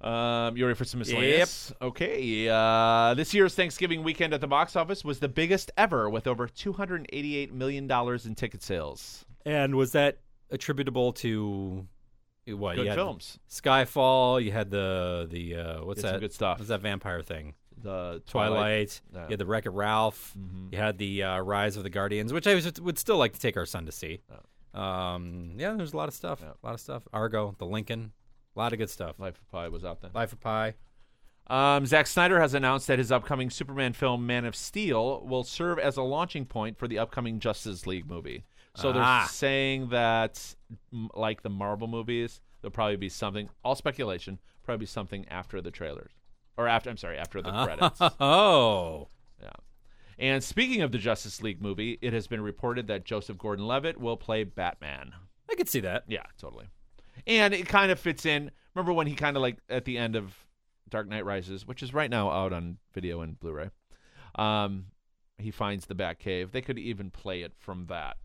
Speaker 2: Um, you ready for some miscellaneous? Okay. Uh, this year's Thanksgiving weekend at the box office was the biggest ever, with over two hundred and eighty-eight million dollars in ticket sales.
Speaker 1: And was that attributable to what?
Speaker 2: Good
Speaker 1: you had
Speaker 2: films.
Speaker 1: Skyfall. You had the the uh, what's
Speaker 2: Did some
Speaker 1: that?
Speaker 2: good stuff.
Speaker 1: What's that vampire thing?
Speaker 2: The Twilight.
Speaker 1: Twilight.
Speaker 2: Yeah.
Speaker 1: You had the Wreck It Ralph. You had the uh, Rise of the Guardians, which I was, would still like to take our son to see. Um, yeah, there's a lot of stuff. A lot of stuff. Argo, the Lincoln, a lot of good stuff.
Speaker 2: Life of Pi was out then.
Speaker 1: Life of Pi.
Speaker 2: Um, Zack Snyder has announced that his upcoming Superman film Man of Steel will serve as a launching point for the upcoming Justice League movie. So
Speaker 1: Ah.
Speaker 2: they're saying that, m- like the Marvel movies, there'll probably be something. All speculation. Probably be something after the trailers, or after. I'm sorry, after the credits.
Speaker 1: Oh,
Speaker 2: Yeah. And speaking of the Justice League movie, it has been reported that Joseph Gordon-Levitt will play Batman.
Speaker 1: I could see that.
Speaker 2: Yeah, totally. And it kind of fits in. Remember when he kind of like at the end of Dark Knight Rises, which is right now out on video and Blu-ray. Um, he finds the Batcave. They could even play it from that.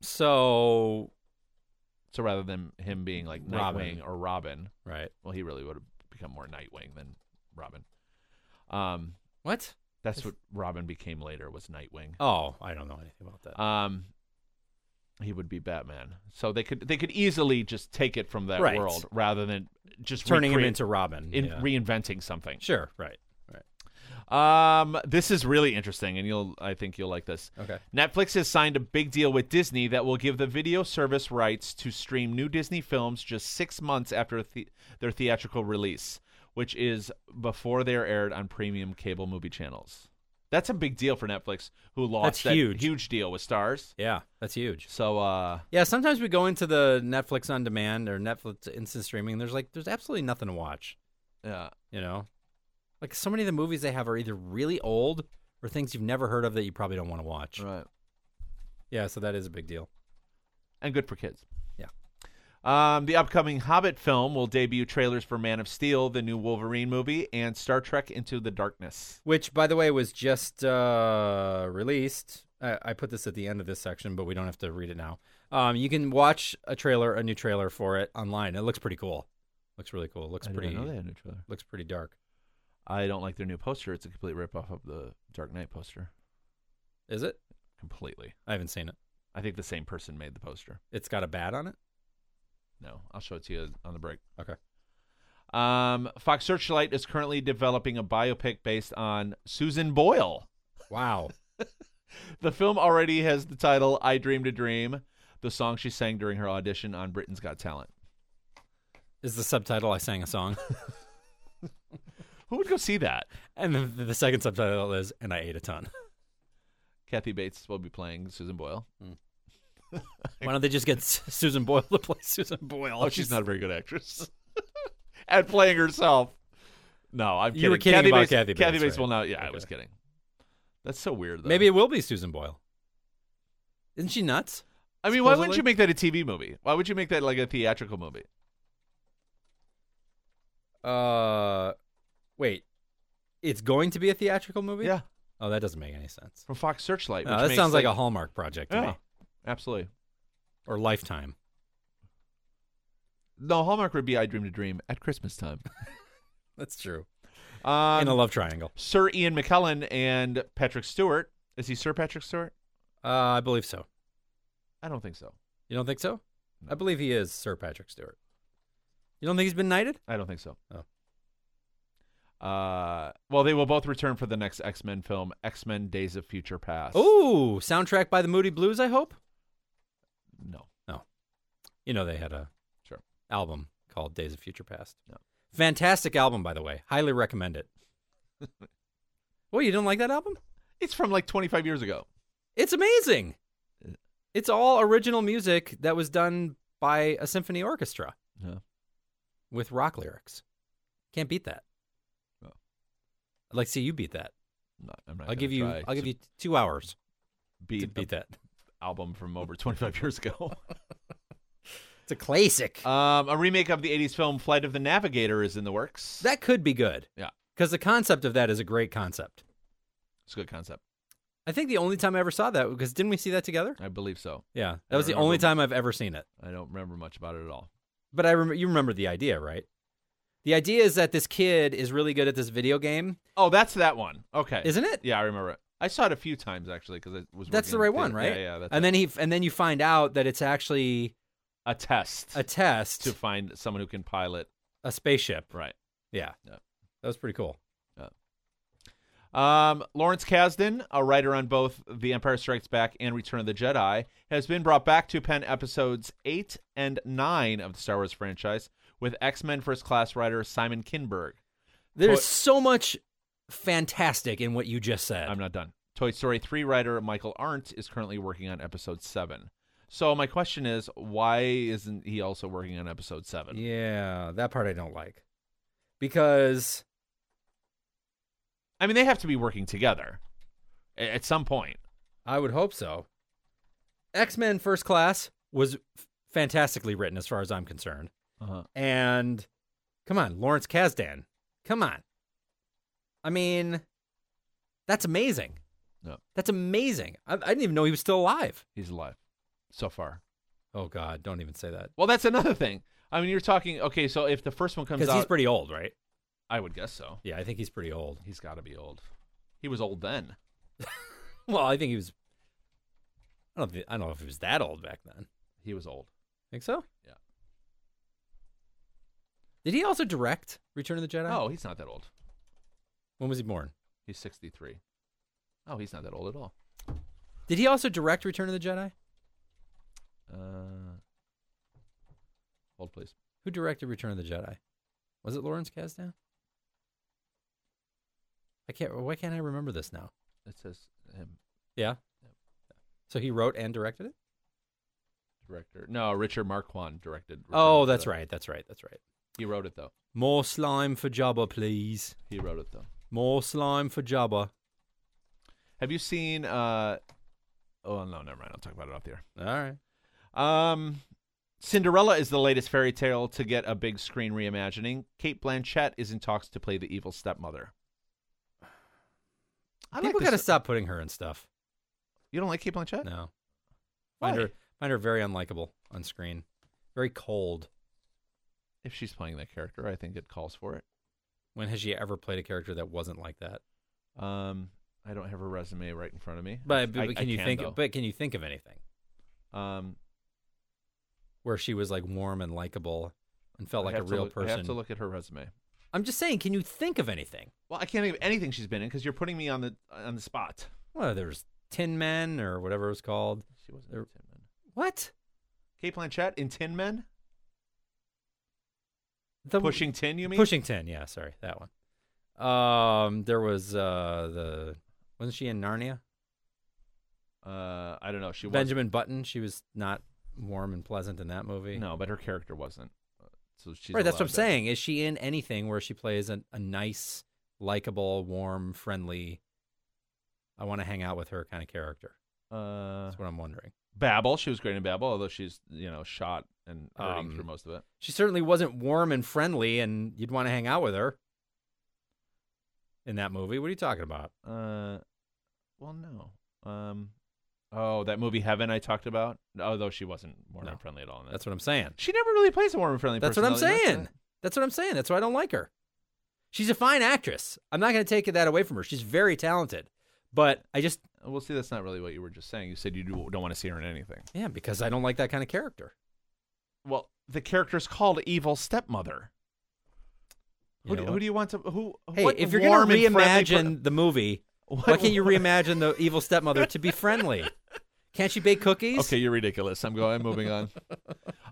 Speaker 1: So
Speaker 2: So rather than him being like
Speaker 1: Robin.
Speaker 2: Nightwing or Robin,
Speaker 1: right.
Speaker 2: well, he really would have become more Nightwing than Robin. Um,
Speaker 1: What?
Speaker 2: that's what Robin became later was Nightwing.
Speaker 1: Oh, I don't know anything about that.
Speaker 2: um he would be Batman. So they could they could easily just take it from that
Speaker 1: Right.
Speaker 2: world rather than just
Speaker 1: Turning him
Speaker 2: recreate-
Speaker 1: into Robin.
Speaker 2: in,
Speaker 1: yeah.
Speaker 2: reinventing something.
Speaker 1: sure. Right. Right.
Speaker 2: Um this is really interesting and you'll I think you'll like this.
Speaker 1: Okay.
Speaker 2: Netflix has signed a big deal with Disney that will give the video service rights to stream new Disney films just 6 months after the- their theatrical release, which is before they're aired on premium cable movie channels. That's a big deal for Netflix who lost
Speaker 1: That's
Speaker 2: that
Speaker 1: huge.
Speaker 2: huge deal with Stars.
Speaker 1: Yeah, that's huge.
Speaker 2: So uh
Speaker 1: Yeah, sometimes we go into the Netflix on demand or Netflix instant streaming. And there's like there's absolutely nothing to watch.
Speaker 2: yeah.
Speaker 1: You know, like so many of the movies they have are either really old or things you've never heard of that you probably don't want to watch.
Speaker 2: Right.
Speaker 1: Yeah, so that is a big deal.
Speaker 2: And good for kids.
Speaker 1: Yeah.
Speaker 2: Um, the upcoming Hobbit film will debut trailers for Man of Steel, the new Wolverine movie, and Star Trek Into the Darkness.
Speaker 1: Which, by the way, was just uh, released. I, I put this at the end of this section, but we don't have to read it now. Um, you can watch a trailer, a new trailer for it online. It looks pretty cool. Looks really cool. Looks pretty.
Speaker 2: had a new trailer.
Speaker 1: Looks pretty dark.
Speaker 2: I don't like their new poster. It's a complete ripoff of the Dark Knight poster.
Speaker 1: Is it?
Speaker 2: completely.
Speaker 1: I haven't seen it.
Speaker 2: I think the same person made the poster.
Speaker 1: It's got a bat on it.
Speaker 2: No, I'll show it to you on the break.
Speaker 1: Okay.
Speaker 2: Um, Fox Searchlight is currently developing a biopic based on Susan Boyle.
Speaker 1: Wow.
Speaker 2: The film already has the title "I Dreamed a Dream," the song she sang during her audition on Britain's Got Talent.
Speaker 1: is the subtitle I sang a song.
Speaker 2: Who would go see that?
Speaker 1: and the, the second subtitle is and I ate a ton.
Speaker 2: Kathy Bates will be playing Susan Boyle.
Speaker 1: Why don't they just get S- Susan Boyle to play Susan Boyle?
Speaker 2: Oh, she's not a very good actress. At playing herself. No, I'm kidding.
Speaker 1: You were kidding about
Speaker 2: Bates,
Speaker 1: Kathy Bates, right.
Speaker 2: will not. Yeah, I
Speaker 1: Okay.
Speaker 2: was kidding. That's so weird. Though.
Speaker 1: Maybe it will be Susan Boyle. Isn't she nuts?
Speaker 2: I mean, why wouldn't
Speaker 1: supposedly.
Speaker 2: you make that a TV movie? Why would you make that like a theatrical movie?
Speaker 1: Uh, wait. It's going to be a theatrical movie.
Speaker 2: Yeah,
Speaker 1: Oh, that doesn't make any sense.
Speaker 2: from Fox Searchlight.
Speaker 1: No,
Speaker 2: which
Speaker 1: that
Speaker 2: makes,
Speaker 1: sounds like, a Hallmark project to
Speaker 2: yeah,
Speaker 1: me,
Speaker 2: absolutely.
Speaker 1: or Lifetime.
Speaker 2: No, Hallmark would be "I Dreamed a Dream" at Christmas time.
Speaker 1: That's true.
Speaker 2: Um,
Speaker 1: In a love triangle.
Speaker 2: Sir Ian McKellen and Patrick Stewart. Is he Sir Patrick Stewart?
Speaker 1: Uh, I believe so.
Speaker 2: I don't think so.
Speaker 1: You don't think so?
Speaker 2: No.
Speaker 1: I believe he is Sir Patrick Stewart. You don't think he's been knighted?
Speaker 2: I don't think so.
Speaker 1: Oh.
Speaker 2: Uh, well, they will both return for the next X Men film, X Men Days of Future Past.
Speaker 1: Oh, soundtrack by the Moody Blues. I hope.
Speaker 2: no,
Speaker 1: You know they had a
Speaker 2: Sure.
Speaker 1: album called Days of Future Past.
Speaker 2: Yeah.
Speaker 1: Fantastic album, by the way. Highly recommend it. well, you didn't like that album?
Speaker 2: it's from like 25 years ago.
Speaker 1: It's amazing. It's all original music that was done by a symphony orchestra
Speaker 2: Yeah.
Speaker 1: with rock lyrics. Can't beat that.
Speaker 2: No.
Speaker 1: I'd like to see you beat that.
Speaker 2: I'm not- I'm not
Speaker 1: I'll
Speaker 2: gonna
Speaker 1: give you.
Speaker 2: try
Speaker 1: I'll give
Speaker 2: to
Speaker 1: you two hours to
Speaker 2: beat,
Speaker 1: beat
Speaker 2: an
Speaker 1: that.
Speaker 2: album from over 25 years ago.
Speaker 1: It's a classic.
Speaker 2: um, a remake of the 80s film Flight of the Navigator is in the works.
Speaker 1: that could be good.
Speaker 2: Yeah.
Speaker 1: Because the concept of that is a great concept.
Speaker 2: it's a good concept.
Speaker 1: I think the only time I ever saw that because didn't we see that together?
Speaker 2: I believe so.
Speaker 1: Yeah,
Speaker 2: I
Speaker 1: that was the
Speaker 2: remember
Speaker 1: only
Speaker 2: when-
Speaker 1: time I've ever seen it.
Speaker 2: I don't remember much about it at all.
Speaker 1: But I rem- you remember the idea, right? The idea is that this kid is really good at this video game,
Speaker 2: Oh, that's that one. Okay.
Speaker 1: isn't it?
Speaker 2: Yeah, I remember it. I saw it a few times actually because it was.
Speaker 1: That's the right
Speaker 2: working
Speaker 1: one,
Speaker 2: in
Speaker 1: right?
Speaker 2: theater. Yeah, yeah. That's
Speaker 1: and then he and then you find out that it's actually
Speaker 2: a test
Speaker 1: a test,
Speaker 2: to find someone who can pilot.
Speaker 1: a spaceship.
Speaker 2: Right.
Speaker 1: Yeah.
Speaker 2: Yeah.
Speaker 1: That was pretty cool.
Speaker 2: Um, Lawrence Kasdan, a writer on both The Empire Strikes Back and Return of the Jedi, has been brought back to pen episodes eight and nine of the Star Wars franchise with X Men First Class writer Simon Kinberg.
Speaker 1: There's
Speaker 2: Toy-
Speaker 1: so much fantastic in what you just said.
Speaker 2: I'm not done. Toy Story 3 writer Michael Arndt is currently working on episode 7. So my question is, why isn't he also working on episode 7?
Speaker 1: yeah, that part I don't like. Because
Speaker 2: I mean, they have to be working together a- at some point.
Speaker 1: I would hope so. X Men First Class was f- fantastically written, as far as I'm concerned.
Speaker 2: Uh-huh.
Speaker 1: And come on, Lawrence Kasdan, come on. I mean, that's amazing.
Speaker 2: No.
Speaker 1: That's amazing. I, I didn't even know he was still alive.
Speaker 2: He's alive so far.
Speaker 1: Oh God, don't even say that.
Speaker 2: Well, that's another thing. I mean, you're talking okay. So if the first one comes
Speaker 1: Because
Speaker 2: out,
Speaker 1: he's pretty old, right?
Speaker 2: I would guess so.
Speaker 1: Yeah, I think he's pretty old.
Speaker 2: He's got to be old. He was old then.
Speaker 1: Well, I think he was. I don't. Think, I don't know if he was that old back then.
Speaker 2: He was old.
Speaker 1: Think so?
Speaker 2: Yeah.
Speaker 1: Did he also direct Return of the Jedi?
Speaker 2: No, he's not that old.
Speaker 1: When was he born?
Speaker 2: He's 63. Oh, he's not that old at all.
Speaker 1: Did he also direct Return of the Jedi?
Speaker 2: Uh, hold please.
Speaker 1: Who directed Return of the Jedi? Was it Lawrence Kasdan? I can't. Why can't I remember this now?
Speaker 2: It says him
Speaker 1: Yeah. So he wrote and directed it.
Speaker 2: director. No, Richard Marquand directed. Return
Speaker 1: oh,
Speaker 2: of the
Speaker 1: that's
Speaker 2: Jedi.
Speaker 1: right. That's right. That's right.
Speaker 2: He wrote it though.
Speaker 1: More slime for Jabba, please.
Speaker 2: He wrote it though.
Speaker 1: More slime for Jabba.
Speaker 2: Have you seen? uh Oh no, never mind. I'll talk about it off the air.
Speaker 1: All right.
Speaker 2: Um, Cinderella is the latest fairy tale to get a big screen reimagining. Kate Blanchett is in talks to play the evil stepmother. I
Speaker 1: People
Speaker 2: this-
Speaker 1: gotta stop putting her in stuff.
Speaker 2: You don't like Kate Blanchett?
Speaker 1: No. Find
Speaker 2: Why?
Speaker 1: her. Find her very unlikable on screen. Very cold.
Speaker 2: If she's playing that character, I think it calls for it.
Speaker 1: When has she ever played a character that wasn't like that?
Speaker 2: Um, I don't have her resume right in front of me.
Speaker 1: But, but
Speaker 2: I-
Speaker 1: can
Speaker 2: I
Speaker 1: you think?
Speaker 2: though.
Speaker 1: But can you think of anything
Speaker 2: um,
Speaker 1: where she was like warm and likable and felt
Speaker 2: I
Speaker 1: like a
Speaker 2: have to
Speaker 1: real
Speaker 2: look- I have
Speaker 1: person?
Speaker 2: to look at her resume.
Speaker 1: I'm just saying, can you think of anything?
Speaker 2: Well, I can't think of anything she's been in because you're putting me on the on the spot.
Speaker 1: Well, there's Tin Men or whatever it was called.
Speaker 2: She wasn't
Speaker 1: There-
Speaker 2: in Tin Men.
Speaker 1: What?
Speaker 2: Kate Blanchett in Tin Men,
Speaker 1: The
Speaker 2: pushing tin. You mean?
Speaker 1: pushing ten? Yeah, sorry, that one. Um, there was uh the wasn't she in Narnia?
Speaker 2: Uh, I don't know. She was
Speaker 1: Benjamin Button. She was not warm and pleasant in that movie.
Speaker 2: no, but her character wasn't. Uh, So she's
Speaker 1: right. That's what I'm
Speaker 2: allowed that.
Speaker 1: saying. Is she in anything where she plays a, a nice, likable, warm, friendly? I want to hang out with her kind of character.
Speaker 2: Uh,
Speaker 1: That's what I'm wondering.
Speaker 2: Babel. She was great in Babel, although she's you know shot and hurting
Speaker 1: Um,
Speaker 2: through most of it.
Speaker 1: She certainly wasn't warm and friendly, and you'd want to hang out with her in that movie. What are you talking about?
Speaker 2: Uh, well, no. Um, oh, that movie Heaven I talked about. Although she wasn't warm
Speaker 1: No.
Speaker 2: and friendly at all. In that.
Speaker 1: That's what I'm saying.
Speaker 2: she never really plays a warm and friendly.
Speaker 1: That's
Speaker 2: person,
Speaker 1: what I'm
Speaker 2: though, you
Speaker 1: saying.
Speaker 2: know?
Speaker 1: That's what I'm saying. That's why I don't like her. She's a fine actress. I'm not going to take that away from her. She's very talented. But I just,
Speaker 2: Uh, Well, see, that's not really what you were just saying. You said you do- don't want to see her in anything.
Speaker 1: yeah, because I don't like that kind of character.
Speaker 2: Well, the character's called Evil Stepmother. Who,
Speaker 1: You
Speaker 2: do,
Speaker 1: know
Speaker 2: who
Speaker 1: what?
Speaker 2: do you want to? Who?
Speaker 1: Hey,
Speaker 2: what
Speaker 1: if you're
Speaker 2: warm
Speaker 1: going to
Speaker 2: and friendly per-
Speaker 1: reimagine the movie,
Speaker 2: What-
Speaker 1: why can't you reimagine the evil stepmother to be friendly? Can't she bake cookies?
Speaker 2: Okay, you're ridiculous. I'm going. I'm moving on.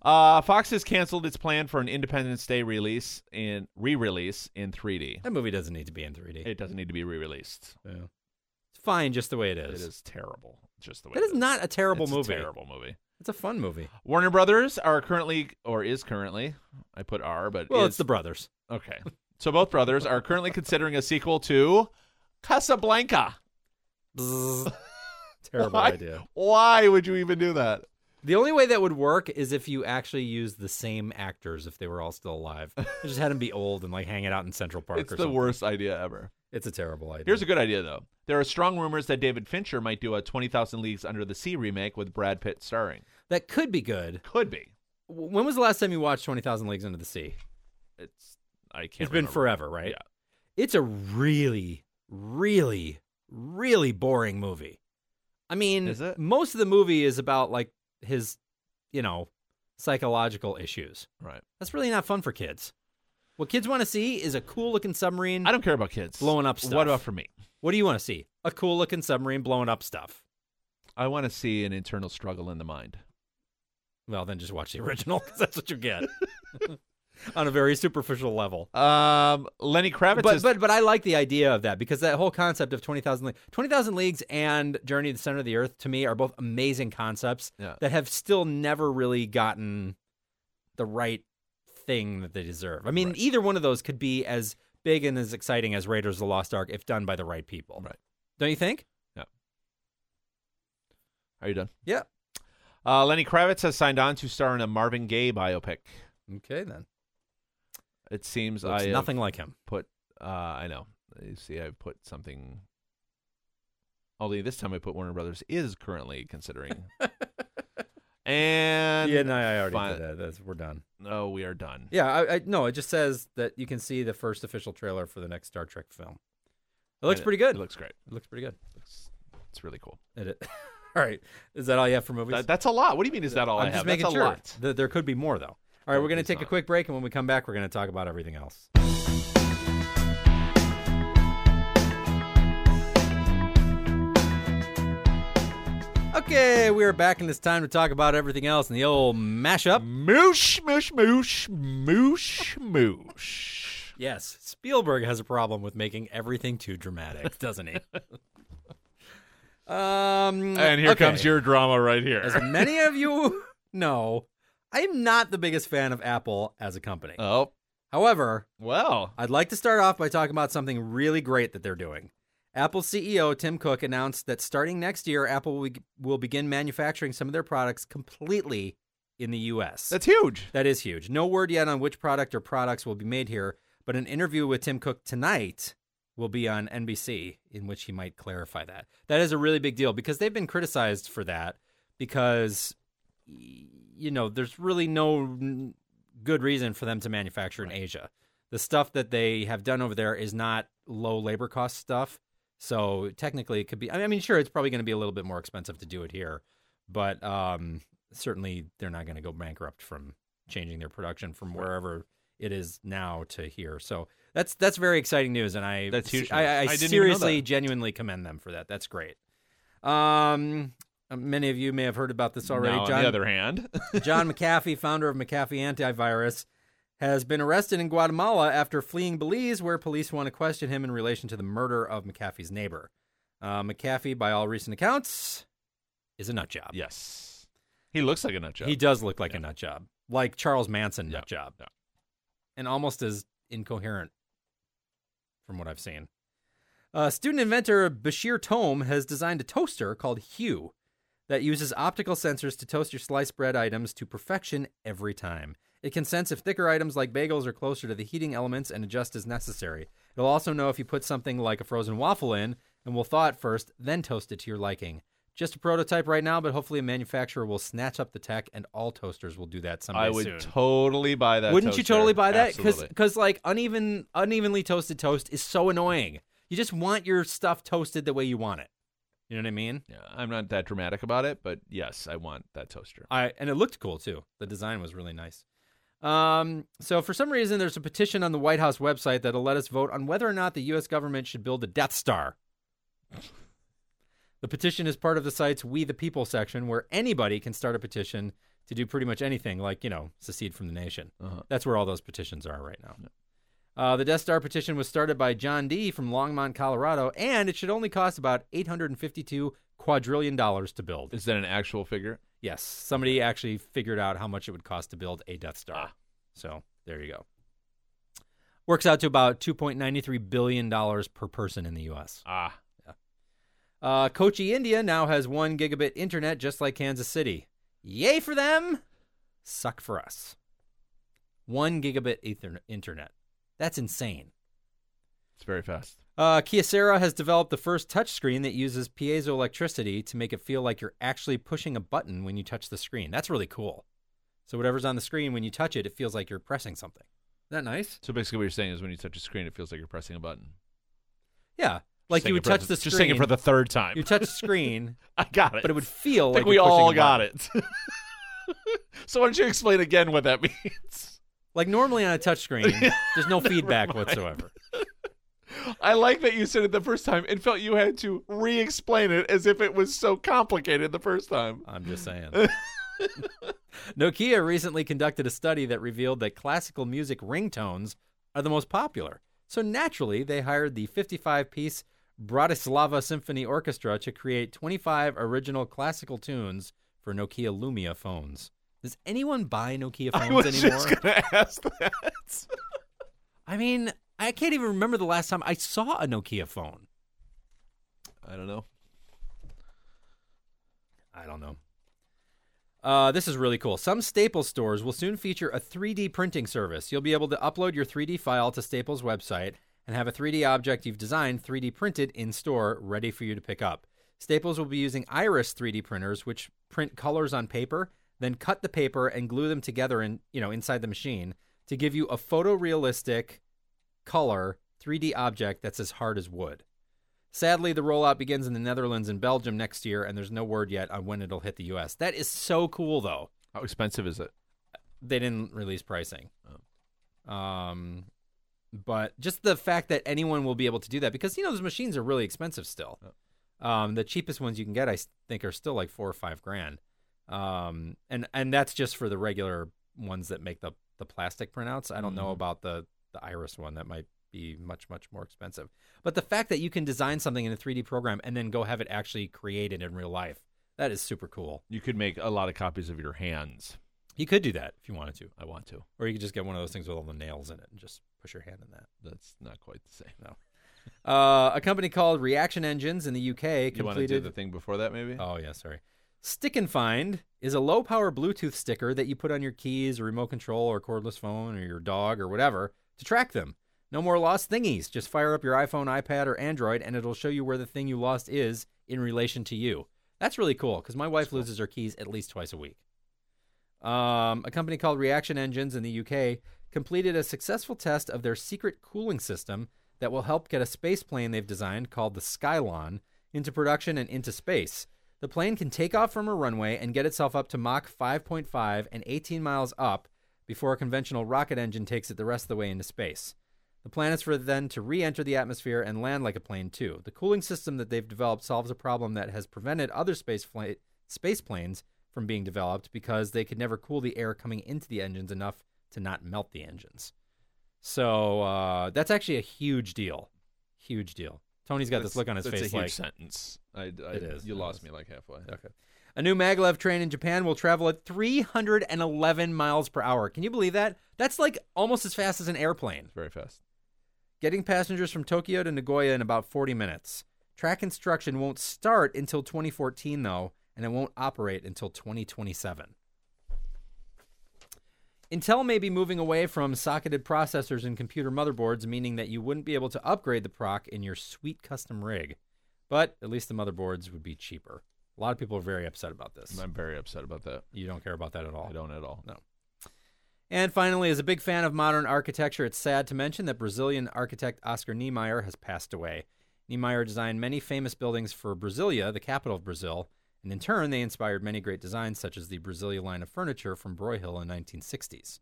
Speaker 2: Uh, Fox has canceled its plan for an Independence Day release and re-release in 3D.
Speaker 1: That movie doesn't need to be in 3D.
Speaker 2: It doesn't need to be re-released.
Speaker 1: Yeah. It's fine just the way it
Speaker 2: It
Speaker 1: is.
Speaker 2: is terrible, just the way.
Speaker 1: That
Speaker 2: it
Speaker 1: is not a terrible
Speaker 2: It's a
Speaker 1: movie.
Speaker 2: terrible movie.
Speaker 1: It's a fun movie.
Speaker 2: Warner Brothers are currently, or is currently, I put R, but
Speaker 1: Well,
Speaker 2: is-
Speaker 1: it's the brothers.
Speaker 2: okay. So both brothers are currently considering a sequel to Casablanca.
Speaker 1: terrible
Speaker 2: Why-
Speaker 1: idea.
Speaker 2: Why would you even do that?
Speaker 1: The only way that would work is if you actually used the same actors if they were all still alive. just had them be old and like hanging out in Central Park
Speaker 2: it's
Speaker 1: or
Speaker 2: the
Speaker 1: something.
Speaker 2: worst idea ever.
Speaker 1: It's a terrible idea.
Speaker 2: Here's a good idea, though. There are strong rumors that David Fincher might do a 20,000 Leagues Under the Sea remake with Brad Pitt starring.
Speaker 1: that could be good.
Speaker 2: Could be.
Speaker 1: W- When was the last time you watched Twenty Thousand Leagues Under the Sea?
Speaker 2: It's I can't.
Speaker 1: It's been
Speaker 2: remember.
Speaker 1: forever, right?
Speaker 2: Yeah.
Speaker 1: It's a really, really, really boring movie. I mean,
Speaker 2: Is it?
Speaker 1: most of the movie is about like his, you know, psychological issues.
Speaker 2: Right.
Speaker 1: That's really not fun for kids. What kids want to see is a cool looking submarine.
Speaker 2: I don't care about kids
Speaker 1: Blowing up stuff.
Speaker 2: What about for me?
Speaker 1: What do you want to see? A cool looking submarine blowing up stuff.
Speaker 2: I want to see an internal struggle in the mind.
Speaker 1: Well, then just watch the original because that's what you get on a very superficial level.
Speaker 2: Um, Lenny Kravitz.
Speaker 1: But,
Speaker 2: is,
Speaker 1: but but I like the idea of that because that whole concept of 20,000 leagues, 20,000 leagues and Journey to the Center of the Earth to me are both amazing concepts
Speaker 2: Yeah.
Speaker 1: that have still never really gotten the right thing that they deserve. I mean,
Speaker 2: Right.
Speaker 1: either one of those could be as big and as exciting as Raiders of the Lost Ark if done by the right people.
Speaker 2: Right.
Speaker 1: Don't you think?
Speaker 2: are you done?
Speaker 1: Yeah.
Speaker 2: Uh, Lenny Kravitz has signed on to star in a Marvin Gaye biopic.
Speaker 1: Okay then.
Speaker 2: It seems
Speaker 1: Looks
Speaker 2: I have
Speaker 1: nothing like him.
Speaker 2: put. Uh, I know. You see, I've put something. Only this time I put Warner Brothers is currently considering. and
Speaker 1: yeah, no, I already
Speaker 2: fine.
Speaker 1: did that. That's, we're done.
Speaker 2: Oh, we are done.
Speaker 1: Yeah, I, I no, it just says that you can see the first official trailer for the next Star Trek film. It looks
Speaker 2: And
Speaker 1: pretty good.
Speaker 2: It looks great.
Speaker 1: It looks pretty good.
Speaker 2: It's, it's really cool.
Speaker 1: It, it- all right, is that all you have for movies?
Speaker 2: That, that's a lot. What do you mean? Is that all
Speaker 1: I'm
Speaker 2: I
Speaker 1: just
Speaker 2: have?
Speaker 1: making
Speaker 2: that's a
Speaker 1: sure
Speaker 2: lot.
Speaker 1: that there could be more though. All right,
Speaker 2: No,
Speaker 1: we're going to
Speaker 2: it's
Speaker 1: take a
Speaker 2: not.
Speaker 1: quick break, and when we come back, we're going to talk about everything else. Okay, we are back, and it's time to talk about everything else in the old mashup.
Speaker 2: Moosh, moosh, moosh, moosh, moosh.
Speaker 1: Yes, Spielberg has a problem with making everything too dramatic, doesn't he? um,
Speaker 2: And here
Speaker 1: okay.
Speaker 2: comes your drama right
Speaker 1: As
Speaker 2: here.
Speaker 1: many of you know, I am not the biggest fan of Apple as a company.
Speaker 2: Oh,
Speaker 1: However,
Speaker 2: well.
Speaker 1: I'd like to start off by talking about something really great that they're doing. Apple CEO Tim Cook announced that starting next year, Apple will- will begin manufacturing some of their products completely in the U.S.
Speaker 2: That's huge.
Speaker 1: That is huge. No word yet on which product or products will be made here, but an interview with Tim Cook tonight will be on NBC, in which he might clarify that. That is a really big deal because they've been criticized for that because, y- you know, there's really no n- good reason for them to manufacture in Asia. The stuff that they have done over there is not low labor cost stuff. So technically, it could be. I mean, sure, it's probably going to be a little bit more expensive to do it here, but um, certainly they're not going to go bankrupt from changing their production from wherever it is now to here. So that's that's very exciting news, and I
Speaker 2: That's huge
Speaker 1: I, I,
Speaker 2: news. I didn't even know
Speaker 1: seriously,
Speaker 2: that.
Speaker 1: genuinely commend them for that. That's great. Um, many of you may have heard about this already.
Speaker 2: Now,
Speaker 1: John,
Speaker 2: on the other hand,
Speaker 1: John McAfee, founder of McAfee Antivirus, has been arrested in Guatemala after fleeing Belize, where police want to question him in relation to the murder of McAfee's neighbor. Uh, McAfee, by all recent accounts, is a nut job.
Speaker 2: yes, he looks like a nut job.
Speaker 1: He does look like a nut job, like Charles Manson nut job,
Speaker 2: yeah.
Speaker 1: and almost as incoherent from what I've seen. Uh, student inventor Bashir Tome has designed a toaster called Hue that uses optical sensors to toast your sliced bread items to perfection every time. It can sense if thicker items like bagels are closer to the heating elements and adjust as necessary. It'll also know if you put something like a frozen waffle in and will thaw it first, then toast it to your liking. Just a prototype right now, but hopefully a manufacturer will snatch up the tech and all toasters will do that someday
Speaker 2: I would
Speaker 1: soon.
Speaker 2: totally buy that.
Speaker 1: Wouldn't you
Speaker 2: toaster.
Speaker 1: totally buy that?
Speaker 2: Absolutely.
Speaker 1: Because like uneven, unevenly toasted toast is so annoying. You just want your stuff toasted the way you want it. You know what I mean?
Speaker 2: Yeah, I'm not that dramatic about it, but yes, I want that toaster.
Speaker 1: I and it looked cool too. The design was really nice. Um, so for some reason, there's a petition on the White House website that'll let us vote on whether or not the U.S. government should build a Death Star. The petition is part of the site's "We the People" section, where anybody can start a petition to do pretty much anything, like you know, secede from the nation.
Speaker 2: Uh-huh.
Speaker 1: That's where all those petitions are right now. Uh, the Death Star petition was started by John D. from Longmont, Colorado, and it should only cost about 852 quadrillion dollars to build.
Speaker 2: Is that an actual figure?
Speaker 1: Yes, somebody actually figured out how much it would cost to build a Death Star.
Speaker 2: Ah.
Speaker 1: So there you go. Works out to about 2.93 billion dollars per person in the U.S.
Speaker 2: Ah,
Speaker 1: Uh, Kochi, India now has one gigabit internet, just like Kansas City. Yay for them! Suck for us. One gigabit ether- internet. That's insane.
Speaker 2: it's very fast.
Speaker 1: Uh, Kyocera has developed the first touchscreen that uses piezoelectricity to make it feel like you're actually pushing a button when you touch the screen. That's really cool. So whatever's on the screen when you touch it, it feels like you're pressing something. Isn't that nice?
Speaker 2: So basically, what you're saying is when you touch a screen, it feels like you're pressing a button.
Speaker 1: Yeah, like you
Speaker 2: Just saying
Speaker 1: would
Speaker 2: it for
Speaker 1: touch the screen.
Speaker 2: Just saying it for the third time.
Speaker 1: you touch the screen,
Speaker 2: I got it.
Speaker 1: but it would feel
Speaker 2: I
Speaker 1: like
Speaker 2: think we
Speaker 1: you're pushing
Speaker 2: all
Speaker 1: a
Speaker 2: got
Speaker 1: button.
Speaker 2: it. so why don't you explain again what that means?
Speaker 1: Like normally on a touchscreen, there's no feedback whatsoever.
Speaker 2: I like that you said it the first time and felt you had to re-explain it as if it was so complicated the first time.
Speaker 1: I'm just saying. Nokia recently conducted a study that revealed that classical music ringtones are the most popular. So naturally, they hired the 55 piece Bratislava Symphony Orchestra to create 25 original classical tunes for Nokia Lumia phones. Does anyone buy Nokia
Speaker 2: I
Speaker 1: phones
Speaker 2: was
Speaker 1: anymore?
Speaker 2: just gonna ask that.
Speaker 1: I mean, I can't even remember the last time I saw a Nokia phone.
Speaker 2: I don't know.
Speaker 1: I don't know. Uh, this is really cool. Some Staples stores will soon feature a 3D printing service. You'll be able to upload your 3D file to Staples' website and have a 3D object you've designed 3D printed in store ready for you to pick up. Staples will be using Iris 3D printers, which print colors on paper, then cut the paper and glue them together in you know inside the machine to give you a photorealistic color 3D object that's as hard as wood. Sadly, the rollout begins in the Netherlands and Belgium next year, and there's no word yet on when it'll hit the U.S. That is so cool, though.
Speaker 2: How expensive is it?
Speaker 1: They didn't release pricing. Um, but just the fact that anyone will be able to do that because you know those machines are really expensive still. Um, the cheapest ones you can get, I s- think, are still like four or five grand. Um, and and that's just for the regular ones that make the the plastic printouts. I don't know
Speaker 2: Mhm.
Speaker 1: about the the iris one that might be much much more expensive. But the fact that you can design something in a 3D program and then go have it actually created in real life, that is super cool.
Speaker 2: You could make a lot of copies of your hands.
Speaker 1: You could do that if you wanted to,
Speaker 2: I want to.
Speaker 1: or you could just get one of those things with all the nails in it and just push your hand in that.
Speaker 2: That's not quite the same.
Speaker 1: Uh, a company called Reaction Engines in the UK
Speaker 2: You want to do
Speaker 1: completed.
Speaker 2: the thing before that, maybe?
Speaker 1: oh yeah, sorry. Stick and Find is a low power Bluetooth sticker that you put on your keys or remote control or cordless phone or your dog or whatever to track them. No more lost thingies. Just fire up your iPhone, iPad, or Android, and it'll show you where the thing you lost is in relation to you. That's really cool because my wife loses her keys at least twice a week. Um, a company called Reaction Engines in the UK completed a successful test of their secret cooling system that will help get a space plane they've designed called the Skylon into production and into space. The plane can take off from a runway and get itself up to Mach 5.5 and 18 miles up before a conventional rocket engine takes it the rest of the way into space. The plan is for then to re enter the atmosphere and land like a plane, too. The cooling system that they've developed solves a problem that has prevented other space, flight, space planes from being developed because they could never cool the air coming into the engines enough to not melt the engines. So uh, that's actually a huge deal. Huge deal. Tony's got this look on his
Speaker 2: that's
Speaker 1: face
Speaker 2: a huge
Speaker 1: like,
Speaker 2: sentence. I, I,
Speaker 1: It is.
Speaker 2: You
Speaker 1: It
Speaker 2: lost
Speaker 1: is.
Speaker 2: me like halfway.
Speaker 1: Okay. A new maglev train in Japan will travel at 311 miles per hour. Can you believe that? That's like almost as fast as an airplane.
Speaker 2: Very fast.
Speaker 1: Getting passengers from Tokyo to Nagoya in about 40 minutes. Track construction won't start until 2014 though, and it won't operate until 2027. Intel may be moving away from socketed processors and computer motherboards, meaning that you wouldn't be able to upgrade the proc in your sweet custom rig. But at least the motherboards would be cheaper. A lot of people are very upset about this.
Speaker 2: I'm very upset about that.
Speaker 1: You don't care about that at all.
Speaker 2: I don't at all.
Speaker 1: And finally, as a big fan of modern architecture, it's sad to mention that Brazilian architect Oscar Niemeyer has passed away. Niemeyer designed many famous buildings for Brasilia, the capital of Brazil, and in turn, they inspired many great designs such as the Brasilia line of furniture from Broyhill in 1960s.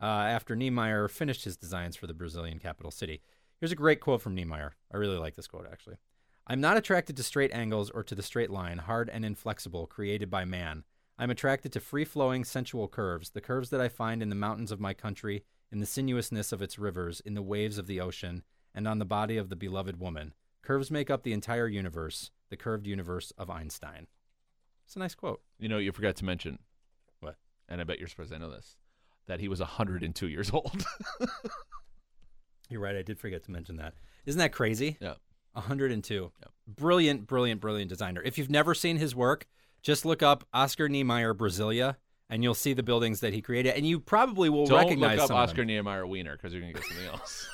Speaker 1: Uh, after Niemeyer finished his designs for the Brazilian capital city, here's a great quote from Niemeyer. I really like this quote actually. I'm not attracted to straight angles or to the straight line, hard and inflexible, created by man. I'm attracted to free flowing, sensual curves, the curves that I find in the mountains of my country, in the sinuousness of its rivers, in the waves of the ocean, and on the body of the beloved woman. Curves make up the entire universe, the curved universe of Einstein. It's a nice quote.
Speaker 2: You know, you forgot to mention.
Speaker 1: What?
Speaker 2: And I bet you're surprised I know this. That he was 102 years old.
Speaker 1: You're right. I did forget to mention that. Isn't that crazy?
Speaker 2: yeah.
Speaker 1: 102. Brilliant, brilliant, brilliant designer. If you've never seen his work, just look up Oscar Niemeyer Brasilia and you'll see the buildings that he created. And you probably will
Speaker 2: Don't
Speaker 1: recognize
Speaker 2: look up
Speaker 1: some of
Speaker 2: Oscar
Speaker 1: them.
Speaker 2: Niemeyer Wiener because you're gonna get something else.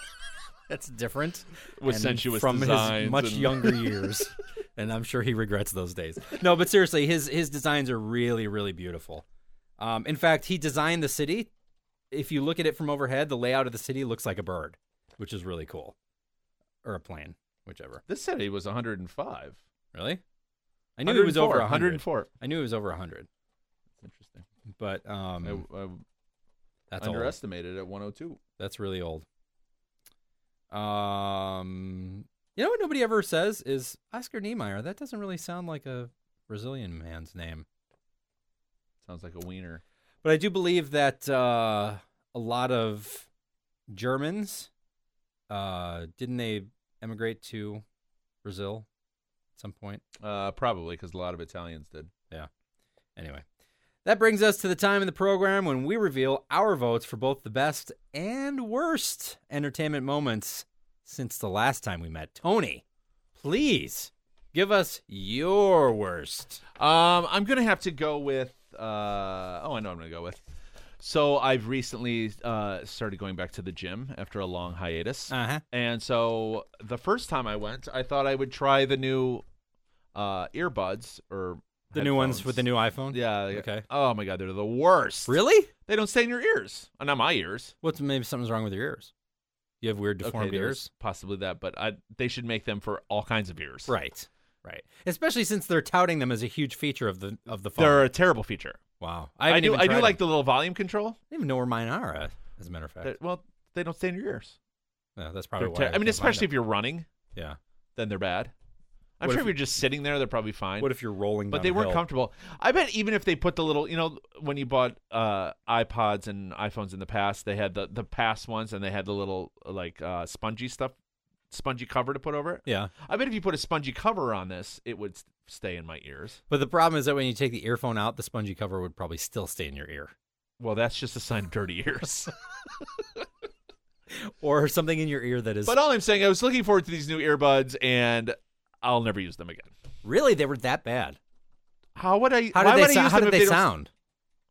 Speaker 1: That's different.
Speaker 2: With
Speaker 1: and
Speaker 2: sensuous
Speaker 1: from his
Speaker 2: designs
Speaker 1: much
Speaker 2: and-
Speaker 1: younger years. And I'm sure he regrets those days. No, but seriously, his his designs are really, really beautiful. Um, in fact, he designed the city. If you look at it from overhead, the layout of the city looks like a bird, which is really cool, or a plane, whichever.
Speaker 2: this said he was 105.
Speaker 1: Really? I knew he was over 100.
Speaker 2: 104.
Speaker 1: I knew he was over 100,
Speaker 2: Interesting.
Speaker 1: but um,
Speaker 2: I, I
Speaker 1: that's old.
Speaker 2: underestimated at 102.
Speaker 1: That's really old. Um, you know what nobody ever says is Oscar Niemeyer. That doesn't really sound like a Brazilian man's name.
Speaker 2: Sounds like a wiener.
Speaker 1: But I do believe that uh, a lot of Germans uh, didn't they emigrate to Brazil at some point?
Speaker 2: Uh, probably because a lot of Italians did.
Speaker 1: Anyway, that brings us to the time in the program when we reveal our votes for both the best and worst entertainment moments since the last time we met. Tony, please give us your worst.
Speaker 2: Um, I'm gonna have to go with. Uh, oh, I know what I'm gonna go with. So I've recently uh, started going back to the gym after a long hiatus,
Speaker 1: Uh huh.
Speaker 2: and so the first time I went, I thought I would try the new uh, earbuds or
Speaker 1: The new ones with the
Speaker 2: headphones.
Speaker 1: new iPhone.
Speaker 2: Yeah.
Speaker 1: Okay.
Speaker 2: Oh my God, they're the worst.
Speaker 1: Really?
Speaker 2: They don't stay in your ears. Uh, not my ears.
Speaker 1: What's maybe something's wrong with your ears? You have weird deformed
Speaker 2: there's
Speaker 1: ears.
Speaker 2: Possibly that, but I, they should make them for all kinds of ears.
Speaker 1: Right. Right. Especially since they're touting them as a huge feature of the of the phone.
Speaker 2: They're a terrible feature.
Speaker 1: wow.
Speaker 2: I,
Speaker 1: haven't
Speaker 2: do.
Speaker 1: even
Speaker 2: I
Speaker 1: tried
Speaker 2: do
Speaker 1: them.
Speaker 2: like the little volume control.
Speaker 1: I don't even know where mine are. uh, As a matter of fact,
Speaker 2: They're- well, they don't stay in your ears.
Speaker 1: yeah, that's
Speaker 2: They're
Speaker 1: probably why.
Speaker 2: ter- I mean, especially if you're running,
Speaker 1: you're yeah.
Speaker 2: then they're bad. I'm
Speaker 1: What
Speaker 2: sure
Speaker 1: if
Speaker 2: if you're just sitting there, they're probably fine.
Speaker 1: What if you're rolling?
Speaker 2: but they weren't
Speaker 1: downhill?
Speaker 2: comfortable. I bet even if they put the little, you know, when you bought uh, iPods and iPhones in the past, they had the the past ones and they had the little like uh, spongy stuff, spongy cover to put over it.
Speaker 1: Yeah.
Speaker 2: I bet if you put a spongy cover on this, it would s- stay in my ears.
Speaker 1: But the problem is that when you take the earphone out, the spongy cover would probably still stay in your ear.
Speaker 2: Well, that's just a sign of dirty ears.
Speaker 1: Or something in your ear that is.
Speaker 2: but uh, all I'm saying, I was looking forward to these new earbuds, and I'll never use them again.
Speaker 1: really, they were that bad.
Speaker 2: How would I?
Speaker 1: How
Speaker 2: why
Speaker 1: did
Speaker 2: would
Speaker 1: they,
Speaker 2: I
Speaker 1: sou-
Speaker 2: use
Speaker 1: how
Speaker 2: them
Speaker 1: did
Speaker 2: if
Speaker 1: they
Speaker 2: don't-
Speaker 1: sound?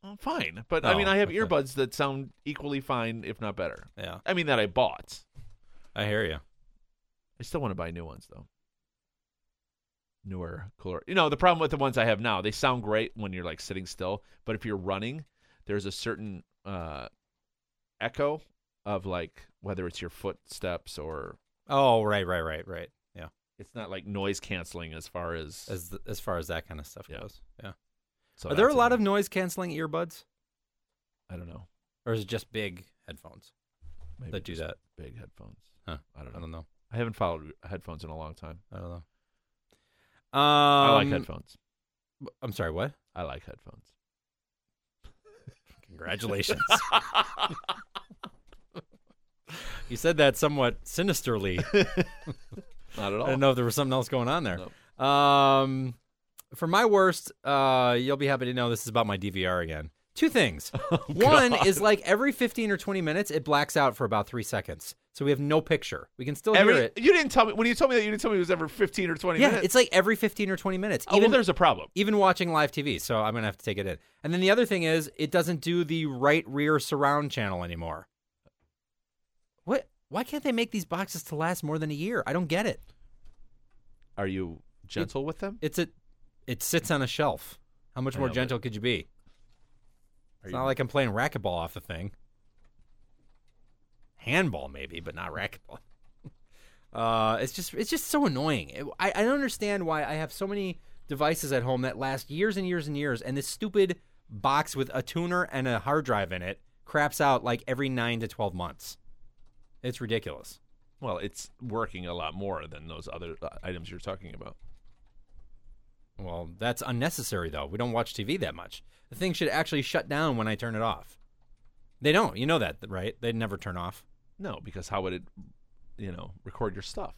Speaker 2: Uh, Fine, but
Speaker 1: Oh,
Speaker 2: I mean, I have
Speaker 1: okay.
Speaker 2: earbuds that sound equally fine, if not better.
Speaker 1: Yeah.
Speaker 2: I mean, that I bought.
Speaker 1: I hear you.
Speaker 2: I still want to buy new ones though. Newer, cooler. You know, the problem with the ones I have now, they sound great when you're like sitting still, but if you're running, there's a certain uh, echo of like whether it's your footsteps or
Speaker 1: Oh, right, right, right, right. Yeah.
Speaker 2: It's not like noise canceling as far as.
Speaker 1: As th- as far as that kind of stuff
Speaker 2: Yeah.
Speaker 1: goes. Yeah.
Speaker 2: so
Speaker 1: Are there a
Speaker 2: that's
Speaker 1: lot of noise canceling earbuds,
Speaker 2: I don't know.
Speaker 1: or is it just big headphones
Speaker 2: Maybe
Speaker 1: that do
Speaker 2: just
Speaker 1: that?
Speaker 2: Big headphones.
Speaker 1: Huh.
Speaker 2: I don't know.
Speaker 1: I don't know.
Speaker 2: I haven't followed headphones in a long time.
Speaker 1: I don't know. Um,
Speaker 2: I like headphones.
Speaker 1: I'm sorry. What?
Speaker 2: I like headphones.
Speaker 1: Congratulations. you said that somewhat sinisterly.
Speaker 2: Not at
Speaker 1: I didn't know if there was something else going on there. Um, for my worst, uh, you'll be happy to know this is about my DVR again. Two things.
Speaker 2: Oh,
Speaker 1: One is like every 15 or 20 minutes, it blacks out for about three seconds. So we have no picture. We can still
Speaker 2: Every,
Speaker 1: hear it.
Speaker 2: You didn't tell me when you told me that you didn't tell me it was ever fifteen or twenty
Speaker 1: Yeah,
Speaker 2: minutes.
Speaker 1: it's like every 15 or 20 minutes.
Speaker 2: oh, well, there's a problem.
Speaker 1: even watching live TV. So I'm gonna have to take it in. And then the other thing is, it doesn't do the right rear surround channel anymore. What? Why can't they make these boxes to last more than a year? I don't get it.
Speaker 2: Are you gentle with them?
Speaker 1: It's a, it sits on a shelf. How much
Speaker 2: I
Speaker 1: more
Speaker 2: know, but-
Speaker 1: gentle could you be? It's
Speaker 2: you-
Speaker 1: not like I'm playing racquetball off the thing. Handball maybe, but not racquetball. Uh, it's just it's just so annoying. It- I, I don't understand why I have so many devices at home that last years and years and years, and this stupid box with a tuner and a hard drive in it craps out like every nine to twelve months. It's ridiculous.
Speaker 2: Well, it's working a lot more than those other uh, items you're talking about.
Speaker 1: Well, that's unnecessary though. We don't watch TV that much. The thing should actually shut down when I turn it off. They don't. You know that, right? They never turn off.
Speaker 2: No, because how would it, you know, record your stuff?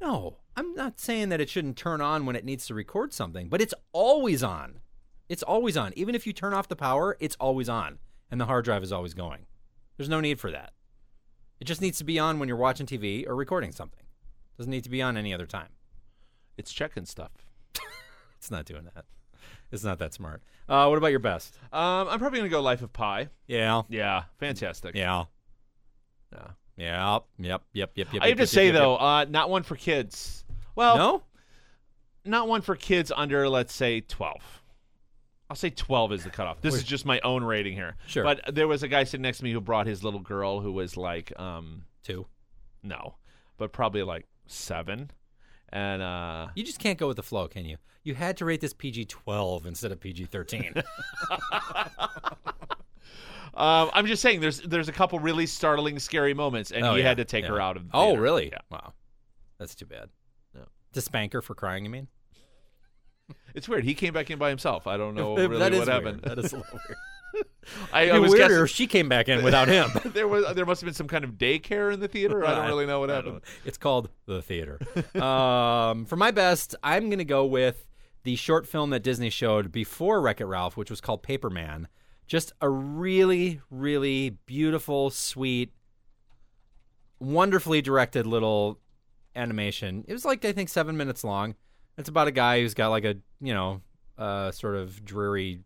Speaker 1: No, I'm not saying that it shouldn't turn on when it needs to record something, but it's always on. It's always on. Even if you turn off the power, it's always on, and the hard drive is always going. There's no need for that. It just needs to be on when you're watching TV or recording something. Doesn't need to be on any other time.
Speaker 2: It's checking stuff.
Speaker 1: It's not doing that. It's not that smart. Uh, what about your best?
Speaker 2: Um, I'm probably gonna go Life of Pi.
Speaker 1: Yeah.
Speaker 2: Yeah, fantastic.
Speaker 1: Yeah.
Speaker 2: Yeah.
Speaker 1: Yeah. Yep. Yep. Yep. Yep.
Speaker 2: I have
Speaker 1: yep,
Speaker 2: to
Speaker 1: yep,
Speaker 2: say
Speaker 1: yep, yep.
Speaker 2: though, uh, not one for kids. Well,
Speaker 1: no.
Speaker 2: not one for kids under let's say 12 i'll say 12 is the cutoff this is just my own rating here
Speaker 1: Sure.
Speaker 2: but there was a guy sitting next to me who brought his little girl who was like um
Speaker 1: Two.
Speaker 2: no but probably like seven and uh
Speaker 1: You just can't go with the flow, can you? You had to rate this PG 12 instead of PG 13.
Speaker 2: um, i'm just saying there's there's a couple really startling scary moments and
Speaker 1: Oh,
Speaker 2: he
Speaker 1: yeah,
Speaker 2: had to take
Speaker 1: yeah.
Speaker 2: her out of the
Speaker 1: Oh,
Speaker 2: theater.
Speaker 1: really?
Speaker 2: yeah
Speaker 1: Wow, that's too bad.
Speaker 2: No.
Speaker 1: To spank her for crying, you mean?
Speaker 2: it's weird he came back in by himself i don't know Oh, really
Speaker 1: that is
Speaker 2: what happened
Speaker 1: Weird. That is a little weird.
Speaker 2: i, I
Speaker 1: It'd be
Speaker 2: was
Speaker 1: weirder
Speaker 2: guessing
Speaker 1: if she came back in without him.
Speaker 2: there was there must have been some kind of daycare in the theater i don't really know what
Speaker 1: I don't
Speaker 2: happened
Speaker 1: know. It's called the theater. um, for my best, I'm gonna go with the short film that Disney showed before Wreck It Ralph, which was called Paper Man. Just a really, really beautiful, sweet, wonderfully directed little animation. It was like I think seven minutes long. It's about a guy who's got like a you know uh, sort of dreary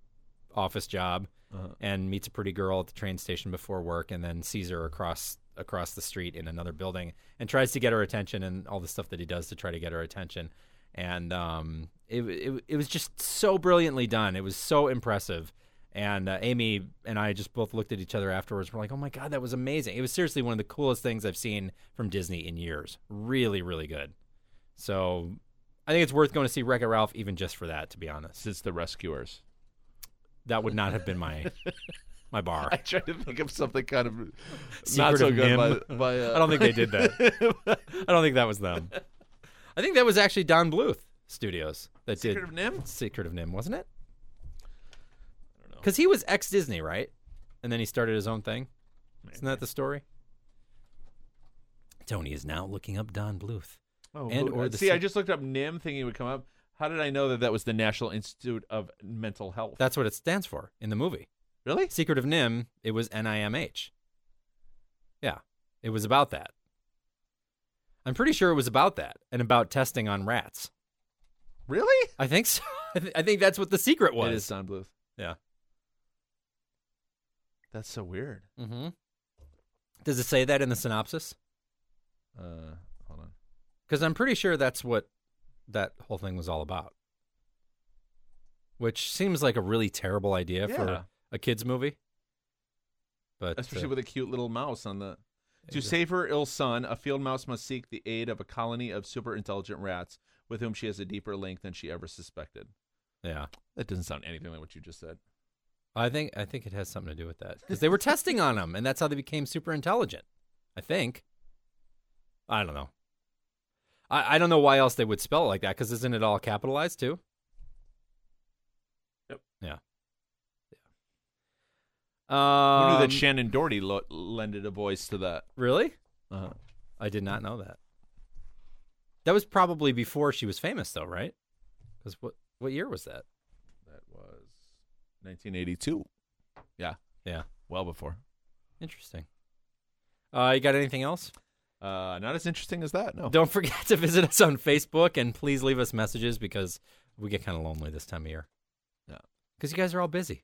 Speaker 1: office job
Speaker 2: Uh-huh.
Speaker 1: and meets a pretty girl at the train station before work and then sees her across across the street in another building and tries to get her attention and all the stuff that he does to try to get her attention and um, it, it, it was just so brilliantly done it was so impressive and uh, amy and i just both looked at each other afterwards we're like oh my god that was amazing it was seriously one of the coolest things i've seen from disney in years really really good so i think it's worth going to see wreck it ralph even just for that to be honest
Speaker 2: since the rescuers
Speaker 1: that would not have been my my bar
Speaker 2: I tried to think of something kind of
Speaker 1: Secret
Speaker 2: not so
Speaker 1: of
Speaker 2: good.
Speaker 1: Nim.
Speaker 2: By, by, uh,
Speaker 1: I don't think they did that. I don't think that was them. I think that was actually Don Bluth Studios that
Speaker 2: Secret
Speaker 1: did
Speaker 2: of Nim.
Speaker 1: Secret of Nim, wasn't it?
Speaker 2: don't know.
Speaker 1: Because he was ex Disney, right? And then he started his own thing. Isn't that the story? Tony is now looking up Don Bluth.
Speaker 2: Oh,
Speaker 1: and
Speaker 2: who-
Speaker 1: or the
Speaker 2: see, I
Speaker 1: sec-
Speaker 2: just looked up Nim, thinking it would come up. How did I know that that was the National Institute of Mental Health?
Speaker 1: That's what it stands for in the movie.
Speaker 2: really?
Speaker 1: Secret of Nim, it was NIMH. Yeah, it was about that. I'm pretty sure it was about that and about testing on rats.
Speaker 2: Really?
Speaker 1: I think so. I, th- I think that's what the secret was.
Speaker 2: It is Don Bluth.
Speaker 1: Yeah.
Speaker 2: That's so weird.
Speaker 1: Mm-hmm. Does it say that in the synopsis?
Speaker 2: Uh, hold on.
Speaker 1: Because I'm pretty sure that's what that whole thing was all about. Which seems like a really terrible idea
Speaker 2: Yeah.
Speaker 1: for a kids movie. But
Speaker 2: Especially
Speaker 1: uh,
Speaker 2: with a cute little mouse on the. To save her ill son, a field mouse must seek the aid of a colony of super intelligent rats with whom she has a deeper link than she ever suspected.
Speaker 1: Yeah.
Speaker 2: That doesn't sound anything like what you just said.
Speaker 1: I think I think it has something to do with that because they were testing on them, and that's how they became super intelligent. I think. I don't know. I, I don't know why else they would spell it like that because isn't it all capitalized too?
Speaker 2: Yep.
Speaker 1: Yeah. Yeah. Um,
Speaker 2: Who knew that Shannon Doherty lo- lended a voice to that?
Speaker 1: really?
Speaker 2: Uh-huh.
Speaker 1: I did not know that. That was probably before she was famous, though, right? Because what what year was that?
Speaker 2: That was 1982. Yeah,
Speaker 1: Yeah.
Speaker 2: well before.
Speaker 1: Interesting. Uh, you got anything else?
Speaker 2: Uh, not as interesting as that. No.
Speaker 1: Don't forget to visit us on Facebook and please leave us messages because we get kind of lonely this time of year.
Speaker 2: Yeah.
Speaker 1: Because you guys are all busy.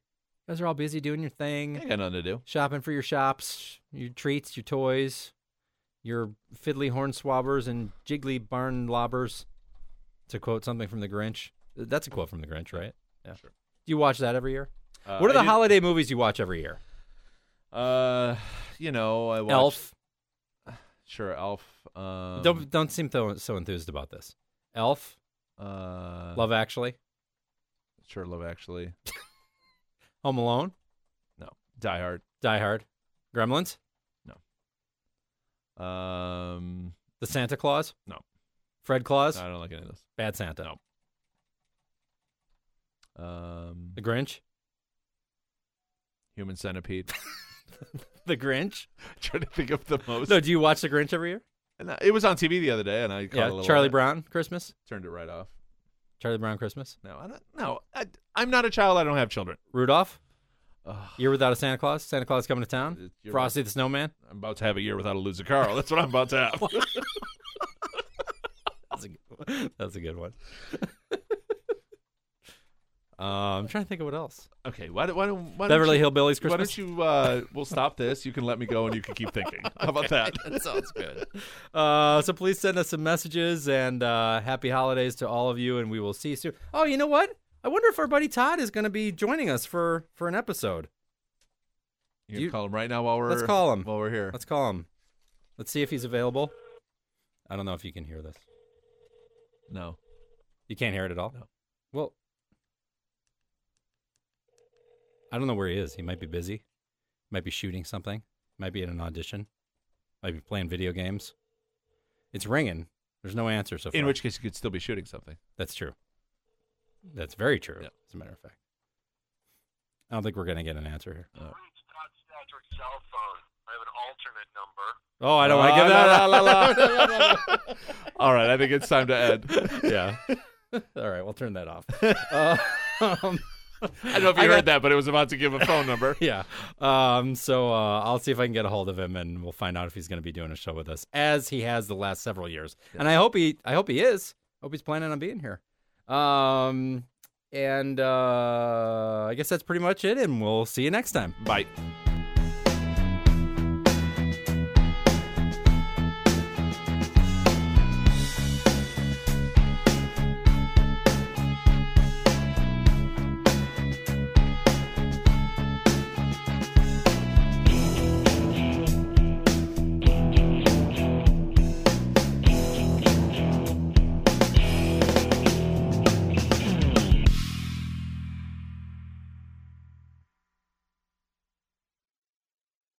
Speaker 1: You guys are all busy doing your
Speaker 2: I
Speaker 1: thing,
Speaker 2: ain't got nothing to do.
Speaker 1: shopping for your shops, your treats, your toys, your fiddly horn swabbers and jiggly barn lobbers. To quote something from The Grinch. That's a quote from The Grinch, right? Yeah.
Speaker 2: Sure.
Speaker 1: Do you watch that every year?
Speaker 2: Uh,
Speaker 1: what are
Speaker 2: I
Speaker 1: the
Speaker 2: did-
Speaker 1: holiday movies you watch every year?
Speaker 2: Uh, you know, I watched,
Speaker 1: Elf.
Speaker 2: Sure, Elf. Um,
Speaker 1: don't don't seem so, so enthused about this. Elf,
Speaker 2: uh,
Speaker 1: Love Actually,
Speaker 2: Sure, Love Actually.
Speaker 1: Home Alone,
Speaker 2: No, Die Hard.
Speaker 1: Die Hard, Gremlins.
Speaker 2: Um,
Speaker 1: The Santa Claus?
Speaker 2: No.
Speaker 1: Fred Claus?
Speaker 2: no, I don't like any of those.
Speaker 1: Bad Santa.
Speaker 2: No. Um,
Speaker 1: The Grinch?
Speaker 2: Human Centipede.
Speaker 1: The Grinch?
Speaker 2: Trying to think of the most.
Speaker 1: No, do you watch The Grinch every year?
Speaker 2: And, uh, it was on TV the other day, and I caught a
Speaker 1: Yeah.
Speaker 2: little
Speaker 1: Charlie
Speaker 2: of it.
Speaker 1: Brown Christmas?
Speaker 2: Turned it right off.
Speaker 1: Charlie Brown Christmas?
Speaker 2: No, I don't. No, I, I'm not a child. I don't have children.
Speaker 1: Rudolph?
Speaker 2: Ugh.
Speaker 1: Year Without a Santa Claus? Santa Claus Coming to Town?
Speaker 2: You're-
Speaker 1: Frosty the Snowman?
Speaker 2: I'm about to have a year without a loser Carl. That's what I'm about to have.
Speaker 1: That's a good one. That's a good one. uh,
Speaker 2: Um,
Speaker 1: I'm trying to think of what else.
Speaker 2: okay, why, do- why, do- why don't
Speaker 1: Beverly
Speaker 2: you,
Speaker 1: Hillbillies Christmas?
Speaker 2: Why don't you? Uh, we'll stop this. You can let me go, and you can keep thinking. How about that?
Speaker 1: that sounds good. Uh, so please send us some messages and uh, happy holidays to all of you, and we will see you soon. Oh, you know what? I wonder if our buddy Todd is going to be joining us for for an episode.
Speaker 2: You,
Speaker 1: You-
Speaker 2: can call him right now while we're
Speaker 1: Let's call him.
Speaker 2: while we're here.
Speaker 1: Let's call him. Let's see if he's available. I don't know if you can hear this.
Speaker 2: No,
Speaker 1: You can't hear it at all.
Speaker 2: No.
Speaker 1: Well, I don't know where he is. He might be busy. Might be shooting something. Might be in an audition. Might be playing video games. It's ringing. There's no answer so far.
Speaker 2: in which case you could still be shooting something.
Speaker 1: That's true. That's very true,
Speaker 2: Yeah.
Speaker 1: as a matter of fact. I don't think we're going to get an answer here.
Speaker 4: reached Todd Statrick's cell phone. I have an alternate number.
Speaker 1: Oh, I don't want to give that
Speaker 2: La, la, la, la, la, la, la. All right, I think it's time to end.
Speaker 1: Yeah. All right, we'll turn that off. Uh, um,
Speaker 2: I don't know if you
Speaker 1: I
Speaker 2: heard
Speaker 1: got-
Speaker 2: that, but it was about to give a phone number.
Speaker 1: yeah. Um, so uh, I'll see if I can get a hold of him, and we'll find out if he's going to be doing a show with us, as he has the last several years. And I hope he, I hope he is. I hope he's planning on being here. Um, and uh, I guess that's pretty much it, and we'll see you next time.
Speaker 2: Bye.